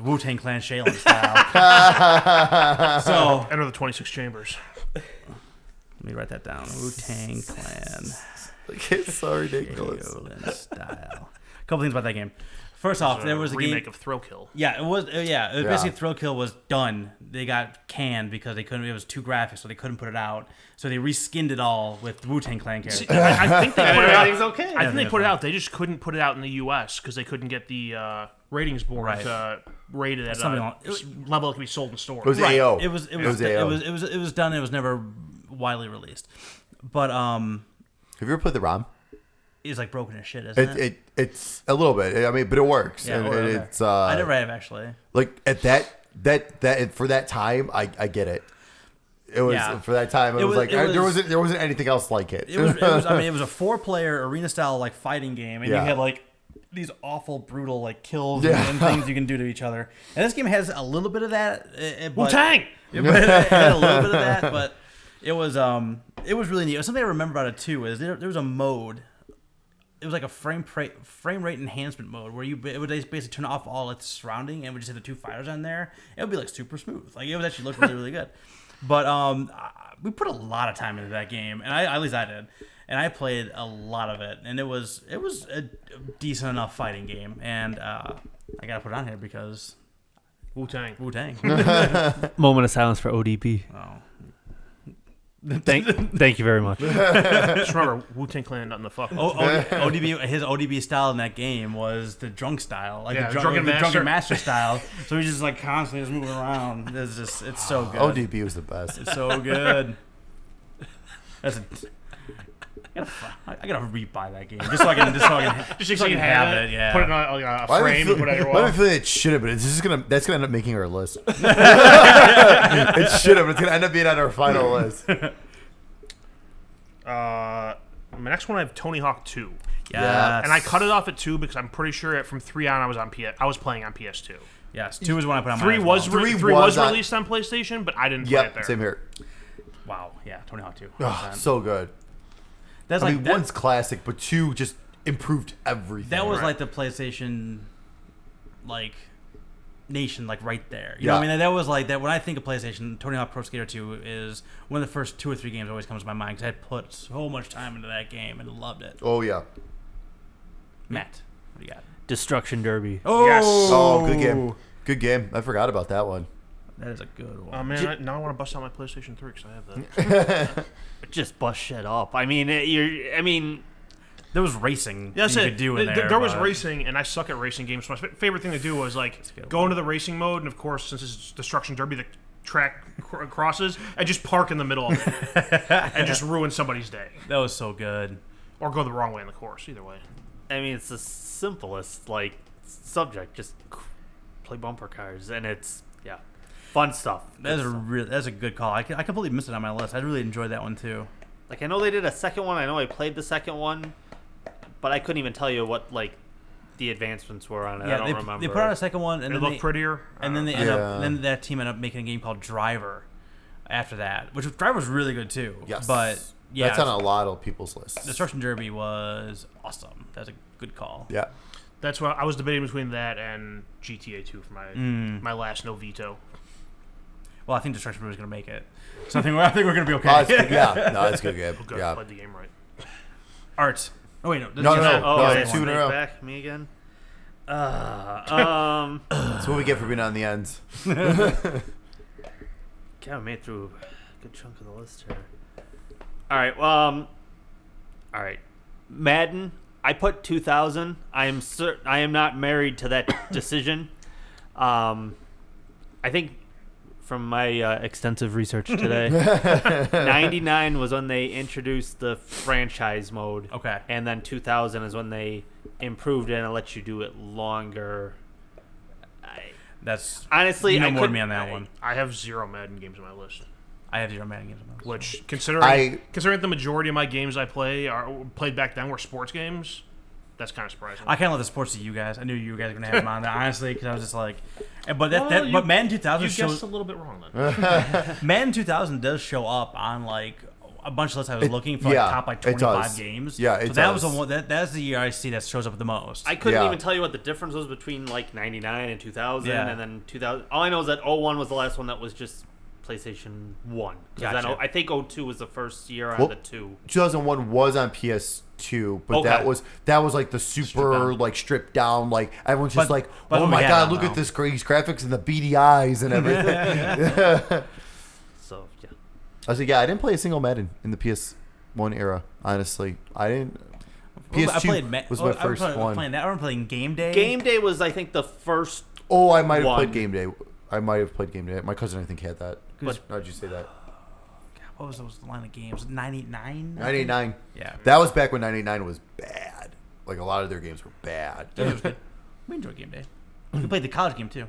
Wu Tang Clan Shaolin style. so Enter the 26 Chambers. let me write that down. Wu Tang Clan Like, it's so ridiculous. Shaolin style. A couple things about that game. First off, there was a uh, remake game. of Thrill Kill. Yeah, it was. Uh, yeah, it was Yeah. basically Thrill Kill was done. They got canned because they couldn't. It was too graphic, so they couldn't put it out. So they reskinned it all with Wu Tang Clan characters. I, I think they put it everything's out. okay. I think they put it out. They just couldn't put it out in the U.S. because they couldn't get the uh, ratings board Right. to rate it at Something a like- s- level it can be sold in stores. It was AO. It was it was it AO. was, it was it was done. It was never widely released, but um, Have you ever played the ROM? it's like broken as shit, isn't it? It, it it's a little bit. I mean, but it works. Yeah, and, or- and okay. it's uh, I did write it actually. like at that that that and for that time, I I get it. It was Yeah. for that time. It, It was, was- like it I- there was- wasn't there wasn't anything else like it. It was, it was I mean it was a four player arena style like fighting game, and Yeah. you had like these awful brutal like kills Yeah. and, and things you can do to each other. And this game has a little bit of that. uh, uh, Wu but- Tang. It had a little bit of that, but it was um it was really neat. Something I remember about it too is there, there was a mode. It was like a frame pra- frame rate enhancement mode where you ba- it would just basically turn off all its surrounding and would just have the two fighters on there. It would be like super smooth. Like it would actually look really really good. But um, I- we put a lot of time into that game, and I at least I did, and I played a lot of it, and it was it was a decent enough fighting game, and uh, I gotta put it on here because Wu Tang. Wu Tang. moment of silence for ODP. oh. Thank, thank you very much. just remember Wu Tang Clan, nothing the fuck. O- Oh, O- ODB, his ODB style in that game was the drunk style, like Yeah, the, drunk, drunken the drunken master. master style. So he's just like constantly just moving around. It's just, it's so good. ODB was the best. It's so good. That's a, I gotta, fi- I gotta rebuy that game just so I can, just so I can, Just so I so you can have, have it. it. Yeah. Put it in a, like, a Why do we frame. feel- put it on your Why do wall. we feel it should have been? This is gonna that's gonna end up making our list. it should have. It's gonna end up being on our final list. Uh, my next one, I have Tony Hawk Two, yes. and I cut it off at two because I'm pretty sure it- from three on, I was on PS. I was playing on PS2. Yes, two is when I put on mine Three as was well. re- Three three was, was on- released on PlayStation, but I didn't play it Yep, there. same here. wow. Yeah, Tony Hawk two. Ugh, so good. That's I like mean, that, one's classic, but two just improved everything. that was Right. like the PlayStation, like nation, like right there. You know what I Yeah. mean? That was like that. When I think of PlayStation, Tony Hawk Pro Skater Two is one of the first two or three games that always comes to my mind because I put so much time into that game and loved it. Oh yeah. Matt, what do you got? Destruction Derby. Oh, Yes. Oh, good game. Good game. I forgot about that one. That is a good one. Oh man, I, now I want to bust out my PlayStation 3 because I have that. Just bust shit up. I mean, it, you're. I mean, there was racing. Yeah, that's you it. could do in Th- th- there. was but- racing, and I suck at racing games. So my fa- favorite thing to do was like a good go into the racing mode, and of course, since it's destruction derby, the track cr- crosses, and just park in the middle of it and just ruin somebody's day, That was so good. or go the wrong way in the course. Either way, I mean, it's the simplest like subject. Just play bumper cars, and it's yeah, fun stuff. That's a real. That's a good call. I, c- I completely missed it on my list. I really enjoyed that one too. Like I know they did a second one. I know I played the second one, but I couldn't even tell you what like the advancements were on it. I yeah, don't they, remember. they put out a second one, and it then looked they, prettier. uh, I and then don't they know. end Yeah. up then that team ended up making a game called Driver after that, which Driver's really good too. Yes. but yeah, That's on a lot of people's lists. Destruction Derby was awesome. That's a good call. Yeah. that's what I was debating between that and GTA 2 for my Mm. my last no veto. Well, I think Destruction Derby was gonna make it. So I think we're, I think we're gonna be okay. Oh, it's good. Yeah. No, it's good game. Good, Yeah. played the game right. Art. Oh wait, no, this No, is- no, no. Oh, No, is it's that two in a Snake row. Back me again. Uh, um, That's what we get for being on the end. God, I made through a good chunk of the list here. All right. Well, um, all right. Madden. I put 2000. I am cer- I am not married to that decision. Um, I think from my uh, extensive research today, 99 was when they introduced the franchise mode. Okay. And then 2000 is when they improved it and it lets you do it longer. I, That's honestly, you know I more could than me on that one. I have zero Madden games on my list, I have zero Madden games. on those. which considering I- considering the majority of my games I play are played back then were sports games, that's kind of surprising. I kind of let the sports to you guys. I knew you guys were gonna have them on there, honestly, because I was just like, and- but that, Well, that you- but Madden you 2000 guessed shows a little bit wrong then. Madden 2000 does show up on like a bunch of lists I was It- looking for like, yeah, top like it 25 does. games. Yeah, so it that was the does. one that that's the year I see that shows up the most. I couldn't Yeah. even tell you what the difference was between like 99 and 2000 Yeah. and then 2000. All I know is that 01 was the last one that was just PlayStation 1. 'Cause I, Gotcha. know, I think 02 was the first year on Well- the 2. 2001 was on PS2, but that Okay. was that was like the super down. like stripped down, like everyone's just But- like, but oh we my had god, them, look though. at this great these graphics and the beady eyes and everything. I So, yeah. was like, yeah, I didn't play a single Madden in the PS1 era. Honestly, I didn't. Well, PS2 Ma- was well, my oh, I first playing, one. Playing that, I remember playing Game Day. Game Day was, I think, the first. Oh, I might have One. played Game Day. I might have played Game Day. My cousin, I think, had that. But- How'd you say that? What was those line of games? 99. 989. Yeah. That was back when 989 was bad. Like a lot of their games were bad. Game Day was good. We enjoyed Game Day. We played the college game too.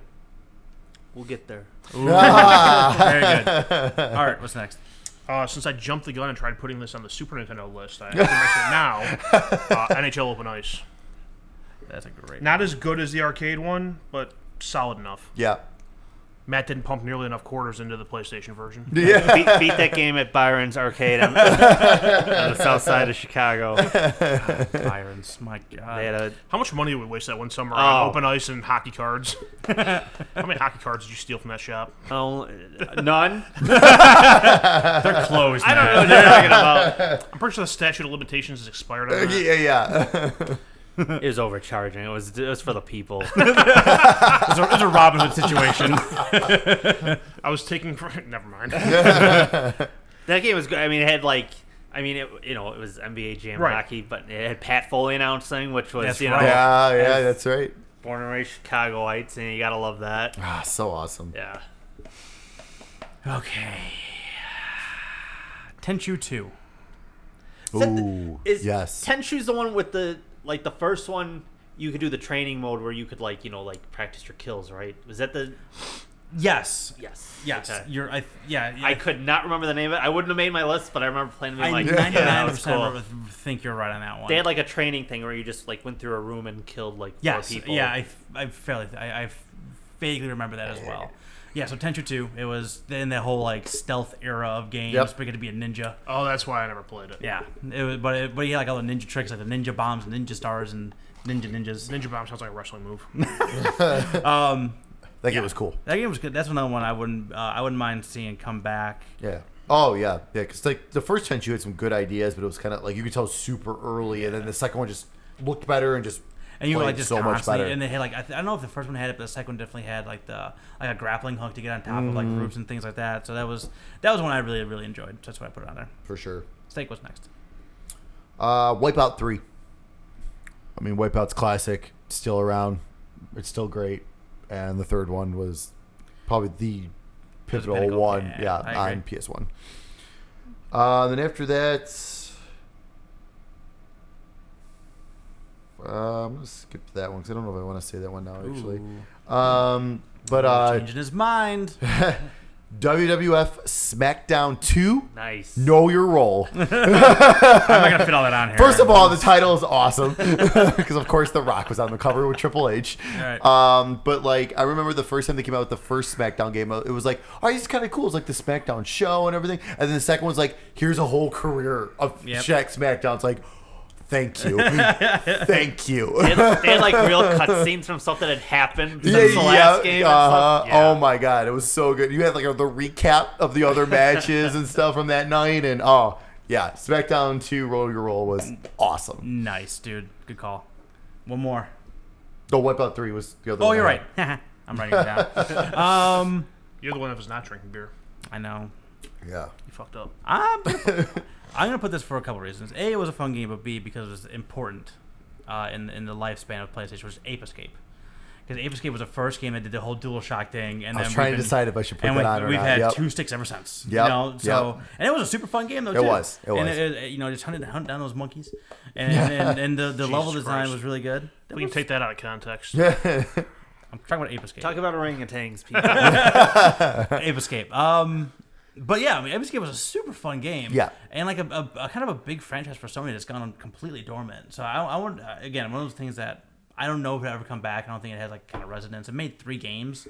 We'll get there. Very good. All right, what's next? uh, since I jumped the gun and tried putting this on the Super Nintendo list, I have to mention it now. Uh, NHL Open Ice, That's a great. not as good as the arcade one, but solid enough. yeah. Matt didn't pump nearly enough quarters into the PlayStation version. beat, beat that game at Byron's Arcade on, on the south side of Chicago. They Irons. My God. had a, How much money did we waste that one summer on Oh. open ice and hockey cards? How many hockey cards did you steal from that shop? oh, none. They're closed. man. I don't know what you're talking about. I'm pretty sure the statute of limitations has expired. On Yeah, that. yeah. It was overcharging. It was, it was for the people. It's a, it's a Robin Hood situation. I was taking. Never mind. That game was good. I mean, it had like, I mean, it you know, it was NBA Jam Right. hockey, but it had Pat Foley announcing, which was That's you right. know, Yeah, yeah, that's right. born and raised Chicagoites, and you gotta love that. Ah, so awesome. Yeah. okay. Tenchu 2. Ooh, Is yes. Tenchu's the one with the like the first one? You could do the training mode where you could like you know like practice your kills, right? Was that the Yes. yes? Yes. Okay. You're. I. Yeah. I could not remember the name of it. I wouldn't have made my list, but I remember playing. and I being like, ninety yeah, nine that was percent cool. think you're right on that one. They had like a training thing where you just like went through a room and killed like yes, four people. yeah, I, I fairly, I, I vaguely remember that as well. Yeah, so Tenchu Two, it was in the whole like stealth era of games. Yep. We to be a ninja. Oh, that's why I never played it. Yeah, it was, but it, but he had like all the ninja tricks, like the ninja bombs, and ninja stars, and ninja ninjas. Ninja Bomb sounds like a wrestling move. Um, That game was cool. that game was good. That's another one I wouldn't, uh, I wouldn't mind seeing come back. Yeah. Oh yeah, yeah. Because like the first Tenchu had some good ideas, but it was kind of like you could tell super early, and then the second one just looked better and just And you were played like just so much constantly, better. and they had like I, th- I don't know if the first one had it, but the second one definitely had like the like a grappling hook to get on top of like Mm-hmm. roofs and things like that. So that was that was one I really really enjoyed. So that's why I put it on there. for sure. Steak was next. Uh, Wipeout three. I mean, Wipeout's classic, still around. It's still great, and the third one was probably the was pivotal pinnacle, one, yeah, yeah, I on agree. PS One. Uh, then after that, uh, I'm gonna skip that one because I don't know if I want to say that one now. Actually, Ooh. um, but uh, changing his mind. WWF SmackDown 2. Nice. Know your role. I'm not gonna fit all that on here. First of all, the title is awesome because, of course, The Rock was on the cover with Triple H. Right. Um, but like, I remember the first time they came out with the first SmackDown game, it was like, "Oh, this is kind of cool." It's like the SmackDown show and everything. And then the second one's like, "Here's a whole career of Yep. Shaq SmackDown." It's like, "Thank you, thank you." They had, they had, like real cutscenes from stuff that had happened since the last game. uh-huh. and stuff. Yeah. Oh my god, it was so good. You had like the recap of the other matches and stuff from that night, and oh yeah, SmackDown Two Roll Your Roll was awesome. nice, dude. Good call. One more. The Wipeout Three was the other. Oh, one. you're right. I'm writing it down. um, You're the one that was not drinking beer. I know. Yeah. You fucked up. I'm gonna put, I'm gonna put this for a couple reasons. A, it was a fun game, but B, because it was important uh, in in the lifespan of PlayStation, was Ape Escape. Because Ape Escape was the first game that did the whole DualShock thing, and I then was trying we've to been- decide if I should put and that we've, on or we've not. had Yep. two sticks ever since. Yep, You know? So yep. and it was a super fun game though. It too. was, it And was. you know, just hunting hunt down those monkeys, and and, and the, the level Jesus design Christ. was really good. That We can was- take that out of context. I'm talking about Ape Escape. Talk about orangutans, people. Ape Escape. Um, but yeah, I mean, Ape Escape was a super fun game. Yeah. and like a, a, a kind of a big franchise for Sony that's gone completely dormant. So I, I would uh, again one of those things that I don't know if it'll ever come back. I don't think it has like kind of resonance. It made three games,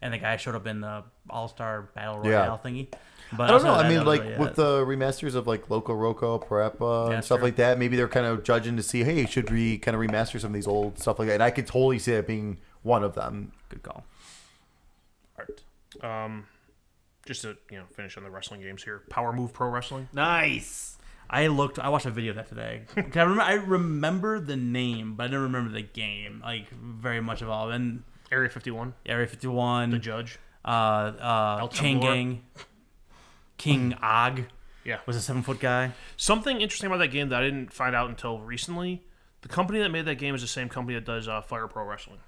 and the guy showed up in the All Star Battle Yeah. Royale thingy. But I don't outside know. of I that, mean, that was like really with it. the remasters of like Loco Roco, Parappa, Yeah, and stuff sure. like that, maybe they're kind of judging to see, hey, should we kind of remaster some of these old stuff like that? And I could totally see that being one of them. good call. Art. Um, just to you know finish on the wrestling games here. Power Move Pro Wrestling. nice. I looked. I watched a video of that today. 'Cause I remember. I remember the name, but I didn't remember the game like very much at all. And Area 51. Area Fifty One. The Judge. uh, uh, El Chain Temblor. Gang, King Og Yeah. was a seven foot guy. Something interesting about that game that I didn't find out until recently. The company that made that game is the same company that does uh, Fire Pro Wrestling.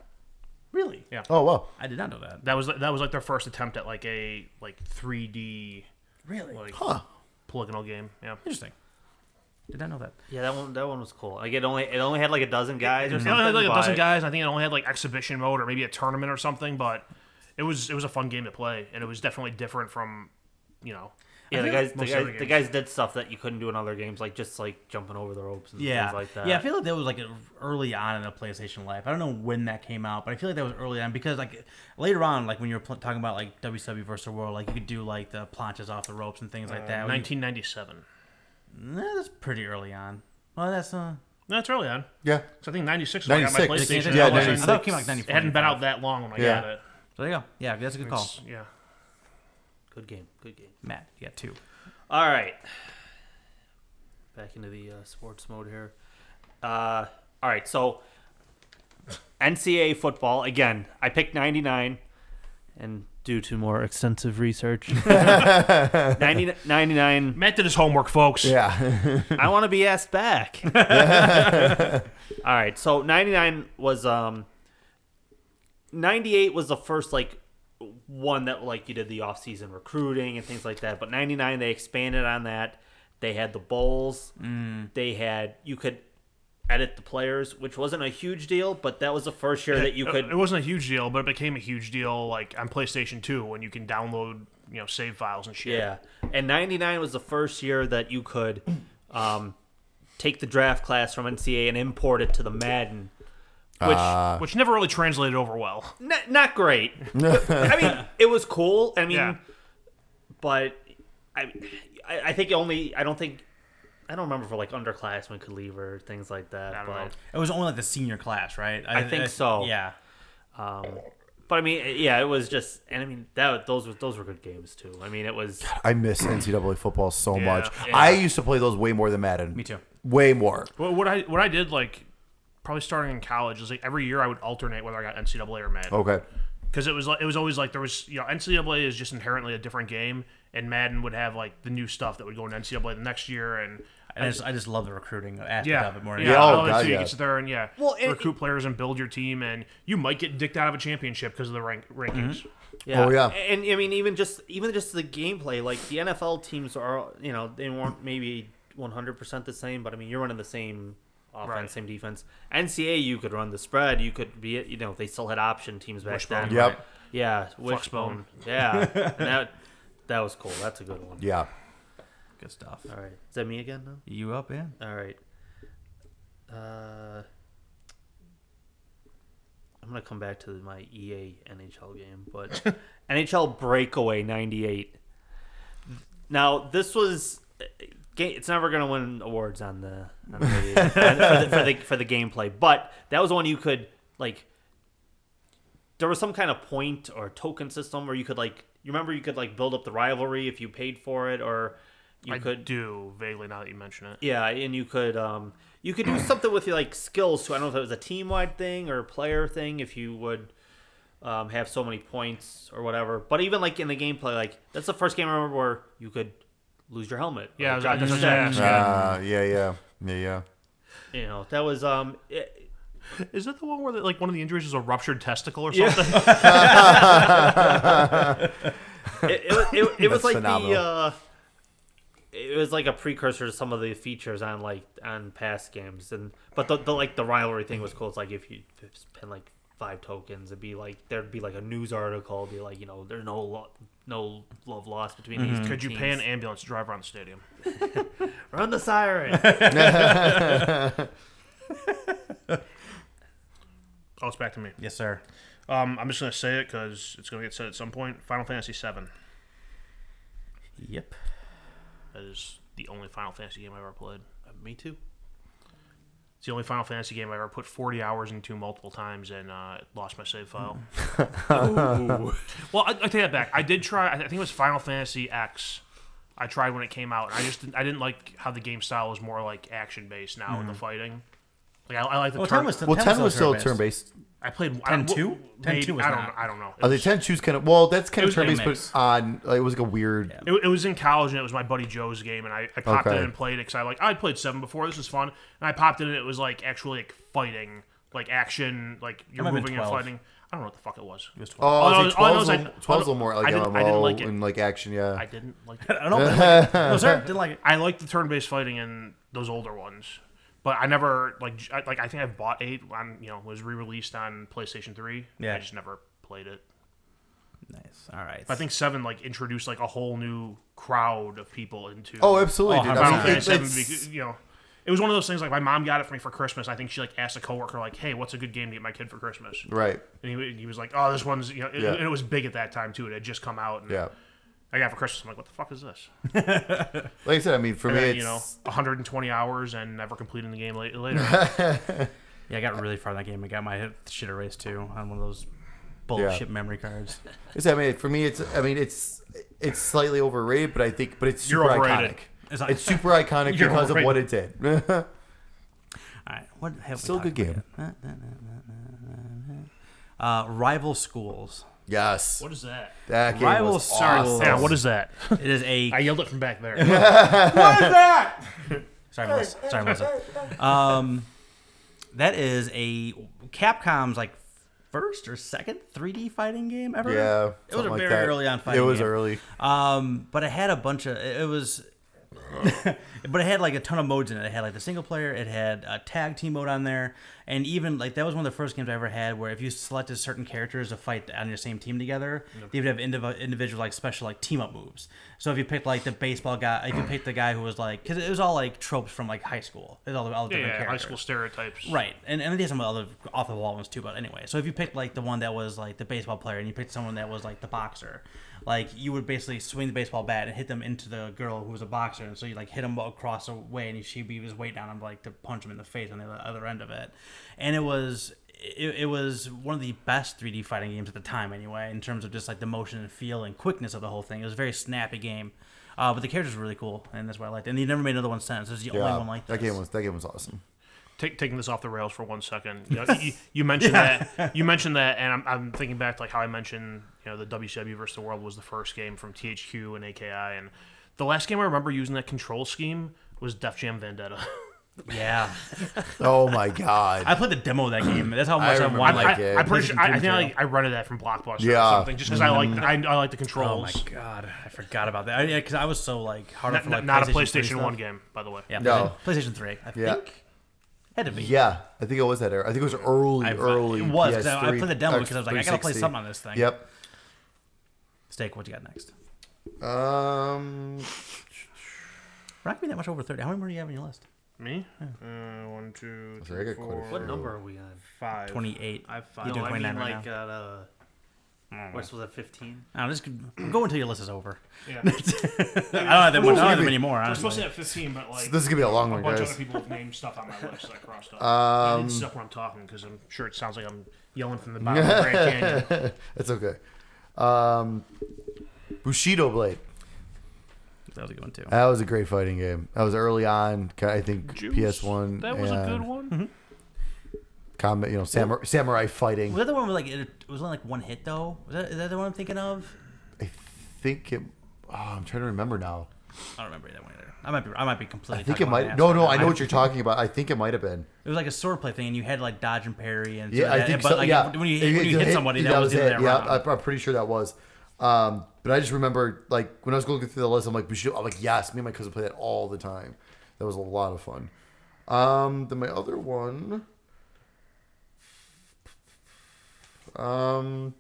Really? Yeah. Oh wow. I did not know that. That was that was like their first attempt at like a like 3D Really? like Huh. polygonal game. Yeah. Interesting. Did not know that. Yeah, that one. That one was cool. Like it only. It only had like a dozen guys or It only something. had like a but- dozen guys. and I think it only had like exhibition mode or maybe a tournament or something. But it was it was a fun game to play, and it was definitely different from, you know, Yeah, the I feel guys. The most other guys, the games. guys did stuff that you couldn't do in other games, like just like jumping over the ropes and Yeah. things like that. Yeah, I feel like that was like early on in the PlayStation life. I don't know when that came out, but I feel like that was early on because like later on, like when you were pl- talking about like WCW versus the World, like you could do like the planches off the ropes and things like that. When you- 1997. Nah, that's pretty early on. Well, that's uh, No, it's early on. Yeah. 'Cause I think 96 is when I got my 96. PlayStation. Yeah, It wasn't- 96. I thought it came out like ninety It four. hadn't been out that long when I Yeah. got it. So there you go. Yeah, that's a good call, It's- yeah. good game. Good game. Matt. You got two. All right. Back into the uh, sports mode here. Uh, all right, so NCAA football again. I picked 99, and due to more extensive research, 90, 99. Matt did his homework, folks. Yeah. I want to be asked back. all right, so 99 was um. 98 was the first like one that like you did the off-season recruiting and things like that but 99 they expanded on that they had the bowls they had you could edit the players which wasn't a huge deal but that was the first year that you It- could It wasn't a huge deal, but it became a huge deal like on PlayStation 2 when you can download, you know, save files and shit. yeah and 99 was the first year that you could um, take the draft class from NCA and import it to the Madden which Uh. Which never really translated over well. not, not great. I mean, it was cool. I mean, Yeah. but I, I I think only I don't think I don't remember if like underclassmen could leave or things like that. I don't but know. It was only like the senior class, right? I think so. Yeah. but I mean, eh, yeah, it was just and I mean that those were those were good games too. I mean, it was I miss NCAA football so Yeah. much. Yeah. I used to play those way more than Madden. Me too. Way more. What, what I what I did like probably starting in college is like every year I would alternate whether I got NCAA or Madden. Okay. because it was like it was always like there was you know NCAA is just inherently a different game, and Madden would have like the new stuff that would go in NCAA the next year, and And I just, I just love the recruiting aspect yeah, of it more. than yeah, oh, all that God, too, yeah. you get there and yeah, Well, and- recruit players and build your team, and you might get dicked out of a championship because of the rank rankings. Mm-hmm. Yeah. Oh, yeah. And I mean, even just even just the gameplay, like the NFL teams are, you know, they weren't maybe 100 percent the same, but I mean, you're running the same offense, Right. same defense. NCA, you could run the spread, you could be, you know, they still had option teams back Wishbone, then. Yep. Yeah, wishbone. Yeah, and that That was cool. That's a good one. Yeah. Good stuff. All right. Is that me again now? You up, yeah? All right. Uh, I'm gonna come back to my E EA NHL game, but NHL Breakaway '98. Now this was. uh, ga- It's never gonna win awards on the, on the radio for, the, for the for the gameplay, but that was one you could like. There was some kind of point or token system where you could like. You remember you could like build up the rivalry if you paid for it, or you I could do vaguely now that you mention Oh, it. yeah, and you could um you could do something with your like skills too. I don't know if it was a team wide thing or a player thing if you would um, have so many points or whatever. But even like in the gameplay, like that's the first game I remember where you could lose your helmet. or Yeah, I was- drop I your just- stick. yeah. Uh, yeah, yeah. Yeah, yeah. You know that was um it, Is that the one where like one of the injuries is a ruptured testicle or something? it, it, was- it, it was That's like phenomenal. the uh, it was like a precursor to some of the features on like on past games and but the, the like the rivalry thing was cool it's like if you spend like five tokens it'd be like there'd be like a news article it'd be like you know there's no lo- no love lost between Mm-hmm. these two Could you pay teams. an ambulance to drive around the stadium? run the siren Oh, it's back to me. Yes, sir. Um, I'm just gonna say it because it's gonna get said at some point. Final Fantasy VII. Yep. That is the only Final Fantasy game I've ever played. Uh, me too It's the only Final Fantasy game I ever put 40 hours into multiple times and uh, lost my save file. well, I, I take that back. I did try. I think it was Final Fantasy X. I tried when it came out. I just didn't, I didn't like how the game style was more like action based now in the fighting. Like I, I like Mm-hmm. the Well, turn. 10 was, Well, 10 was still turn based. I played 10-2? I, 10-2 was I don't. not. I don't know. It I was, think 10 2's kind of, well, that's kind It was of like a turn based, mix. but on, like, it was like a weird. Yeah. it, it was in college and it was my buddy Joe's game and I, I popped Okay. it in and played it because I like I played seven before. This was fun and I popped in and it was like actually like fighting, like action, like you're might have been moving and 12. fighting. I don't know what the fuck it was. Oh, All I I was- was all I know like 12's is I- a little- 12's a little more like I didn't- MMO I didn't like it. oh, and like action, yeah. I didn't like it. I don't know. Like, no, sir. Didn't like it. I like the turn-based fighting in those older ones, but I never like j- I, like I think I've bought eight on you know was re-released on PlayStation Three. Yeah. I just never played it. Nice. All right. But I think seven like introduced like a whole new crowd of people into oh, absolutely, Oh, dude. how I Final about mean, it, Fantasy VII it's- because, you know. It was one of those things like my mom got it for me for Christmas. I think she like asked a coworker like, "Hey, what's a good game to get my kid for Christmas?" right. And he, he was like, "Oh, this one's you know." It, Yeah. and it was big at that time too. It had just come out. And Yeah. I got it for Christmas. I'm like, "What the fuck is this?" Like I said, I mean, for And me, it's, then, you know, 120 hours and never completing the game la- later. Yeah, I got really far in that game. I got my shit erased too on one of those bullshit memory cards. It's, I mean, for me, it's. I mean, it's. It's slightly overrated, but I think, but it's super You're overrated. iconic. It's not- It's super iconic You're because of what it did. All right. What have we Still a talked good about yet? Uh, rival schools. yes, what is that? that game Rival was Star awesome. Wars. Yeah, what is that? It is a. I yelled it from back there. sorry, Melissa. Sorry, Melissa. Um, that is a Capcom's like first or second 3D fighting game ever. Yeah, It was a something like very that. early on It fighting. was game. early. Um, but it had a bunch of it it was, but it had like a ton of modes in it. It had like the single player. It had a tag team mode on there, and even like that was one of the first games I ever had where if you selected certain characters to fight on your same team together, they would have indiv- individual like special like team up moves. So if you picked like the baseball guy, if you picked the guy who was like, because it was all like tropes from like high school. It was all, all the yeah, different yeah, high characters. school stereotypes. Right, and and they had some other off the wall ones too. But anyway, so if you picked like the one that was like the baseball player, and you picked someone that was like the boxer, like you would basically swing the baseball bat and hit them into the girl who was a boxer, and so you like hit them across the way, and she'd be his weight down and like to punch him in the face on the other end of it, and it was. It, it was one of the best 3D fighting games at the time, anyway, in terms of just like the motion and feel and quickness of the whole thing. It was a very snappy game, uh, but the characters were really cool, and that's why I liked it. And they never made another one since. It was the only Yeah, one like that this. game was that game was awesome. Take, taking this off the rails for one second. You, know, you, you mentioned that. You mentioned that, and I'm, I'm thinking back to like how I mentioned, you know, the WCW versus the World was the first game from THQ and AKI, and the last game I remember using that control scheme was Def Jam Vendetta. yeah. Oh my god. I played the demo of that game. That's how I much I, remember wanted. that Like, game. it. it. I, am pretty sure, I, I think I, Material. like, I rented that from Blockbuster Yeah. or something, just because I like I, I like the Mm-hmm. oh controls. my god, I forgot about that. I, yeah, because I was so like hard up Not, for like not a 3 PlayStation stuff. One game, by the way. Yeah, No. PlayStation Three. I Yeah. think had to be. yeah, I think it was that era. I think it was early, early. It was because I, I PS3, played the demo because I was like, I gotta play Xbox 360. something on this thing. Yep. Steak, what you got next? Um, We're not gonna be that much over thirty. How many more do you have on your list? Me? Uh, one, two, sorry, I three, got quite a four, few. What number are we on? five. Twenty-eight. I have five. Oh You No, doing I mean 29 right like now? at uh, I what's was that 15? will just go until your list is over. Yeah. I don't have that much. I don't have Maybe. many more. I was supposed to Honestly. have 15, but like so this is gonna be a long a one, bunch of guys. other people have named stuff on my list that I crossed off. I Um, didn't stop when I'm talking because I'm sure it sounds like I'm yelling from the bottom of the Grand Canyon. that's okay. Um, Bushido Blade. That was a good one too. That was a great fighting game. That was early on. ki- I think PS One. That was a good one. Combat, you know, samurai, samurai fighting. Was that the one with like it it was only like one hit though? Was that, is that the one I'm thinking of? I think it. Oh, I'm trying to remember now. I don't remember that one either. I might be. I might be completely. I think talking it about might. an No, no, ass I right know now. what you're talking about. I think it might have been. It was like a swordplay thing, and you had like dodge and parry and Yeah, I think But so. like yeah, when you, It- when you it- hit somebody, it- that, was, in it. that Yeah, round. I, I'm pretty sure that was. Um, but I just remember, like, when I was going through the list, I'm like, Bushido. I'm like, yes, me and my cousin play that all the time. That was a lot of fun. Um, then my other one. Um,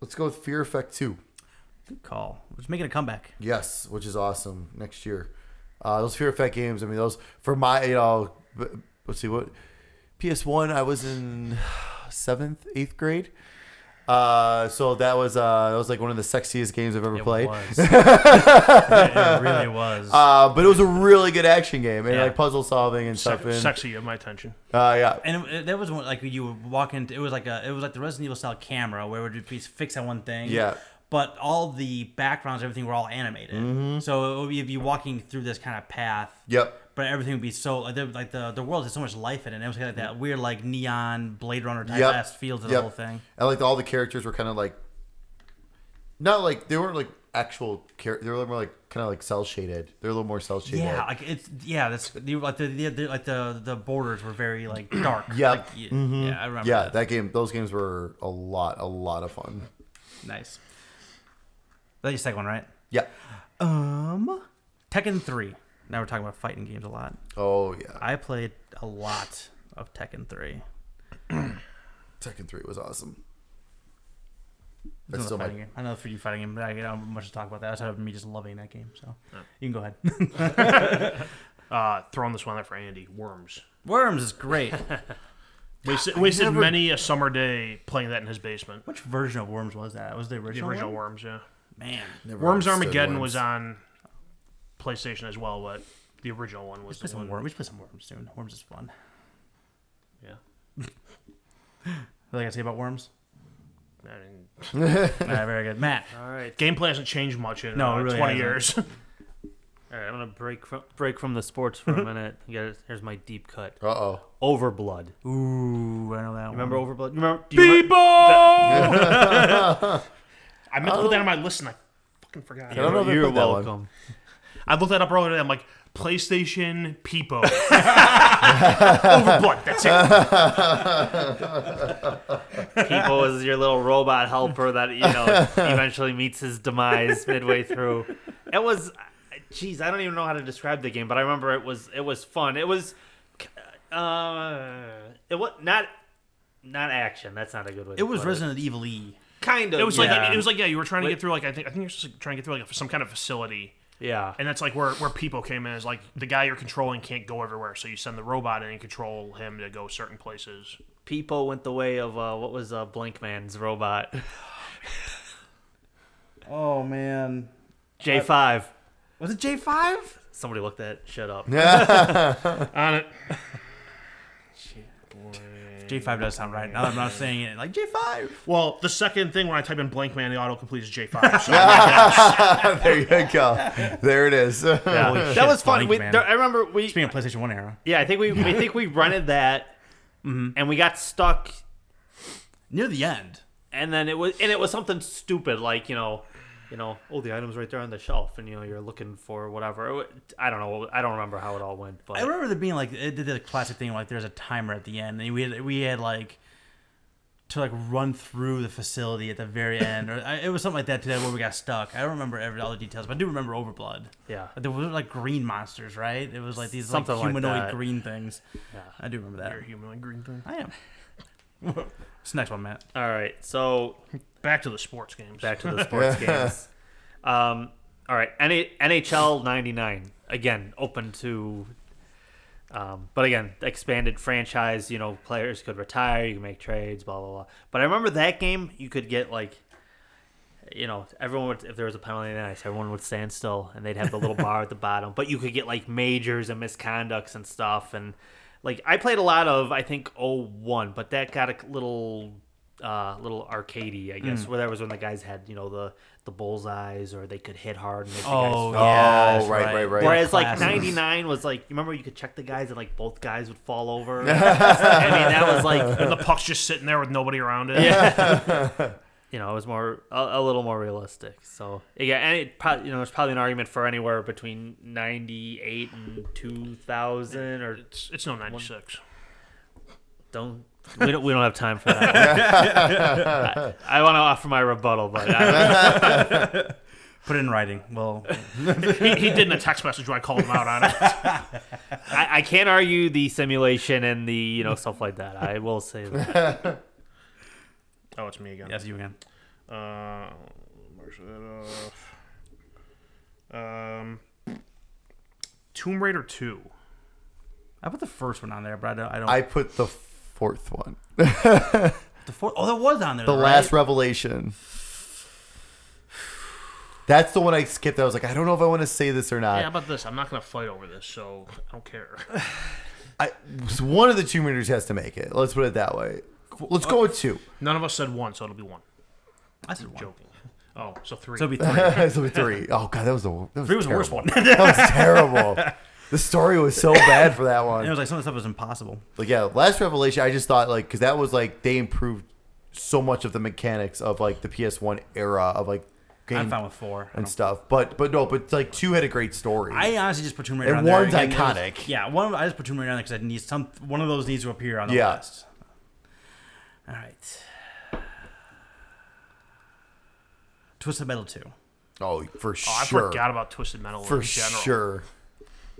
let's go with Fear Effect Two. Good call. It's making a comeback. Yes, which is awesome next year. Uh, those Fear Effect games. I mean, those for my you know. b- Let's see what PS One. I was in seventh, eighth grade. Uh, so that was uh, that was like one of the sexiest games I've ever It played. was. it really was. Uh, but it was a really good action game and Yeah. like puzzle solving and stuff. Se- And, sexy of my attention. uh, yeah, and it, that was one, like you would walk into. It was like a. It was like the Resident Evil style camera where it would be fixed on one thing. Yeah. But all the backgrounds, everything were all animated. Mm-hmm. So it would be, you'd be walking through this kind of path. yep. But everything would be so like the, like the the world had so much life in it. And it was kind of like that weird like neon Blade Runner type Yep. ass feel to the Yep. whole thing. And like all the characters were kind of like, not like they weren't like actual characters. They were more like kind of like cell shaded. They're a little more cell shaded. Yeah, like it's yeah. That's you- like the, the, the like the the borders were very like dark. Yeah. Mm-hmm. Like, yeah, yeah, I remember. Yeah, that. that game, those games were a lot, a lot of fun. nice. That's your second one, right? Yeah. Um, Tekken Three. Now we're talking about fighting games a lot. Oh yeah, I played a lot of Tekken Three. Tekken Three was awesome. It's That's another still my. fighting game. Another 3D fighting game. But I don't have much to talk about that outside of me just loving that game. So Oh. you can go ahead. Uh, throwing this one out for Andy. Worms. Worms is great. Wasted, wasted never- many a summer day playing that in his basement. Which version of Worms was that? Was the The original? original one? Worms, yeah. Man, Never Worms understood Armageddon Worms. was on PlayStation as well, but the original one was let's play some the one. Worms. We should play some Worms soon. Worms is fun. Yeah. What I gotta say about Worms? I mean, All right, very good, Matt. All right. gameplay hasn't changed much in No, uh, it really 20 hasn't. years. All right, I'm gonna break from break from the sports for a minute. You guys- here's my deep cut. Uh oh. Overblood. Ooh, I know that. Remember one. Overblood? You remember? Do you remember- People! I meant to put Oh. that on my list and I fucking forgot. I don't know if I You're played that one. welcome. I looked that up earlier today. I'm like, PlayStation Peepo. Overblood, that's it. People is your little robot helper that you know eventually meets his demise midway through. It was, jeez, I don't even know how to describe the game, but I remember it was it was fun. It was, uh, it was not not action. That's not a good way. It was risen. Resident Evil E. kind of. It was yeah. like it was like yeah, you were trying to get Wait. through like I think I think you're just like, trying to get through like some kind of facility. yeah. And that's like where where people came in is like the guy you're controlling can't go everywhere, so you send the robot in and control him to go certain places. People went the way of uh, what was uh, Blank Man's robot Oh man, J five. was it J five? Somebody looked that shit up. On it. J five does sound right. Now that I'm not saying it like J five. Well, the second thing when I type in blank man, the auto completes J5. So there you go. There it is. Holy that shit, was fun. Blank We, Man. there, I remember we Speaking of PlayStation One era, Yeah, I think we I think we rented that, and we got stuck, near the end. and then it was and it was something stupid like you know, you know, oh the item's right there on the shelf, and you know you're looking for whatever. It wa- I don't know. I don't remember how it all I went, but remember there being like it did the classic thing like there's a timer at the end, and we had we had like to like run through the facility at the very end, or I, it was something like that today where we got stuck. I don't remember every all the details, but I do remember Overblood. yeah, There were like green monsters, right? It was like these Something like like humanoid that. green things. Yeah. I do remember that. you're a human like green thing. I am. What's the next one, Matt? All right, so Back to the sports games. Back to the sports games. Um, all right, N- NHL '99 again open to, um, but again expanded franchise. You know, players could retire. You can make trades. Blah blah blah. But I remember that game. You could get like, you know, everyone would if there was a penalty on the ice, everyone would stand still, and they'd have the little bar at the bottom. But you could get like majors and misconducts and stuff. And like I played a lot of I think 01, but that got a little uh, little arcadey, I guess, where that was when the guys had you know the the bullseyes or they could hit hard and make the guys Oh, fall. yeah. right, right, right. Whereas like Classes. '99 was like, you remember you could check the guys and like both guys would fall over. I mean that was like, And the puck's just sitting there with nobody around it. you know, it was more a, a little more realistic. So yeah, and it probably you know there's probably an argument for anywhere between '98 and 2000 or It's, it's no 96. don't we don't we don't have time for that. one. I, I want to offer my rebuttal, but I, Put it in writing. Well, he, he did in a text message when I called him out on it. I, I can't argue the simulation and the you know stuff like that. I will say that. Oh, it's me again. yes, you can. Uh, where's that off? Um, Tomb Raider 2. I put the first one on there, but I don't. I don't I put the fourth one. the fourth. Oh, that was on there. The right? Last Revelation. That's the one I skipped. I was like, I don't know if I want to say this or not. Yeah, how about this? I'm not going to fight over this, so I don't care. I, so one of the two Raiders has to make it. Let's put it that way. Let's go with two. None of us said one, so it'll be one. I said one. Joking. Oh, so three. So it'd be three. This will be three. Oh god, that was the that was Three was the terrible. worst one. that was terrible. The story was so bad for that one. And it was like some of the stuff was impossible. Like yeah, Last Revelation. I just thought like because that was like they improved so much of the mechanics of like the PS1 era of like I'm game fine with four. and stuff. But but no, but like two had a great story. I honestly just put Tomb Raider And on there. one's Again, it was- iconic. yeah, one. Of, I just put Tomb Raider on there because I need some. One of those needs to appear on the Yeah. list. All right. Twisted Metal Two. oh for oh, I sure. forgot about Twisted Metal for in general. sure.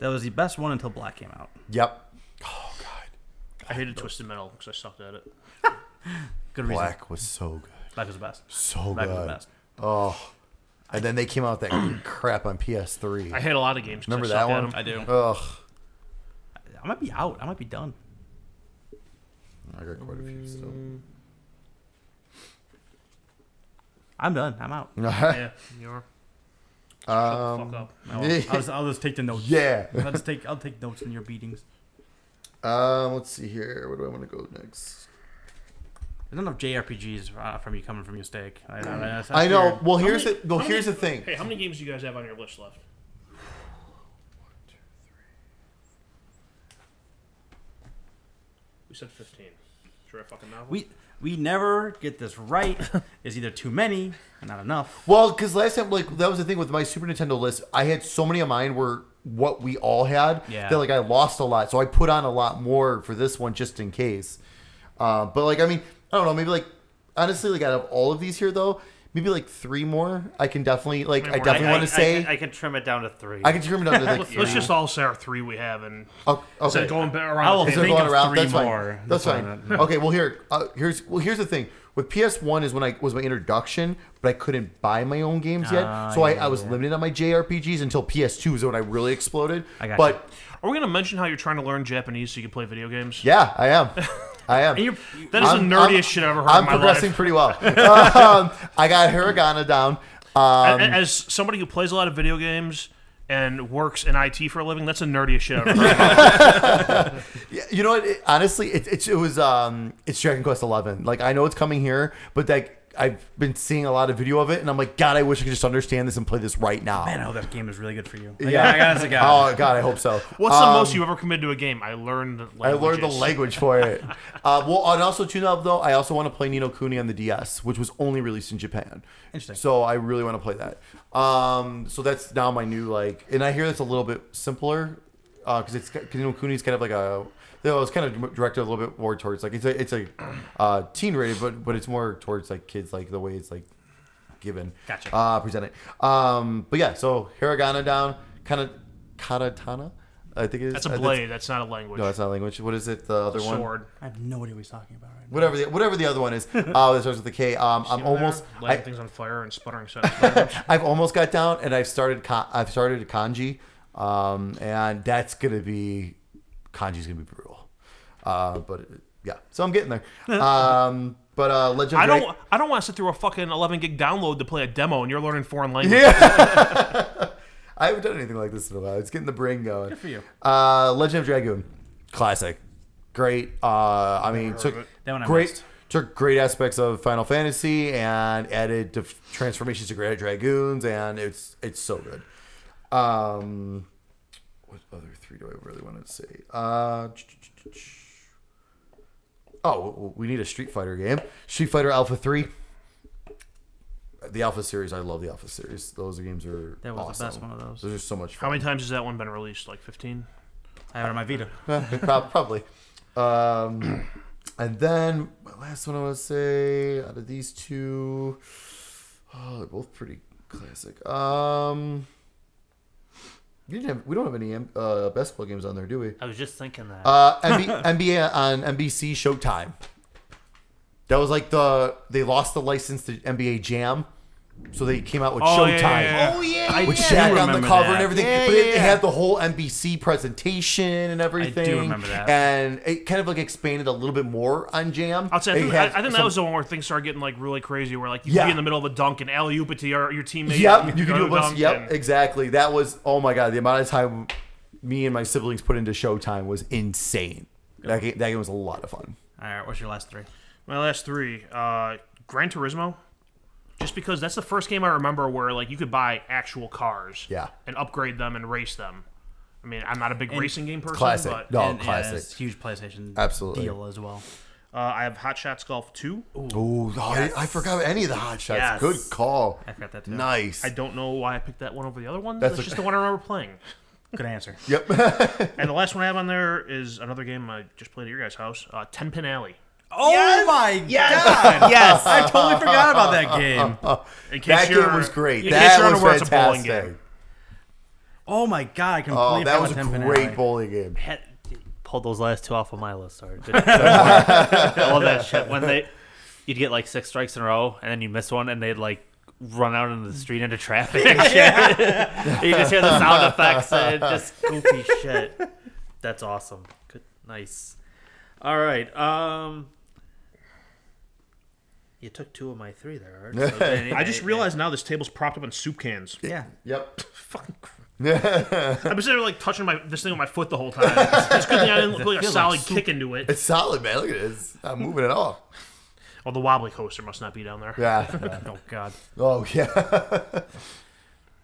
That was the best one until Black came out. Yep. Oh, I hated Twisted Metal because I sucked at it. Good reason. Black, Black was so good. was the best. So Black was the good. best. Oh. And then they came out with that crap on PS3. I hate a lot of games. 'cause Remember I that sucked at one? I do. Ugh. I might be out. I might be done. I got quite a few still. I'm done. I'm out. them. Yeah, you are. Shut the um, fuck up. No, I'll, just, I'll just take the notes. yeah. I'll just take. I'll take notes in your beatings. Um, let's see here. Where do I want to go next? There's not enough JRPGs uh, from you coming from your steak. I, I- I- that's I know. weird. Well, How here's many- the well, how here's the many- thing. Hey, how many games do you guys have on your list left? We said 15. Sure, I fucking novel. We we never get this right. It's either too many or not enough. Well, because last time, like that was the thing with my Super Nintendo list. I had so many of mine were what we all had Yeah. that like I lost a lot, so I put on a lot more for this one just in case. Uh, but like, I mean, I don't know. Maybe like honestly, like out of all of these here though, maybe like three more. I can definitely like Three I more. definitely I- want I- to say I, I can trim it down to three. I, can turn it down to like Let's, three. let's just all say our three we have and Oh, okay. instead of going ba- I around. will the Instead table. think of going of around, three that's fine. more. That's, That's fine. Okay, well here, uh, here's well here's the thing. With PS One is when I was my introduction, but I couldn't buy my own games yet, Ah, so I, yeah, I was yeah. limited on my JRPGs until PS Two is when I really exploded. I got but Are we going to mention how you're trying to learn Japanese so you can play video games? yeah, I am, I am. And you're, That is I'm- the nerdiest I'm- shit I've ever heard I'm in my progressing life. pretty well. um, I got hiragana down. A- Um, a- As somebody who plays a lot of video games and works in IT for a living, that's the nerdiest shit I've ever heard. Yeah, you know what? It- honestly, it, it's it was um, it's Dragon Quest Eleven. Like I know it's coming here, but like I've been seeing a lot of video of it, and I'm like, God, I wish I could just understand this and play this right now. man, I hope that game is really good for you. Yeah. yeah, I got Oh God, I hope so. What's Um, the most you ever committed to a game? I learned I learned the languages. language for it. uh, well, and also too now though, I also want to play Nino Kuni on the DS, which was only released in Japan. Interesting. So I really want to play that. Um, so that's now my new like, and I hear that's a little bit simpler because it's it's Nino Kuni's kind of like a. You know, it's kind of directed a little bit more towards like it's a it's a uh, teen rated, but but it's more towards like kids like the way it's like given. Gotcha. Uh, presented. Um, but yeah, so hiragana down, kind of katatana. I think it is. That's a Uh, blade. That's, not a language. no, that's not language. What is it? The other a one. sword. I have no idea what he's talking about right now. Whatever the whatever the other one is. Oh, that starts with a K. Um, I'm See over there? almost. lighting I, things on fire and sputtering stuff. I've almost got down, and I've started. Con- I've started kanji, um, and that's gonna be kanji's gonna be brutal. Uh, but yeah, so I'm getting there. Um, but uh, Legend. I of Drake- don't. I don't want to sit through a fucking 11 gig download to play a demo, and you're learning foreign language. I haven't done anything like this in a while. It's getting the brain going. Good for you. Uh, Legend of Dragoon, classic, great. Uh, I mean, took That one I great missed. took great aspects of Final Fantasy and added dif- transformations to Great Dragoons, and it's it's so good. Um, what other three do I really want to say? Uh, ch- ch- ch- ch- oh, w- w- we need a Street Fighter game. Street Fighter Alpha Three. The Alpha series, I love the Alpha series. Those games are That was awesome. the best one of those. Those are so much How fun. many times has that one been released? Like 15. I have it on my Vita. Prob- Probably. Um, and then my last one I want to say out of these two, oh, they're both pretty classic. Um, you didn't have, we don't have any um, uh, basketball games on there, do we? I was just thinking that. Uh, MB, NBA on NBC Showtime. That was like the they lost the license to NBA Jam, so they came out with Oh, yeah, Showtime yeah, yeah. yeah, with do Shaq on the remember cover that. and everything. Yeah, but it, yeah, it yeah. had the whole NBC presentation and everything. remember that. And it kind of like expanded a little bit more on Jam. I'll say, I It think, I, had I think that some- was the one where things started getting like really crazy, where like you'd Yeah. be in the middle of a dunk and alley oop it to your, your teammate. Yep, and you can go do a to bunch. dunk Yep, and- exactly. That was oh my god, the amount of time me and my siblings put into Showtime was insane. That game, that game was a lot of fun. All right, what's your last three? My last three, uh, Gran Turismo. Just because that's the first game I remember where like you could buy actual cars, Yeah. and upgrade them and race them. I mean, I'm not a big racing game person, classic. but No. Oh, And, yeah, classic. it's huge PlayStation Absolutely. deal as well. uh, I have Hot Shots Golf 2. Oh, I, I forgot any of the hot shots. Yes. Good call. I forgot that too. Nice. I don't know why I picked that one over the other one. That's That's, okay. just the one I remember playing. Good answer. yep. and the last one I have on there is another game I just played at your guys' house, uh, Ten Pin Alley. Oh my god! yes, I totally forgot about that game. In case that you're- game was great. In case That you're was unaware, it's a bowling fantastic. game. Oh my god! I completely Oh, that forgot was a about Ten Pin great Alley. bowling game. had, pulled those last two off of my list. Sorry. Good- good work. I love that shit. When they, you'd get like six strikes in a row, and then you miss one, and they'd like run out into the street into traffic. And shit. you just hear the sound effects and just goofy shit. That's awesome. Good, nice. All right. Um. You took two of my three there. Art, so they- I just they- realized now this table's propped up in soup cans. Yeah. Yep. Fucking. I've been sitting there, like touching my this thing with my foot the whole time. It's a good thing I didn't put like a feels solid like soup. kick into it. It's solid, man. Look at it. It's not moving at all. Well, the wobbly coaster must not be down there. Yeah. Oh god. Oh yeah.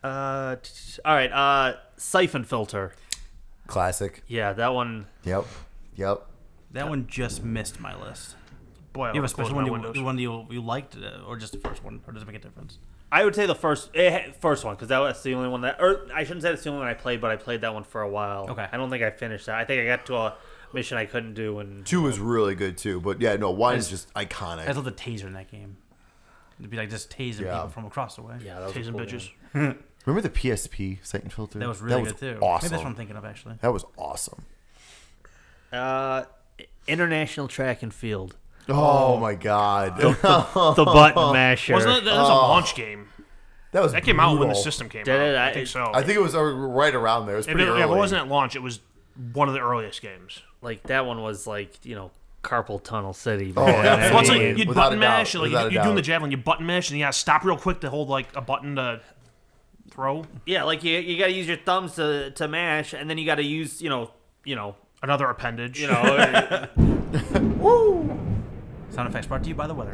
Uh, t- t- all right. Uh, siphon filter. Classic. Yeah, that one. Yep. Yep. That one just missed my list. Boy, I You have a love closing special my one you, windows. the one you you liked, uh, or just the first one, or does it make a difference? I would say the first eh, first one because that was the only one that, or I shouldn't say it's the only one I played, but I played that one for a while. Okay. I don't think I finished that. I think I got to a mission I couldn't do, and Two is really good too, but yeah, no, one is just iconic. I love the taser in that game. It'd be like just tasing Yeah. people from across the way. yeah, that was a Tasing cool bitches. one. Remember the PSP Satan filter? That was really was good too. Awesome. Maybe that's what I'm thinking of actually. that was awesome. Uh, international track and field, Oh, my god, Oh. the button masher. Wasn't that, that was a launch game? that was That came out when the Oh. brutal. system came out. Did it? I, I- think so. I think it was uh, right around there. It was if pretty it, early. if it wasn't at launch, it was one of the earliest games. like that one was like you know carpal tunnel city. Oh, man. yeah. Well, it's like mean, you'd without button a doubt, mash, like without a you're doing the doubt. javelin, you button mash, and you gotta stop real quick to hold like a button to throw yeah, like you you gotta use your thumbs to to mash, and then you gotta use you know you know another appendage. you know. Sound effects brought to you by the weather.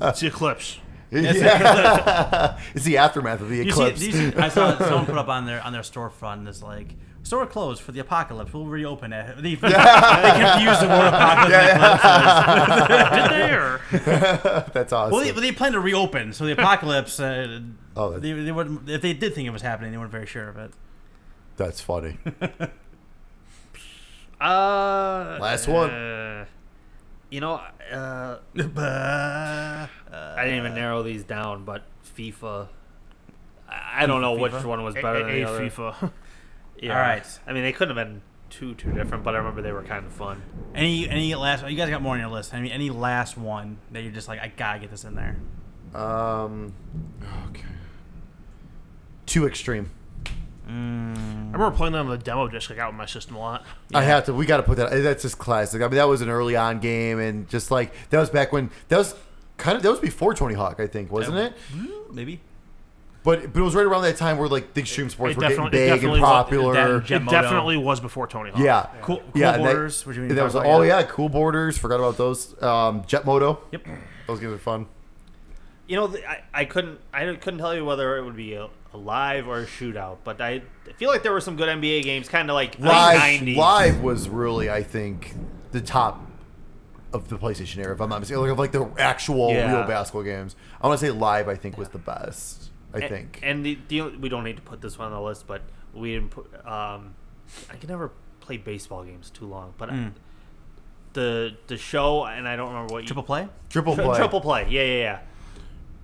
it's the eclipse. Yeah. it's the aftermath of the You see, eclipse. you see- I saw someone put up on their on their storefront this like store closed for the apocalypse. We'll reopen it. They, they confused the word apocalypse. and eclipse. Did they? Or That's awesome. Well, they, but they plan to reopen, so the apocalypse. Uh, Oh, that- they, they wouldn't, if they did think it was happening, they weren't very sure of it. That's funny. uh, Last one. uh, you know. Uh, Bah. uh, I didn't even narrow these down, but FIFA. I I don't know which FIFA? one was a, better than the a other. FIFA. Yeah. All right. I mean, they couldn't have been too too different, but I remember they were kind of fun. Any any last? You guys got more on your list. I mean, any last one that you're just like, I gotta get this in there. Um, okay. Too extreme. I remember playing that on the demo disc. I got with my system a lot. I have to. We got to put that. That's just classic. I mean, that was an early on game, and just like that was back when that was kind of that was before Tony Hawk, I think, wasn't it? Maybe. But but it was right around that time where like the extreme sports It were getting definitely- it big and definitely was- popular. that- It Gem-Modo. definitely was before Tony Hawk. yeah. Cool. cool Yeah, and that- borders. which we And didn't that talk was about oh yet. yeah, cool borders. Forgot about those. Um, Jet Moto. Yep. Those games are fun. You know, th- I, I couldn't I couldn't tell you whether it would be a, a live or a shootout, but I feel like there were some good NBA games, kind of like Live, late 90s. live was really, I think, the top of the PlayStation era. If I'm not mistaken, like, of like the actual Yeah. real basketball games. I want to say live. I think was the best. I A- think. And the, the only- we don't need to put this one on the list, but we didn't put. Um, I can never play baseball games too long, Hmm. but I, the the show and I don't remember what you Triple play. triple Tri- play. triple play. Yeah, yeah, yeah.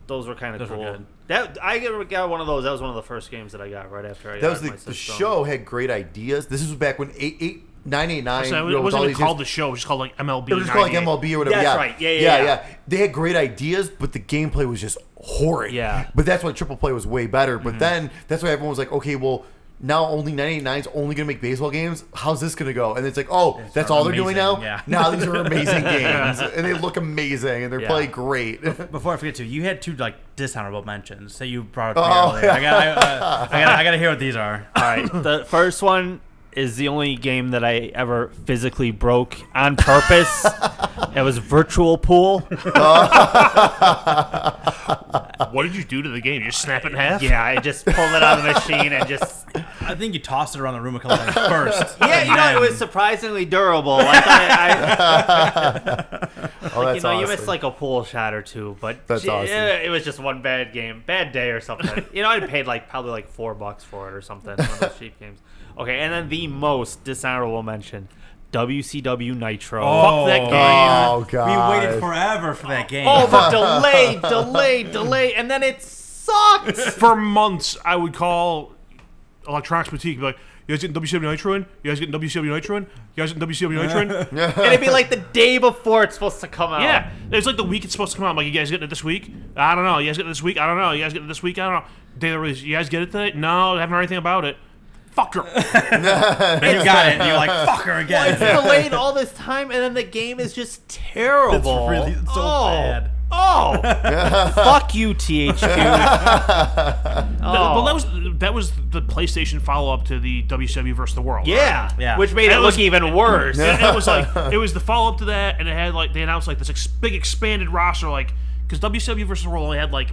Those were kind of Those were cool. good. That I got got one of those. That was one of the first games that I got right after I That got was the, my the system. show had great ideas. This was back when eight eight nine eight nine. So it, you know, it with wasn't all even these called games- the show. It was just called like MLB. It was just called like 98. MLB or whatever. That's yeah. right. Yeah, yeah, yeah, yeah. They had great ideas, but the gameplay was just horrid. Yeah. But that's why triple play was way better. But then that's why everyone was like, okay, well, now only 989's only going to make baseball games. How's this going to go? And it's like, oh, that's all they're doing now? amazing, yeah. Now these are amazing games. And they look amazing and they're Yeah. played great. Before I forget to, you had two like dishonorable mentions that you brought up Oh, earlier. I got I, uh, I got I got to hear what these are. All right, the first one is the only game that I ever physically broke on purpose. it was virtual pool. What did you do to the game? You just snap it in half. Yeah, I just pulled it out of the machine and just. I think you tossed it around the room a couple times first. Yeah, you know, it was surprisingly durable. I thought I, oh, that's you know, you missed awesome. like a pool shot or two, but That's gee, awesome. eh, it was just one bad game, bad day or something. you know, I paid like probably like four bucks for it or something. One of those cheap games. Okay, and then the most dishonorable mention, WCW Nitro. Oh. Fuck that Oh. game. Oh, God. We waited forever for that game. Oh, the delay, delay, delay, and then it sucked. For months, I would call Electronics Boutique and be like, "You guys getting WCW Nitro in? You guys getting WCW Nitro in? You guys getting WCW Nitro in?" and it'd be like the day before it's supposed to come out. yeah, it was like the week it's supposed to come out. I'm like, "You guys getting it this week? I don't know. You guys getting it this week? I don't know. You guys getting it this week? I don't know." Day of the release, you guys get it today? No, I haven't heard anything about it. Fucker. then you got it. And you're like fucker again. It's delayed all this time, and then the game is just terrible. really- it's so oh, bad. Oh, fuck you, THQ. Well, oh. that was that was the PlayStation follow up to the WCW versus the World. yeah, Yeah. which made That it was- look even worse. And it was like it was the follow up to that, and it had like they announced like this ex- big expanded roster, like because WCW versus the World only had like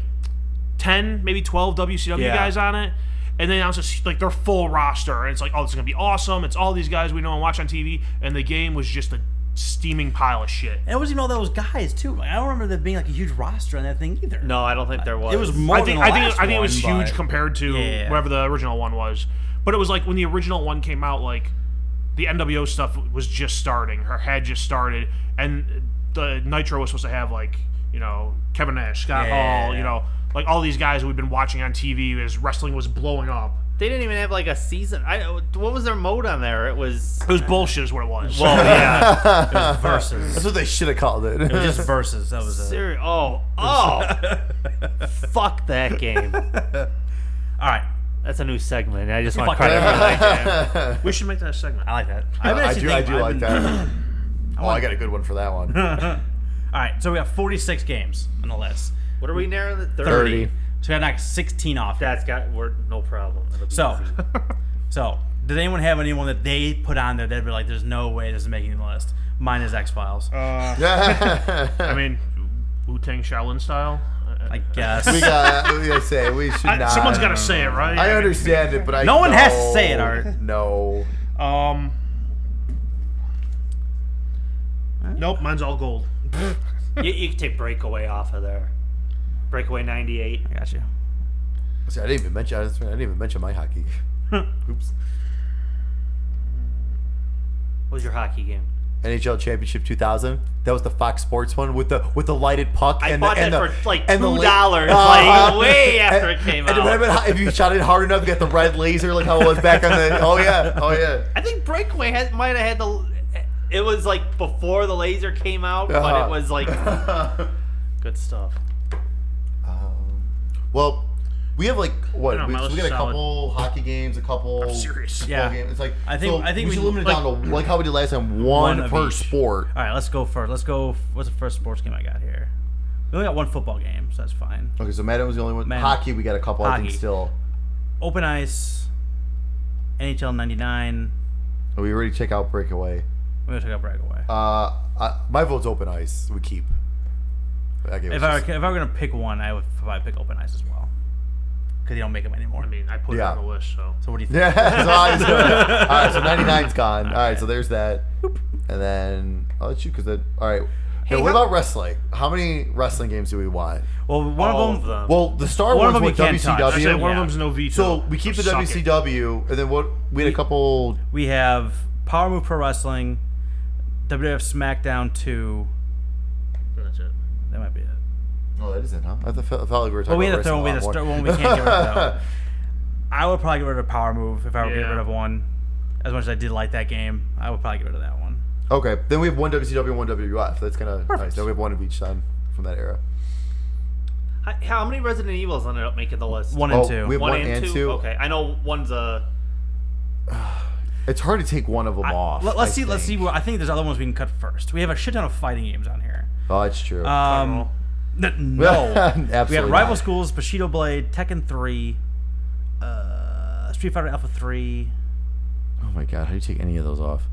ten, maybe twelve WCW Yeah. guys on it, and they announced this, like their full roster, and it's like oh, it's gonna be awesome. It's all these guys we know and watch on TV, and the game was just a steaming pile of shit. And it wasn't even all those guys too. Like, I don't remember there being like a huge roster on that thing either. No, I don't think there was. It was more I think than the I think last I think it was one, huge but- compared to Yeah. whatever the original one was. But it was like when the original one came out, like the NWO stuff was just starting. Her head just started, and the Nitro was supposed to have like you know Kevin Nash, Scott Yeah. Hall, you know, like all these guys we've been watching on TV as wrestling was blowing up. They didn't even have like a season. I, what was their mode on there? It was. It was bullshit, is what it was. Well, yeah. It was versus. that's what they should have called it. It was just versus. That was it. Seri- oh, oh. Fuck that game. All right. That's a new segment. I just want to Fuck credit that. for that game. we should make that a segment. I like that. I've been I actually do, I thinking- do I've like been- that. Oh, I got a good one for that one. All right. So we got 46 games on the list. What are we narrowing? The 30? 30. So we got like 16 off. That's got we're, no problem. That'll be So, easy. so did anyone have anyone that they put on there that were like, "There's no way this is making the list." Mine is X Files. I mean, Wu Tang Shaolin style. I guess. we got. What did I say? We should I- not. someone's got to say it, right? I understand it, but I No one has to don't say it, Art. No. Um. Nope, mine's all gold. you, you can take breakaway off of there. Breakaway '98. I got you. See, I didn't even mention. I didn't even mention my hockey. Oops. What was your hockey game? NHL Championship 2000. That was the Fox Sports one with the with the lighted puck. I and bought the, and that the- for, like, and the la- $2, Uh-huh. like, way after it came and out. remember how- if you shot it hard enough, you got the red laser like how it was back on the. Oh yeah, oh yeah. I think Breakaway had, might have had the. It was like before the laser came out, but Uh-huh. it was like good stuff. Um, Well, we have like what? No, we, my so we list got a is solid. couple hockey games, a couple. I'm serious. football Yeah. games. It's like I think- so I think we we should should- limit it down to like how we did last time, one, One of per each. sport. All right, let's go first. Let's go. What's the first sports game I got here? We only got one football game, so that's fine. Okay, so Madden was the only one. Madden. Hockey, we got a couple. I think Hockey. still. Open ice, NHL '99. We already check out breakaway. We're gonna take out breakaway. Uh, I, my vote's open ice. We keep. That game was if I were, just- if I were gonna pick one, I would probably pick open ice as well, because you don't make them anymore. I mean, I put Yeah. it on the list, so. So what do you think? yeah, so I just- all right, so 99's gone. All right, so there's that. And then I'll let you because then. All right. Now, what how- about wrestling? How many wrestling games do we want? Well, one All of them. Well, the Star One Wars of them one, you can't touch. I WCW. said one Yeah. of them's no veto. So we keep the suck it. WCW, and then what? We had a couple. We have Power Move Pro Wrestling, WWF SmackDown 2. That's it. That might be it. Oh, that isn't, huh? I thought, I felt like we were talking But we had about a third one. We had wrestling a lot third more. one. We can't get rid of that. one. I would probably get rid of Power Move if I were to get Yeah. rid of one. As much as I did like that game, I would probably get rid of that one. Okay, then we have one WCW and one WWF. That's kind of nice. Then we have one of each time from that era. How, how many Resident Evils ended up making the list? One Oh, and two. we have one and two. Okay, I know one's a. It's hard to take one of them I- off. Let, us I see. Let's see. think. Where, I think there's other ones we can cut first. We have a shit ton of fighting games on here. Oh, that's true. Um, n- no. we had Absolutely Rival not. Schools, Bushido Blade, Tekken 3, uh, Street Fighter Alpha 3. oh my god, how do you take any of those off?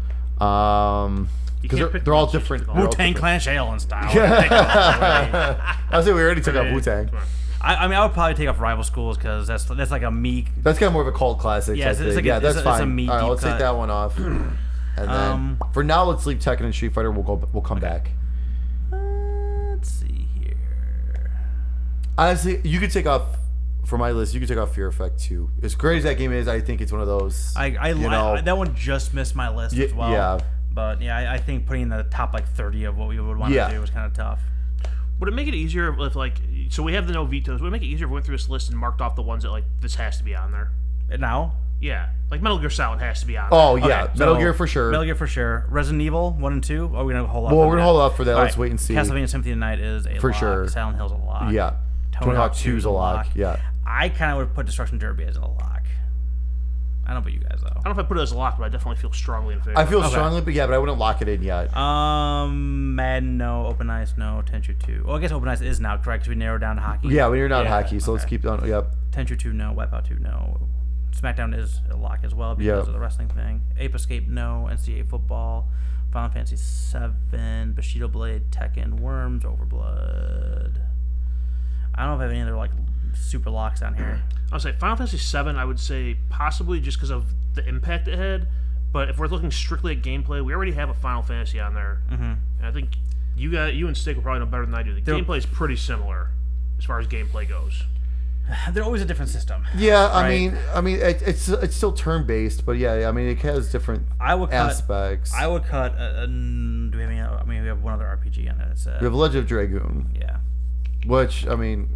Um, because can't they're, pick they're all one, so you different. took they're Wu all Tang different. Clan Shalen style. I was saying we already took out Yeah, Wu Tang. come on. I, I mean, I would probably take off Rival Schools because that's that's like a meek. That's kind of more of a cult classic. Yeah, I it's- it's think. like a- yeah, it's that's a- it's a fine. meat All right, deep let's take cut. that one off. And then Um, for now, let's leave Tekken and Street Fighter. We'll go. We'll come back. Uh, let's see here. Honestly, you could take off for my list. You could take off Fear Effect too. As great as that game is, I think it's one of those. I I, You I- know- I- that one just missed my list Ye- as well. yeah. But yeah, I, I think putting in the top like 30 of what we would want Yeah. to do was kind of tough. Would it make it easier if, like, so we have the no vetoes? Would it make it easier if we went through this list and marked off the ones that, like, this has to be on there? And now, Yeah. Like, Metal Gear Solid has to be on oh yeah, okay, Metal so- Gear for sure. Metal Gear for sure. Resident Evil 1 and 2. Are we going to hold off? well, we're on gonna that? hold off for that. All Let's right, wait and see. Castlevania Symphony of the Night is a For lock. sure. Silent Hill's a lock. Yeah, Tony Hawk 2 is a lock. Yeah, I kind of would put Destruction Derby as a lock. I don't know about you guys I though. don't know if I put it as a lock, but I definitely feel strongly in favor. I feel strongly, but yeah, but I wouldn't lock it in yet. Um, Madden no, Open Ice no, Tenchu two. Well, I guess Open Ice is now correct because we narrowed down hockey. yeah, when you're not yeah, hockey, so let's keep on. Yep. Tenchu two no, Wipeout two no. SmackDown is a lock as well because Yeah. of the wrestling thing. Ape Escape no, NCAA football, Final Fantasy seven, Bushido Blade, Tekken, Worms, Overblood. I don't know if I have any other like super locks down here. I'll say Final Fantasy VII. I would say possibly just because of the impact it had. But if we're looking strictly at gameplay, we already have a Final Fantasy on there, mm-hmm. and I think you got you and Stick will probably know better than I do. The They're- gameplay is pretty similar as far as gameplay goes. They're always a different system. Yeah, I Right. mean, I mean, it, it's it's still turn based, but yeah, I mean, it has different I would cut. aspects. I would cut. Uh, uh, do we have any? I mean, we have one other RPG on it. It's, we uh, have Legend of Dragoon, yeah. which I mean,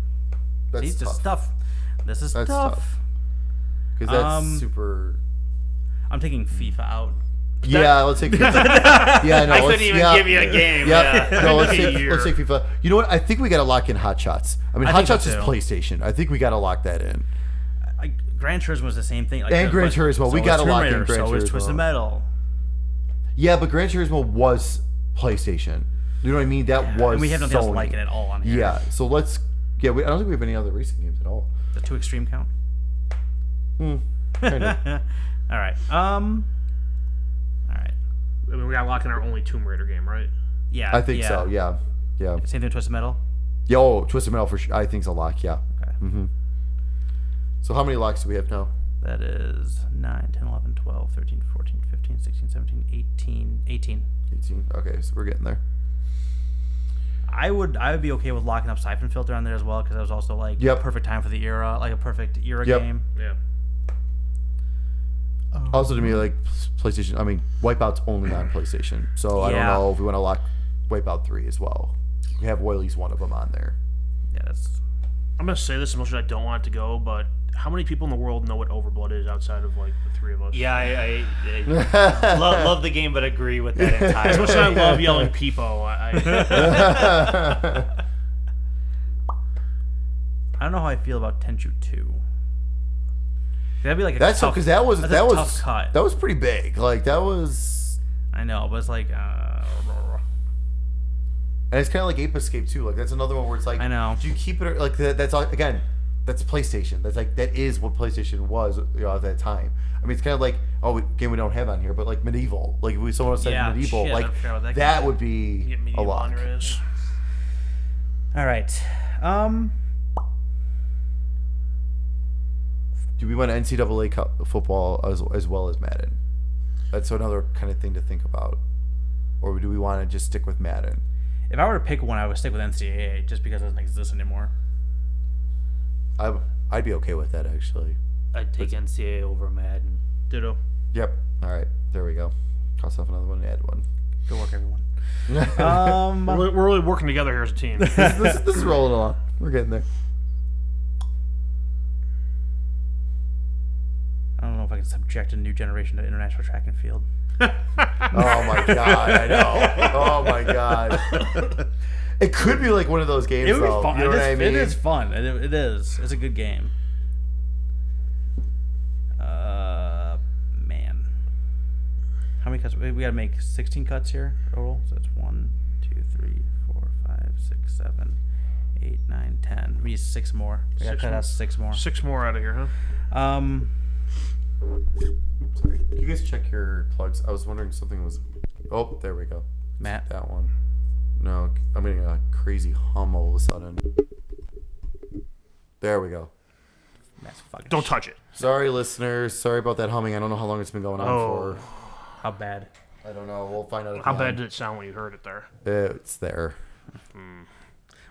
that's These tough is tough. This is That's tough. tough. because that's um, super. I'm taking FIFA out. yeah, let's take. FIFA. yeah, no, I let's- couldn't even yeah, give you a game. Yeah, Yeah. no, let's Give me a take, let's year. take FIFA. You know what? I think we got to lock in Hot Shots. I mean, I Hot think so Shots is too. PlayStation. I think we got to lock that in. I, Gran Turismo was the same thing. Like, And uh, Gran but- Turismo, we so gotta is Tomb lock in Raider, Gran So is Twisted Turismo. Metal. Yeah, but Gran Turismo was PlayStation. You know what I mean? That was. And we have nothing Sony. else like it at all on here. Yeah, so let's. Yeah, we, I don't think we have any other racing games at all. The two extreme count. Hmm. Kind of. All right. Um. All right. I mean, we got locking our only Tomb Raider game, right? Yeah. I think so. Yeah, yeah. Same thing with Twisted Metal. Yo, Twisted Metal for sure. I think's a lock. Yeah. Okay. So how many locks do we have now? That is 9, 10, 11, 12, 13, 14, 15, 16, 17, 18, 18. 18. Okay, so we're getting there. I would I would be okay with locking up Siphon Filter on there as well because that was also like Yep. perfect time for the era, like a perfect era Yep. game. Yeah. Also, to me, like PlayStation, I mean, Wipeout's only on PlayStation, so I don't Yeah. know if we want to lock Wipeout three as well. We have at least one of them on there. Yeah, that's I'm gonna say this as much as I don't want it to go, but how many people in the world know what Overblood is outside of like the three of us? yeah. I, I, I lo- love the game, but agree with that As much as entirely. I love yelling "peepo," I, I, I don't know how I feel about Tenchu Two. That'd be like a That's tough, because that was that's a that was tough cut. that was pretty big. Like that was, I know, but it's like uh, and it's kind of like Ape Escape too. Like that's another one where it's like, I know. do you keep it or, like that, that's all, again, that's PlayStation. That's like that is what PlayStation was you know, at that time. I mean, it's kind of like oh, we, game we don't have on here, but like medieval. Like if we someone said Yeah, medieval, shit, I like don't care about that, that would be get a medieval lot. on your ass. All right. Um. Do we want NCAA cup football as, as well as Madden? That's another kind of thing to think about. Or do we want to just stick with Madden? If I were to pick one, I would stick with NCAA just because it doesn't exist anymore. I, I'd be okay with that actually. I'd take NCAA over Madden. Ditto. Yep. All right. There we go. Toss off another one and add one. Good work, everyone. um. We're, we're really working together here as a team. this, this, this is rolling along. We're getting there. I don't know if I can subject a new generation to international track and field. Oh my god, I know. Oh my god. It could be like one of those games. It would be though, fun. You know it, what is, I mean? it is fun. It, it is. It's a good game. Uh, man, how many cuts? We we gotta make sixteen cuts here total. So that's one, two, three, four, five, six, seven, eight, nine, ten. We need six more. We gotta Six cut more. out six more. Six more out of here, huh? Um, Can you guys check your plugs? I was wondering if something was. Oh, there we go. Matt. That one. No, I'm getting a crazy hum all of a sudden. There we go. Matt's fucking. Don't shit. touch it. Sorry, listeners. Sorry about that humming. I don't know how long it's been going on Oh. How bad? for. I don't know. We'll find out. at How the bad end. did it sound when you heard it there? It's there.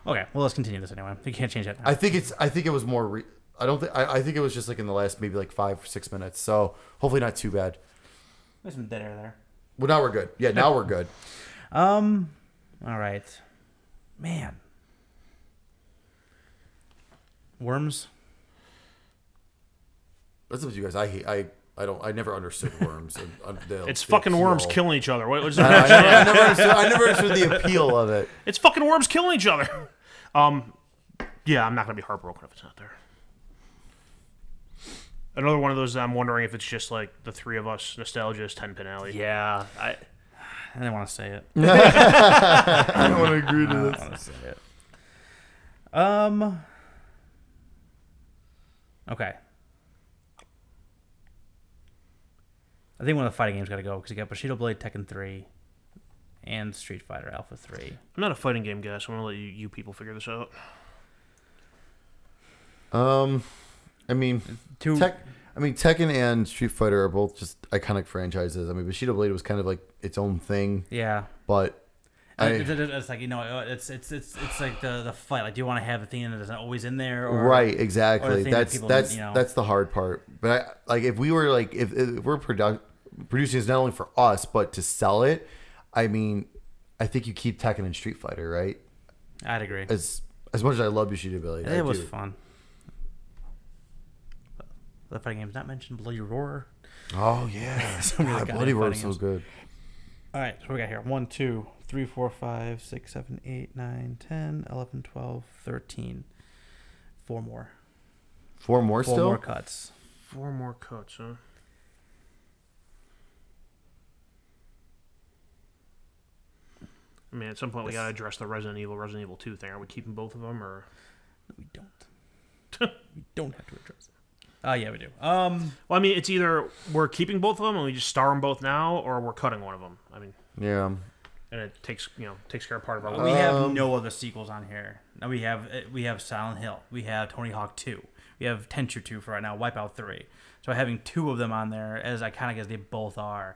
Okay, well let's continue this anyway. We can't change that. now. I think it's. I think it was more. Re- I don't think. I, I think it was just like in the last maybe like five or six minutes. So hopefully not too bad. There's some dead air there. Well, now we're good. Yeah, now we're good. Um, all right, man. Worms. That's up to you guys. I hate. I. I don't. I never understood worms. and, uh, the- It's the fucking worms appeal. killing each other. What was I, I never, I never understood, I never understood the appeal of it. It's fucking worms killing each other. Um, yeah, I'm not gonna be heartbroken if it's not there. Another one of those that I'm wondering if it's just like the three of us, nostalgia is ten pin alley. Yeah, I, I didn't want to say it. I don't want to agree to this. want to say it. Um. Okay. I think one of the fighting games got to go because you got Bushido Blade, Tekken 3, and Street Fighter Alpha 3. I'm not a fighting game guy, so I'm gonna let you, you people figure this out. Um, I mean, Two. Tech. I mean, Tekken and Street Fighter are both just iconic franchises. I mean, Bushido Blade was kind of like its own thing, yeah. but I, it's, it's- it's like you know, it's it's it's it's like the the fight. Like, do you want to have the thing that isn't always in there? Or, right exactly thing that that's people, that's you know- that's the hard part but I, like if we were like if, if we're produ- producing this not only for us but to sell it i mean i think you keep tekken and street fighter right I'd agree. as as much as i love bushido billy I It was do. fun. The fighting game's not mentioned. Bloody Roar. oh yeah Some really God, goddamn bloody roar fighting is so games. good All right, so we got here one, two, three, four, five, six, seven, eight, nine, ten, eleven, twelve, thirteen. Four more. four more Four still more cuts. Four more cuts, huh? I mean, at some point we This- gotta address the Resident Evil, Resident Evil Two thing. Are we keeping both of them, or No, we don't. we don't have to address it. Oh, yeah, we do. Um, well, I mean, it's either we're keeping both of them and we just star them both now, or we're cutting one of them. I mean, yeah and it takes you know takes care of part of our. Uh, we Um, have no other sequels on here. Now we have uh, we have Silent Hill. We have Tony Hawk 2. We have Tenchu 2 for right now, Wipeout 3. So having two of them on there, as iconic as they both are,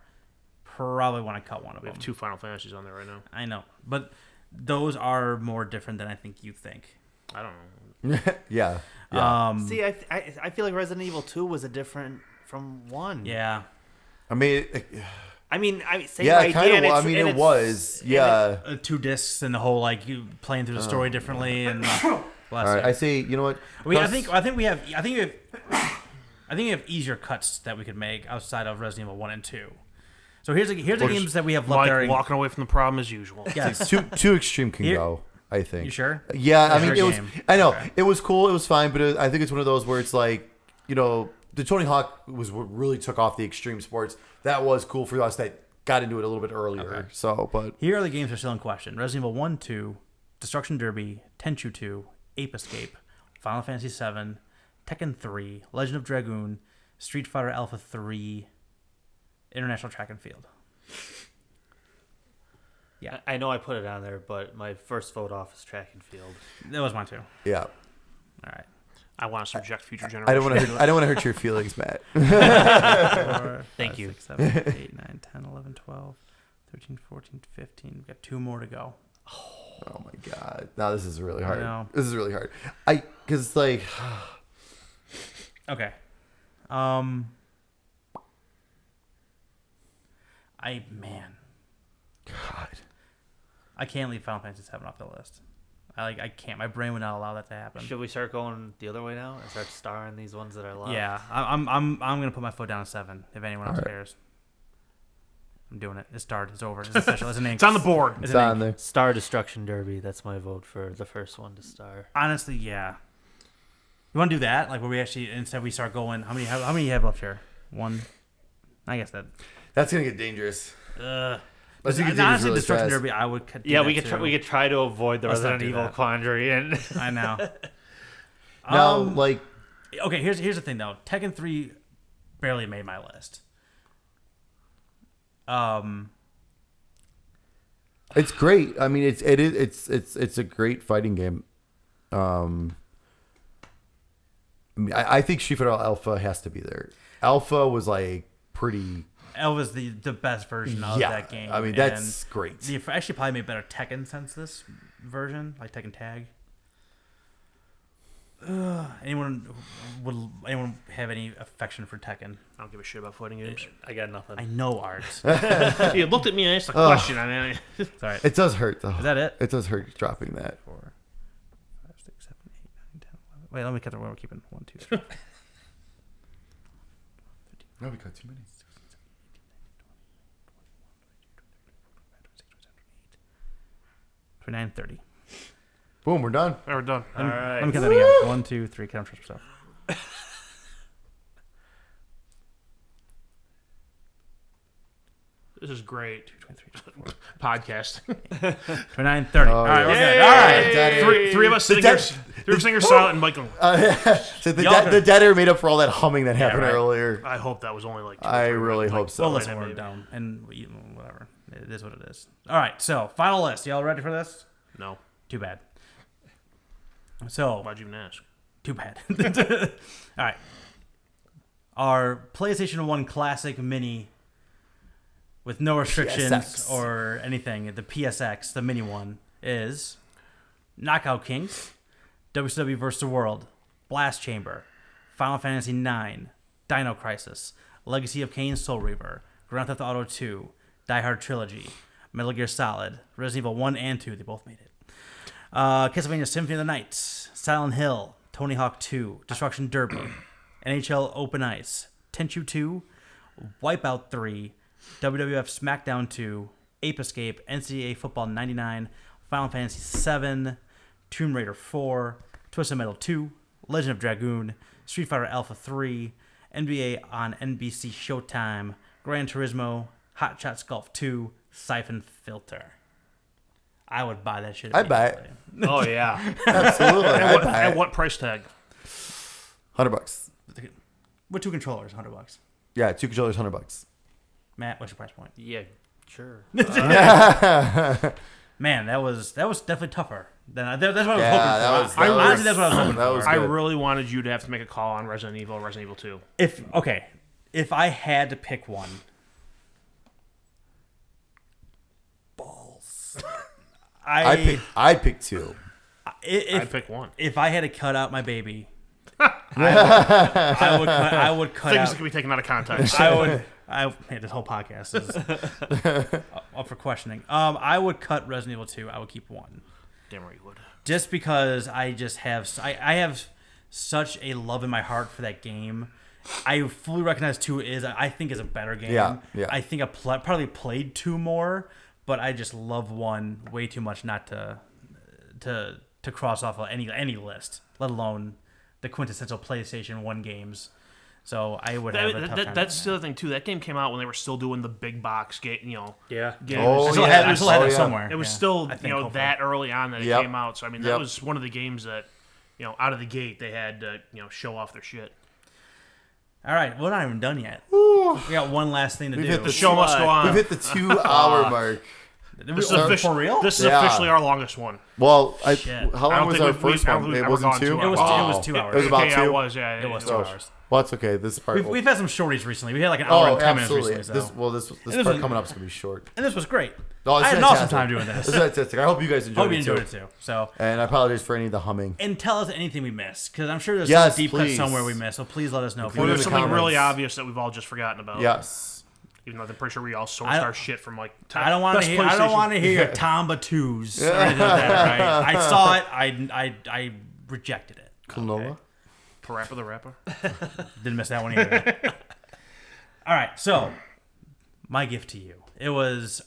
probably want to cut one of We them. have two Final Fantasies on there right now. I know, but those are more different than I think you think. I don't know. yeah yeah Um, See, I, I, I feel like Resident Evil 2 was a different from 1. yeah, I mean, it, I mean, I same yeah, idea. kind and of. I it's- mean, and it it's- was. and Yeah. Uh, two discs and the whole like you playing through the Uh. story differently and bless All right. you. I say, you know what? We, I Gus- think I think we have I think we have I think we have easier cuts that we could make outside of Resident Evil One and Two. So here's the here's the Or just games that we have left Mike there. walking away from the problem as usual. Yes. two two extreme can Here- go. I think. You sure? Yeah, I Sure mean, it was. game. I know Okay. it was cool. It was fine, but it, I think it's one of those where it's like, you know, the Tony Hawk was what really took off the extreme sports. That was cool for us. That got into it a little bit earlier. Okay. So, but Here are the games that are still in question: Resident Evil One, Two, Destruction Derby, Tenchu Two, Ape Escape, Final Fantasy Seven, Tekken Three, Legend of Dragoon, Street Fighter Alpha Three, International Track and Field. I- I know I put it on there, but my first vote off is track and field. That was mine too. All yeah, right. I want to subject future generations. I don't want to. I don't want to hurt your feelings, Matt. Four, Thank five, you. six, seven, eight, nine, 10, 11, 12, 13, 14, 15. We've got two more to go. Oh my god! Now this is really hard. know. This is really hard. I because it's like Okay. Um. I man, God. I can't leave Final Fantasy Seven off the list. I like I can't. My brain would not allow that to happen. Should we start going the other way now and start starring these ones that are left? Yeah, I- I'm I'm I'm gonna put my foot down at seven. If anyone else All right. cares, I'm doing it. It's started. It's over. It's official. It's an ink. It's on the board. It's It's an ink. on there. Star Destruction Derby. That's my vote for the first one to star. Honestly, yeah. You want to do that? Like where we actually instead we start going. How many? How, how many you have left here? One. I guess that. That's gonna get dangerous. Uh, That's gonna get dangerous honestly, really Destruction fast. Derby. I would. Cut, do Yeah, that we could try, too. we could try to avoid the Let's not Resident do Evil that. quandary and I know. Now, Um, like okay, here's here's the thing though. Tekken three barely made my list. Um, It's great. I mean, it's it is it's it's it's a great fighting game. Um, I, mean, I, I think Street Fighter Alpha has to be there. Alpha was like pretty. Elva's the the best version of yeah, that game. I mean, and- that's great. They actually probably made better Tekken since this version, like Tekken Tag. Ugh, anyone would anyone have any affection for Tekken? I don't give a shit about fighting games. I got nothing. I know art. you looked at me and asked a Ugh. question. I mean, Sorry, It does hurt though. is that it? It does hurt dropping that. Four, five, six, seven, eight, nine, ten, eleven. Wait, let me cut the one we're keeping. One, two, three. No, we got too many. For nine thirty. Boom, we're done. I, we're done. Let me, Alright. let me cut that again. One, two, three. Count trust myself. This is great. Twenty-three. Podcast. Twenty-nine thirty. Oh, All right, yeah. we're good. Yay! All right. Daddy. Three, three of us The sitting dead- here, s- three of us sitting here silent, and Mike going, Uh, so the, Y'all dead could- the dead air made up for all that humming that happened right. earlier. I hope that was only like. two or I three really minutes. Like, hope so. Well, listen, we're maybe. down, and we, whatever. It is what it is. All right, so final list. Y'all ready for this? No, Too bad. So why'd you even ask? too bad. All right. Our PlayStation One Classic Mini, with no restrictions PSX. or anything. The PSX, the mini one, is Knockout Kings, WCW vs. the World, Blast Chamber, Final Fantasy IX, Dino Crisis, Legacy of Kain Soul Reaver, Grand Theft Auto 2, Die Hard Trilogy, Metal Gear Solid, Resident Evil 1 and 2, they both made it. Uh, Castlevania Symphony of the Night, Silent Hill, Tony Hawk 2, Destruction Derby, NHL Open Ice, Tenchu 2, Wipeout 3, WWF SmackDown 2, Ape Escape, NCAA Football 99, Final Fantasy 7, Tomb Raider 4, Twisted Metal 2, Legend of Dragoon, Street Fighter Alpha 3, NBA on NBC Showtime, Gran Turismo, Hot Shots Golf 2, Siphon Filter. I would buy that shit. I buy it. immediately. oh yeah, Absolutely, I What, buy at it. what price tag? Hundred bucks. With two controllers, 100 bucks. Yeah, two controllers, hundred bucks. Matt, what's your price point? yeah, sure. Man, that was that was definitely tougher than I, that, that's what I was Yeah, that hoping was- for. that Honestly, was- that's what I was hoping that for. was I good. really wanted you to have to make a call on Resident Evil, Resident Evil Two. If okay, if I had to pick one, balls. I, I pick. I pick two. if, I pick one. if I had to cut out my baby, I would, I would cut. I would cut Things out. that can be taken out of context. I would. I man, this whole podcast is up for questioning. Um, I would cut Resident Evil two. I would keep one, Damn right you would. just because I just have s- I, I have such a love in my heart for that game. I fully recognize two is I think is a better game. Yeah, yeah. I think I pl- probably played two more, but I just love one way too much not to to to cross off of any any list, let alone the quintessential PlayStation one games. So I would have a That, tough that- time. that's the other thing too. That game came out when they were still doing the big box game. You know, Yeah. games. Oh, I still yeah. had, I still had Oh, it yeah. somewhere. It was yeah. still I you think, know hopefully. that early on that it Yep. came out. So I mean, that Yep. was one of the games that you know out of the gate they had to you know show off their shit. All right, we're not even done yet. We got one last thing to We've do. hit The the show must go on. We've hit the two-hour mark. this This is offici- for real? This is Yeah. officially our longest one. Well, I, Shit. how long I don't was think our we've- we- first I one? don't think we've It ever wasn't gone two. two it was it was two Yeah, hours. It was about okay, yeah, two? It was yeah. It was two Oh, was. hours. well, that's okay. This part. We've, will- we've had some shorties recently. We had like an hour oh, and ten absolutely. minutes recently. So. This, well, this this, was- part coming up is gonna be short. and this was great. Oh, it's I had an awesome fantastic. time doing this. This is fantastic. I hope you guys enjoyed Hope you it too. enjoyed it too. So, And I apologize for any of the humming. and tell us anything we missed because I'm sure there's Yes, some deep cut please. somewhere we missed. So please let us know. if you Or Include missed there's the something really comments. obvious that we've all just forgotten about. Yes. Even though I'm pretty sure we all sourced I don't- our shit from like. I don't want to best hear. I don't PlayStation. want to hear your Tomba twos. or anything like that, right? I saw it. I I I rejected it. Canola. Parappa the Rapper. Didn't miss that one either. All right, so my gift to you. It was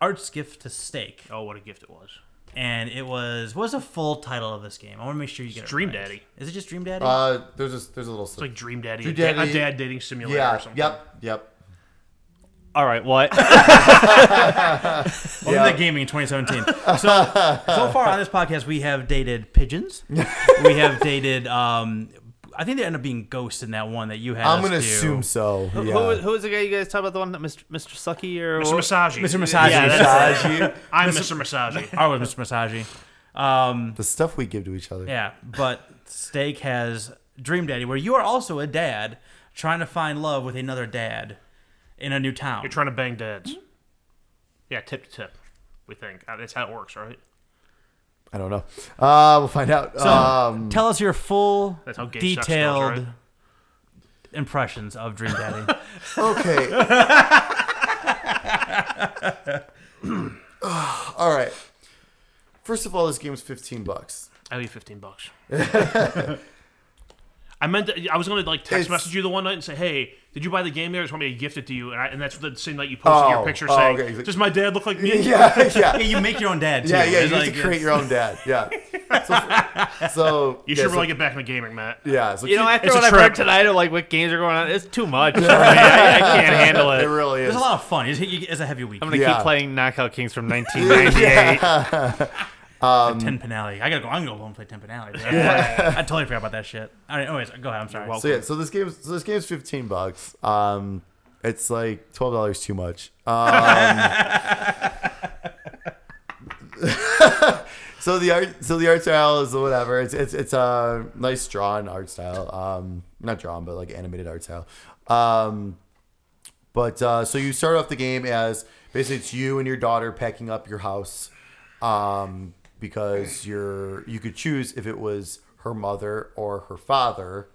Art's gift to Steak, Oh, what a gift it was. and it was what's the full title of this game? I want to make sure you get it Dream right. Daddy. Is it just Dream Daddy? Uh, there's a there's a little. It's like Dream Daddy, Dream a da- Daddy. a dad dating simulator or yeah. something. Yep. Yep. All right, well, I- Welcome yeah. to Oh, gaming in 2017. so so far on this podcast, we have dated pigeons. we have dated. Um, I think they end up being ghosts in that one that you had. I'm us gonna do. assume so. Yeah. who, who was the guy you guys talked about? The one that Mr. Mr. Sucky or Mr. Masagi. Mr. Masagi. Yeah, that's- Massage you. I'm Mr. Masagi. I was Mr. Masagi. Um, The stuff we give to each other. Yeah, but Steak has Dream Daddy, where you are also a dad trying to find love with another dad in a new town. You're trying to bang dads. Yeah, tip to tip. We think Uh, that's how it works, right? I don't know. Uh, we'll find out. um, Tell us your full, That's how gay sex detailed goes, right? impressions of Dream Daddy. okay. all right. First of all, this game's 15 bucks. I owe you fifteen bucks. I meant to, I was going to like text It's- message you the one night and say, "Hey, did you buy the game there? I just want me to gift it to you." And, I, and that's the same night you posted Oh, your picture oh, saying, okay. He's like- "Does my dad look like me?" Yeah, yeah. yeah, you make your own dad too. Yeah, yeah, you It's need like- to create your own dad. Yeah. So, so You yeah, should so, really get back in the gaming, Matt. Yeah, so You know, after It's a what I've heard trip. tonight of like what games are going on, it's too much. for me. I, I can't handle it it. really is. It's a lot of fun. It's, it's a heavy week. I'm gonna Yeah. keep playing Knockout Kings from 1998. Ten Mm. Penalty. I gotta go. I'm gonna go home and play Ten Penality. dude. I, I totally forgot about that shit. All right. Anyways, go ahead. I'm sorry. So yeah, so this game's so this game's 15 bucks. Um, it's like 12 dollars too much. Um, so the art, so the art style is whatever. It's it's it's a nice drawn art style. Um, not drawn, but like animated art style. Um, but uh, so you start off the game as basically it's you and your daughter packing up your house, um, because you're you could choose if it was her mother or her father,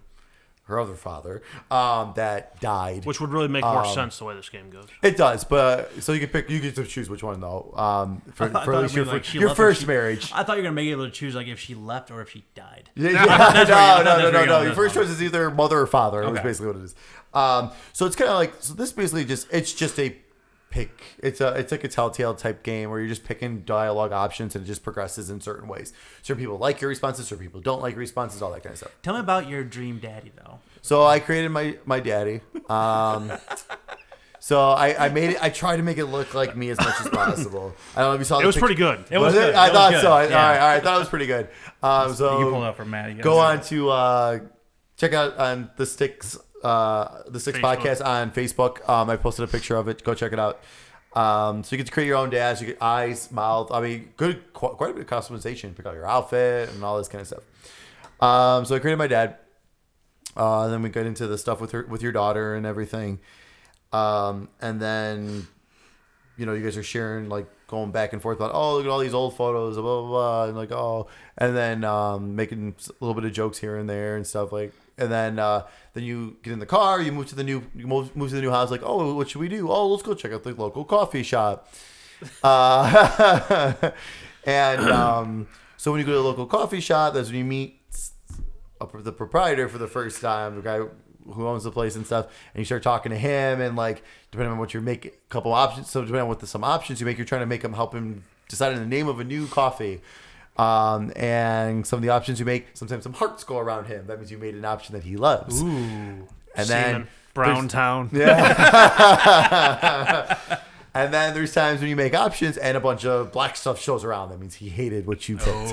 her other father, um, that died. Which would really make Um, more sense the way this game goes. It does, but so you can pick, you get to choose which one though. Um, for, I for thought at it least your, meant, like, fir- she your left or first she- marriage. I thought you were gonna make it able to choose like if she left or if she died. Yeah, that's where yeah. you- that's no, no, where no, you go, no. Your that's first fine. choice is either mother or father. Is Okay. basically what it is. Um, so it's kind of like so. This basically just it's just a pick. It's a it's like a telltale type game where you're just picking dialogue options and it just progresses in certain ways. Certain people like your responses, certain people don't like your responses, all that kind of stuff. Tell me about your dream daddy though. So I created my my daddy. Um, so I I made it. I tried to make it look like me as much as possible. I don't know if you saw. It was pretty good. It was good. I It was thought good. so. I, Yeah. All right, all right. I thought it was pretty good. Um, so you can pull it up for Matt. You go guys- on to uh, check out on the sticks uh, the sticks Facebook. podcast on facebook um, i posted a picture of it go check it out um, so you get to create your own dash you get eyes mouth i mean good qu- quite a bit of customization pick out your outfit and all this kind of stuff um, so i created my dad uh, and then we got into the stuff with her with your daughter and everything um, and then you know, you guys are sharing like going back and forth about oh look at all these old photos, blah blah blah, and like oh, and then um, making s- a little bit of jokes here and there and stuff like And then uh, then you get in the car, you move to the new you move, move to the new house. Like, oh, what should we do? Oh, let's go check out the local coffee shop. Uh, and um, so when you go to the local coffee shop, that's when you meet a, the proprietor for the first time, the guy who owns the place and stuff, and you start talking to him, and like depending on what you're making, a couple options. So depending on what the some options you make, you're trying to make him help him decide on the name of a new coffee. Um, and some of the options you make, sometimes some hearts go around him. That means you made an option that he loves. Ooh. and then Semen. Brown Town. and then there's times when you make options and a bunch of black stuff shows around. That means he hated what you picked.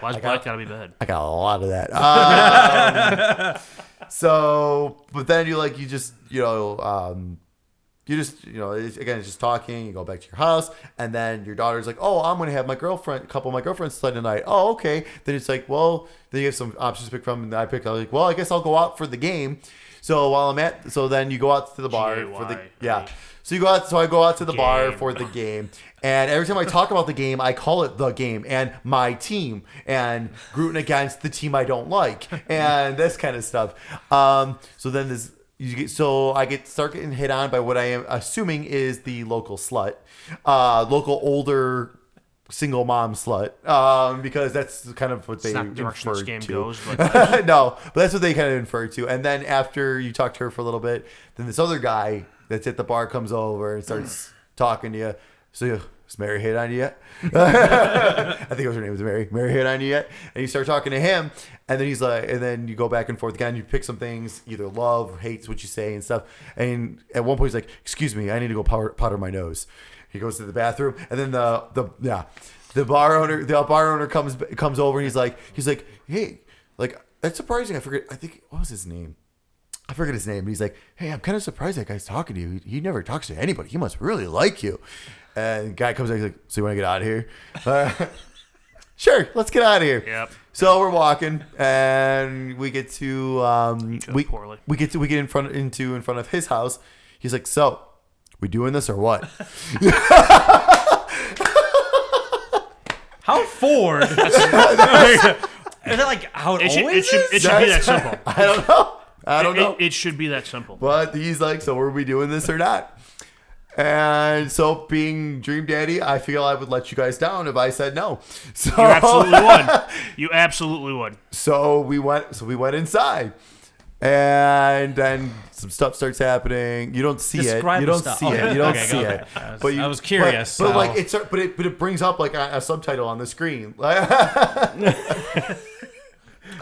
Why's black gotta be bad? I got a lot of that. Um, so, but then you like you just you know um, you just you know it's, again it's just talking. You go back to your house, and then your daughter's like, "Oh, I'm gonna have my girlfriend, a couple of my girlfriends play tonight." Oh, okay. Then it's like, well, then you have some options to pick from, and I pick. I was like, well, I guess I'll go out for the game. So while I'm at, so then you go out to the bar for the GAY, yeah. right. So you go out. So I go out to the bar Game. for the game, and every time I talk about the game, I call it the game and my team and rooting against the team I don't like and this kind of stuff. Um, so then this, you get, so I get start getting hit on by what I am assuming is the local slut, uh, local older single mom slut, um, because that's kind of what they It's not the direction this refer game to. goes, but no, but that's what they kind of infer to. And then after you talk to her for a little bit, then this other guy that's at the bar comes over and starts talking to you. So you, is Mary hit on you yet? I think it was her name was Mary. Mary hit on you yet? And you start talking to him, and then he's like, and then you go back and forth again. You pick some things, either love, hates what you say, and stuff. And at one point, he's like, "Excuse me, I need to go powder, powder my nose." He goes to the bathroom, and then the the yeah, the bar owner the bar owner comes comes over, and he's like, he's like, "Hey, like that's surprising. I forget. I think what was his name? I forget his name. But he's like, hey, I'm kind of surprised that guy's talking to you. He, he never talks to anybody. He must really like you. And the guy comes out. He's like, so you want to get out of here? Uh, sure, let's get out of here. Yep. So we're walking, and we get to um, up we poorly. we get to we get in front into in front of his house. He's like, so we doing this or what? How Ford? Is that like how it, it should, it always should, is? it should be that simple. I don't know. I don't It- know. It, it should be that simple. But he's like, so are we doing this or not? And so, being Dream Daddy, I feel I would let you guys down if I said no. You So, absolutely would. You absolutely would. so we went. So we went inside, and then some stuff starts happening. You don't see it. Describe You the don't stuff. see Okay. it. You don't Okay, see okay. it. I was- but you, I was curious, But, but so- like it's but it but it brings up like a, a subtitle on the screen. I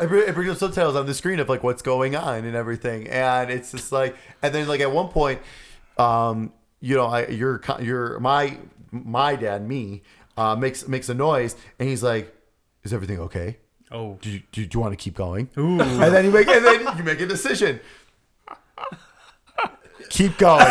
br- it brings up subtitles on the screen of like what's going on and everything, and it's just like, and then like at one point, um, you know, I your co- your my my dad me uh, makes makes a noise, and he's like, "Is everything okay? Oh, Do you, do, you- do you want to keep going?" And then you make and then you make a decision. keep going.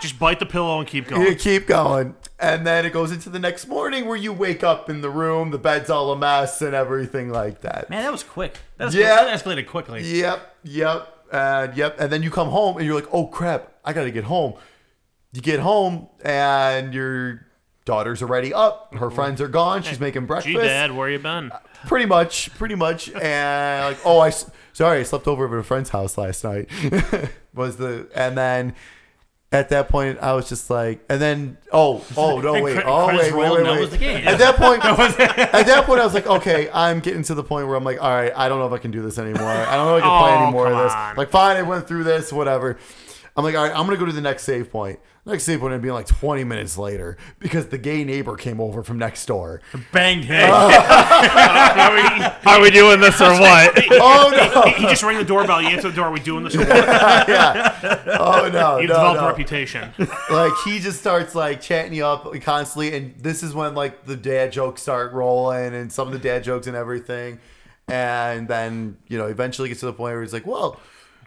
Just bite the pillow and keep You going. keep going. And then it goes into the next morning where you wake up in the room, the bed's all a mess and everything like that. man, that was quick. That, was Yeah. that escalated quickly. Yep, yep, and yep. And then you come home and you're like, oh crap, I gotta get home. You get home and your daughter's already up. Her friends are gone. She's making breakfast. Gee, Dad, where you been? Pretty much, pretty much. And like, oh, I s- sorry, I slept over at a friend's house last night. was the and then. At that point, I was just like, and then, oh, oh, no, wait, Credits oh, wait, wait, rolled, wait, that wait. was the game. At that point, at that point, I was like, okay, I'm getting to the point where I'm like, all right, I don't know if I can do this anymore. I don't know if I can play Oh, any more of come this. on. Like, fine, I went through this, whatever. I'm like, all right, I'm gonna go to the next save point. Next save point ended up being like 20 minutes later because the gay neighbor came over from next door. Banged him. Are we doing this or what? Oh no! He, he just rang the doorbell. You answer the door. Are we doing this? Or what? Oh no! You no, developed no. a reputation. like he just starts like chatting you up constantly and this is when like the dad jokes start rolling and some of the dad jokes and everything and then you know eventually gets to the point where he's like well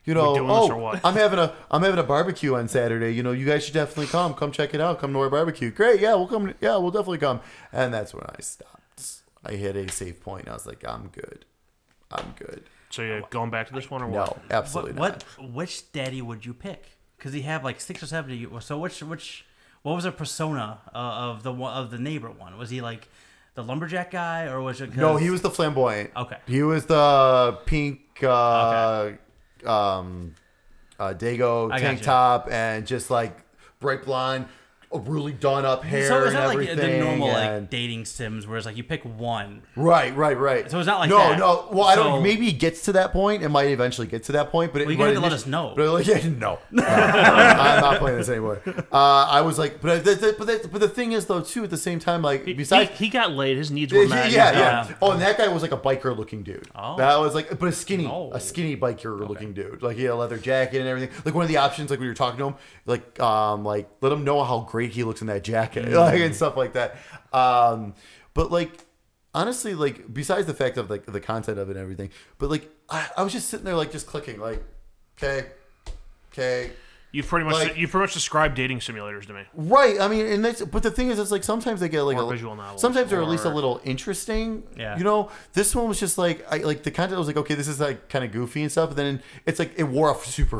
you know doing this or oh, what?" i'm having a i'm having a barbecue on saturday you know you guys should definitely come come check it out come to our barbecue great yeah we'll come yeah we'll definitely come and that's when i stopped i hit a safe point i was like i'm good i'm good So you're going back to this one or what? no absolutely what, not what? Which daddy would you pick? Because he had like six or seven. of you- So which which? What was the persona uh, of the one of the neighbor one? Was he like the lumberjack guy, or was it? 'cause- No, he was the flamboyant. Okay. He was the pink, uh, um, uh, Dago I tank gotcha. top and just like bright blonde, a really done up hair So is and that like everything. the normal and- like dating sims, where it's like you pick one? right, right, right. So it's not like no, that. no. Well, I So- don't. Maybe it gets to that point. It might eventually get to that point, but it, Well, you but gotta let initi- us know. But like, yeah, no, No. I'm not playing this anymore. Uh, I was like, but the, the, but, the, but the thing is though too. At the same time, like besides he, he got laid. His needs yeah, were met. yeah, He's not- yeah. Oh, and that guy was like a biker looking dude. Oh. That was like, but a skinny, Oh. a skinny biker looking dude. Like he had a leather jacket and everything. Like one of the options, like when you're talking to him, like, um, like let him know how great he looks in that jacket, like and stuff like that. Um, but like honestly, like besides the fact of like the content of it and everything, but like I, I was just sitting there like just clicking, like, okay, okay, You've pretty much Like- you've pretty much described dating simulators to me. Right. I mean, and that's but the thing is, it's like sometimes they get like Or a, visual novels, Sometimes they're at least a or- little interesting. Yeah. You know, this one was just like I like the content was like okay, this is like kind of goofy and stuff. But then it's like it wore off super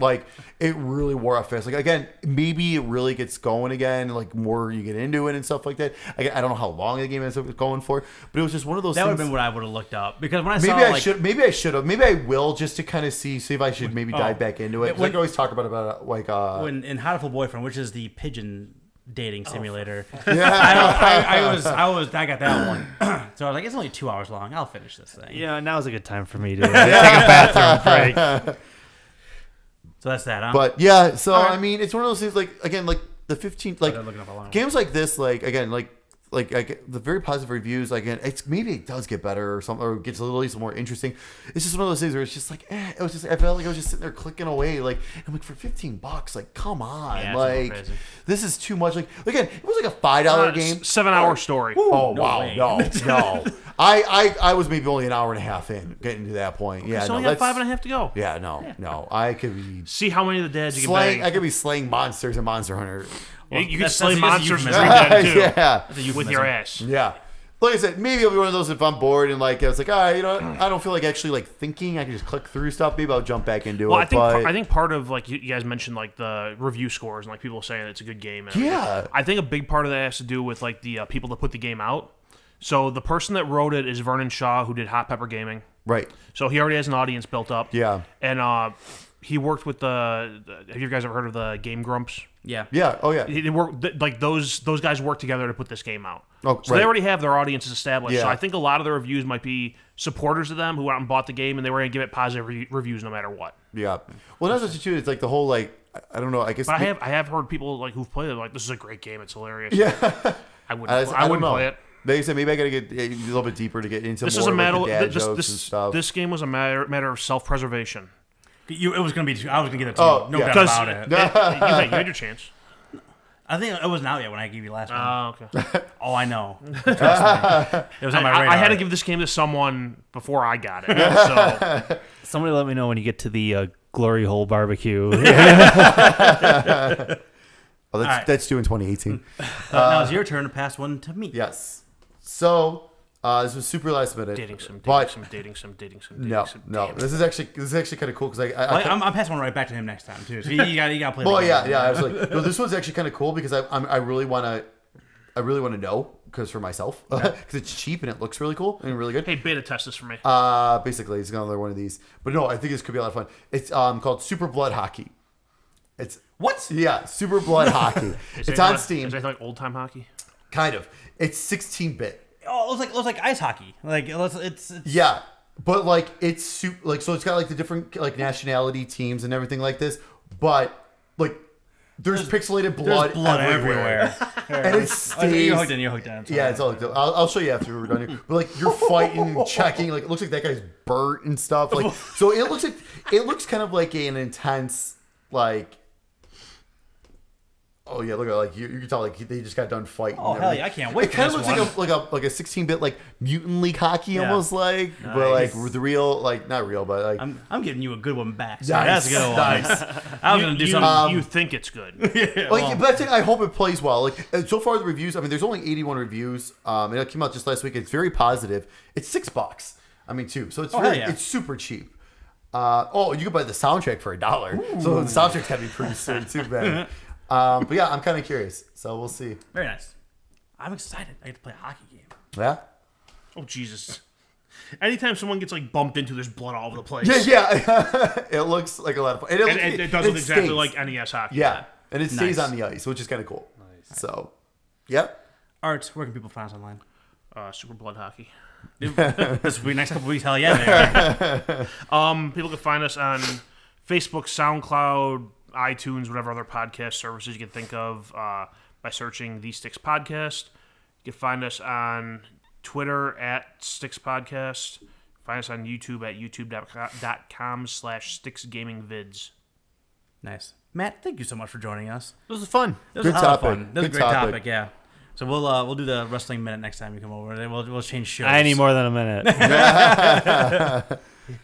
like it really wore off fast. Like again, maybe it really gets going again. Like more you get into it and stuff like that. I, I don't know how long the game ends up going for, but it was just one of those. That would have things, been what I would have looked up because when I Maybe saw I like should. Maybe I should have. Maybe I will just to kind of see see if I should oh. maybe dive back into it. 'Cause When- I can always talk about about like uh when oh, in Hotful Boyfriend, which is the pigeon dating Oh, simulator. I, yeah. I, I was I was I got that one, so I was like, it's only two hours long. I'll finish this thing. Yeah, now's a good time for me to uh, take a bathroom break. So that's that. Huh? But yeah, so Alright. I mean, it's one of those things. Like again, like the fifteenth, like they're looking up a lot. games like this, like again, like like I get the very positive reviews. Like and it's maybe it does get better or something, or gets a little at least more interesting. It's just one of those things where it's just like eh, it was just I felt like I was just sitting there clicking away. Like I'm like for fifteen bucks, like come on, Yeah, it's a little like crazy. this is too much. Like again, it was like a five dollar Uh, game. s- Seven hour story. Oh no wow, way. no, no. I, I I was maybe only an hour and a half in getting to that point. Yeah, It's no, only got that's- five and a half to go. Yeah, no, no. I could be See how many of the dads you can slaying. bang. I could be slaying monsters and Monster Hunter. you you can that's- slay that's- that's monsters and euphemism. drink that too yeah, with euphemism. your ass. yeah. Like I said, maybe it'll be one of those if I'm bored and like it's like, all right, you know, what? I don't feel like actually like thinking. I can just click through stuff. Maybe I'll jump back into Well, it. I think but par- I think part of like you, you guys mentioned like the review scores and like people saying it's a good game. And everything. Yeah. I think a big part of that has to do with like the uh, people that put the game out. So the person that wrote it is Vernon Shaw, who did Hot Pepper Gaming. right, So he already has an audience built up. Yeah. and uh, he worked with the. the- Have you guys ever heard of the Game Grumps? yeah. yeah, oh yeah, They they work th- like those. Those guys work together to put this game out. Oh, so right. they already have their audiences established. So Yeah. I think a lot of the reviews might be supporters of them who went out and bought the game, and they were going to give it positive re- reviews no matter what. yeah. Well, that's what you do. It's like the whole like I- I don't know. I guess But I have I have heard people like who've played it like this is a great game. It's hilarious. Yeah. I wouldn't. I, I, just- I don't wouldn't know. play it. Like I said, maybe I gotta get a little bit deeper to get into This more is a of, like, matter. the dad this jokes and this stuff. this game was a matter matter of self preservation. You, it was gonna be. Two, I was gonna get it to Oh, you. No yeah. doubt Because about it. you, had, you had your chance. I think it wasn't out yet when I gave you last one. Oh, okay. oh, I know. Trust me. It was on my I, radar. I had to give this game to someone before I got it. So Somebody let me know when you get to the uh, glory hole barbecue. oh, that's Alright. that's due in 2018. now Uh, it's your turn to pass one to me. yes. So uh, this was super last minute. dating some, dating but some, dating some, dating some, dating no, some. no. damn. This is actually this is actually kind of cool because I, I, I Well, kept- I'm, I'm passing one right back to him next time too. So you, you got you got to play. the Well, game. yeah, yeah. I was like, no, this one's actually kind of cool because I, I'm, I really want to, I really want to know because for myself, because it's cheap and it looks really cool and really good. Hey, beta test this for me. Uh, basically, it's another one of these. But no, I think this could be a lot of fun. It's um called Super Blood Hockey. It's What? yeah, Super Blood Hockey. Is it's there on anything- Steam, Is anything like old time hockey? kind of. It's 16 bit. Oh, it was like it was like ice hockey. Like it was, it's, it's Yeah, but like it's super like so it's got like the different like nationality teams and everything like this, but like. There's, pixelated blood, there's blood everywhere. and it Oh, stays you're hooked in. You're hooked in. it's Yeah, all it's all. I'll, I'll show you after we're done here. But like you're fighting, checking. Like it looks like that guy's burnt and stuff. Like so, it looks like it looks kind of like an intense like. Oh yeah, look at like you, you can tell like they just got done fighting. Oh, and hell everything. yeah, I can't wait It for kind of this looks like a like a like a 16-bit like mutant league hockey Yeah. almost like, but like Nice. with the real like not real, but like I'm, I'm giving you a good one back. So That's Nice, a good one. nice. I was You, gonna do you- something. you think it's good? Like, but I, think, I hope it plays well. Like uh, so far, the reviews. I mean, there's only 81 reviews. Um, and it came out just last week. It's very positive. It's six bucks. I mean, too. So it's Oh, hell really, yeah. it's super cheap. Uh, oh, you can buy the soundtrack for a dollar. So the soundtrack's gotta be pretty soon too, man. um, but yeah, I'm kind of curious. So we'll see. Very nice. I'm excited. I get to play a hockey game. Yeah. Oh Jesus! Anytime someone gets like bumped into, there's blood all over the place. Yeah, yeah. it looks like a lot of fun. it, And it, it doesn't exactly stays. like NES hockey. Yeah, and it stays Nice. on the ice, which is kind of cool. So, yep. Arts, where can people find us online? Uh, Super Blood Hockey. this will be next couple weeks. Hell yeah, they are. Um, people can find us on Facebook, SoundCloud, iTunes, whatever other podcast services you can think of uh, by searching The Sticks Podcast. You can find us on Twitter at Sticks Podcast. Find us on YouTube at youtube.com slash Sticks Gaming Vids. Nice. Matt, thank you so much for joining us. This was fun. It was Good a lot of topic. fun. That was a Good great topic. topic. yeah. So we'll uh, we'll do the wrestling minute next time you come over. We'll we'll change shows. I need more than a minute.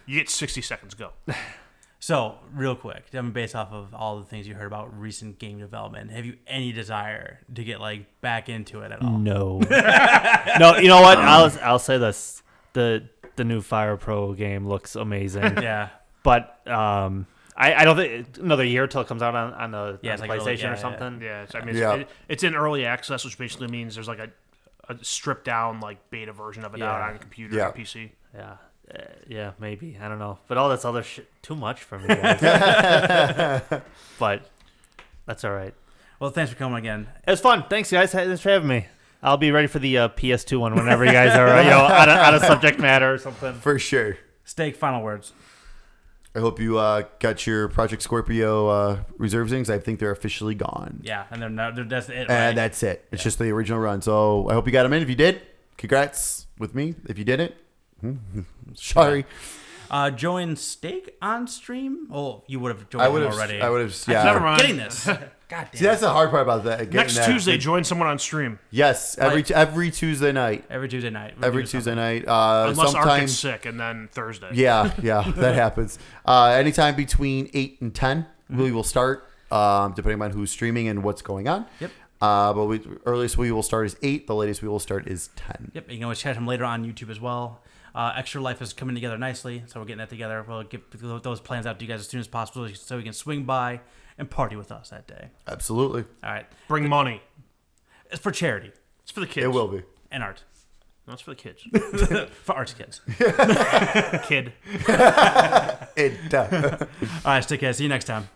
You get 60 seconds, go. So real quick, I mean, based off of all the things you heard about recent game development, have you any desire to get like back into it at all? no. no, you know what? I'll I'll say this. The the new Fire Pro game looks Mm. amazing. Yeah. but um I, I don't think another year till it comes out on, on the, Yeah, on it's the like early- PlayStation yeah, or something. Yeah, it's, I mean, it's, Yeah. it- it's in early access, which basically means there's like a, a stripped down like beta version of it out Yeah. on computer Yeah. and PC. Yeah. Uh, yeah, maybe. I don't know. But all this other shit, too much for me. guys. but that's all right. Well, thanks for coming again. It was fun. Thanks, guys. Thanks for having me. I'll be ready for the uh, PS2 one whenever you guys are, uh, you know, out of, out of subject matter or something. For sure. Steak. Final words. I hope you uh, got your Project Scorpio uh, reserves things. I think they're officially gone. Yeah, and they're not. They're, that's it. right? And that's it. It's just the original run. So I hope you got them in. If you did, congrats with me. If you didn't, sorry. Uh, join Steak on stream. Oh, you would have joined I him would have. already. I would have. I Yeah. keep Never mind. forgetting this. God damn. See, that's the hard part about that. getting Next that- Tuesday, join someone on stream. Yes, every every Tuesday night. Every Tuesday night. we Every do something. Tuesday night. Uh, Unless Art gets sometimes. sick, and then Thursday. Yeah, yeah, that happens. Uh, anytime between eight and 10 we will start, um, depending on who's streaming and what's going on. Yep. Uh, but we, earliest we will start is eight. The latest we will start is ten. Yep, you can always catch him later on YouTube as well. Uh, Extra Life is coming together nicely, so we're getting that together. We'll get those plans out to you guys as soon as possible so you can swing by and party with us that day. Absolutely, All right. Bring money. It's for charity It's for the kids. it will be. and art. No, it's for the kids. For arts kids. Kid. It. Uh, All right, stick it. See you next time.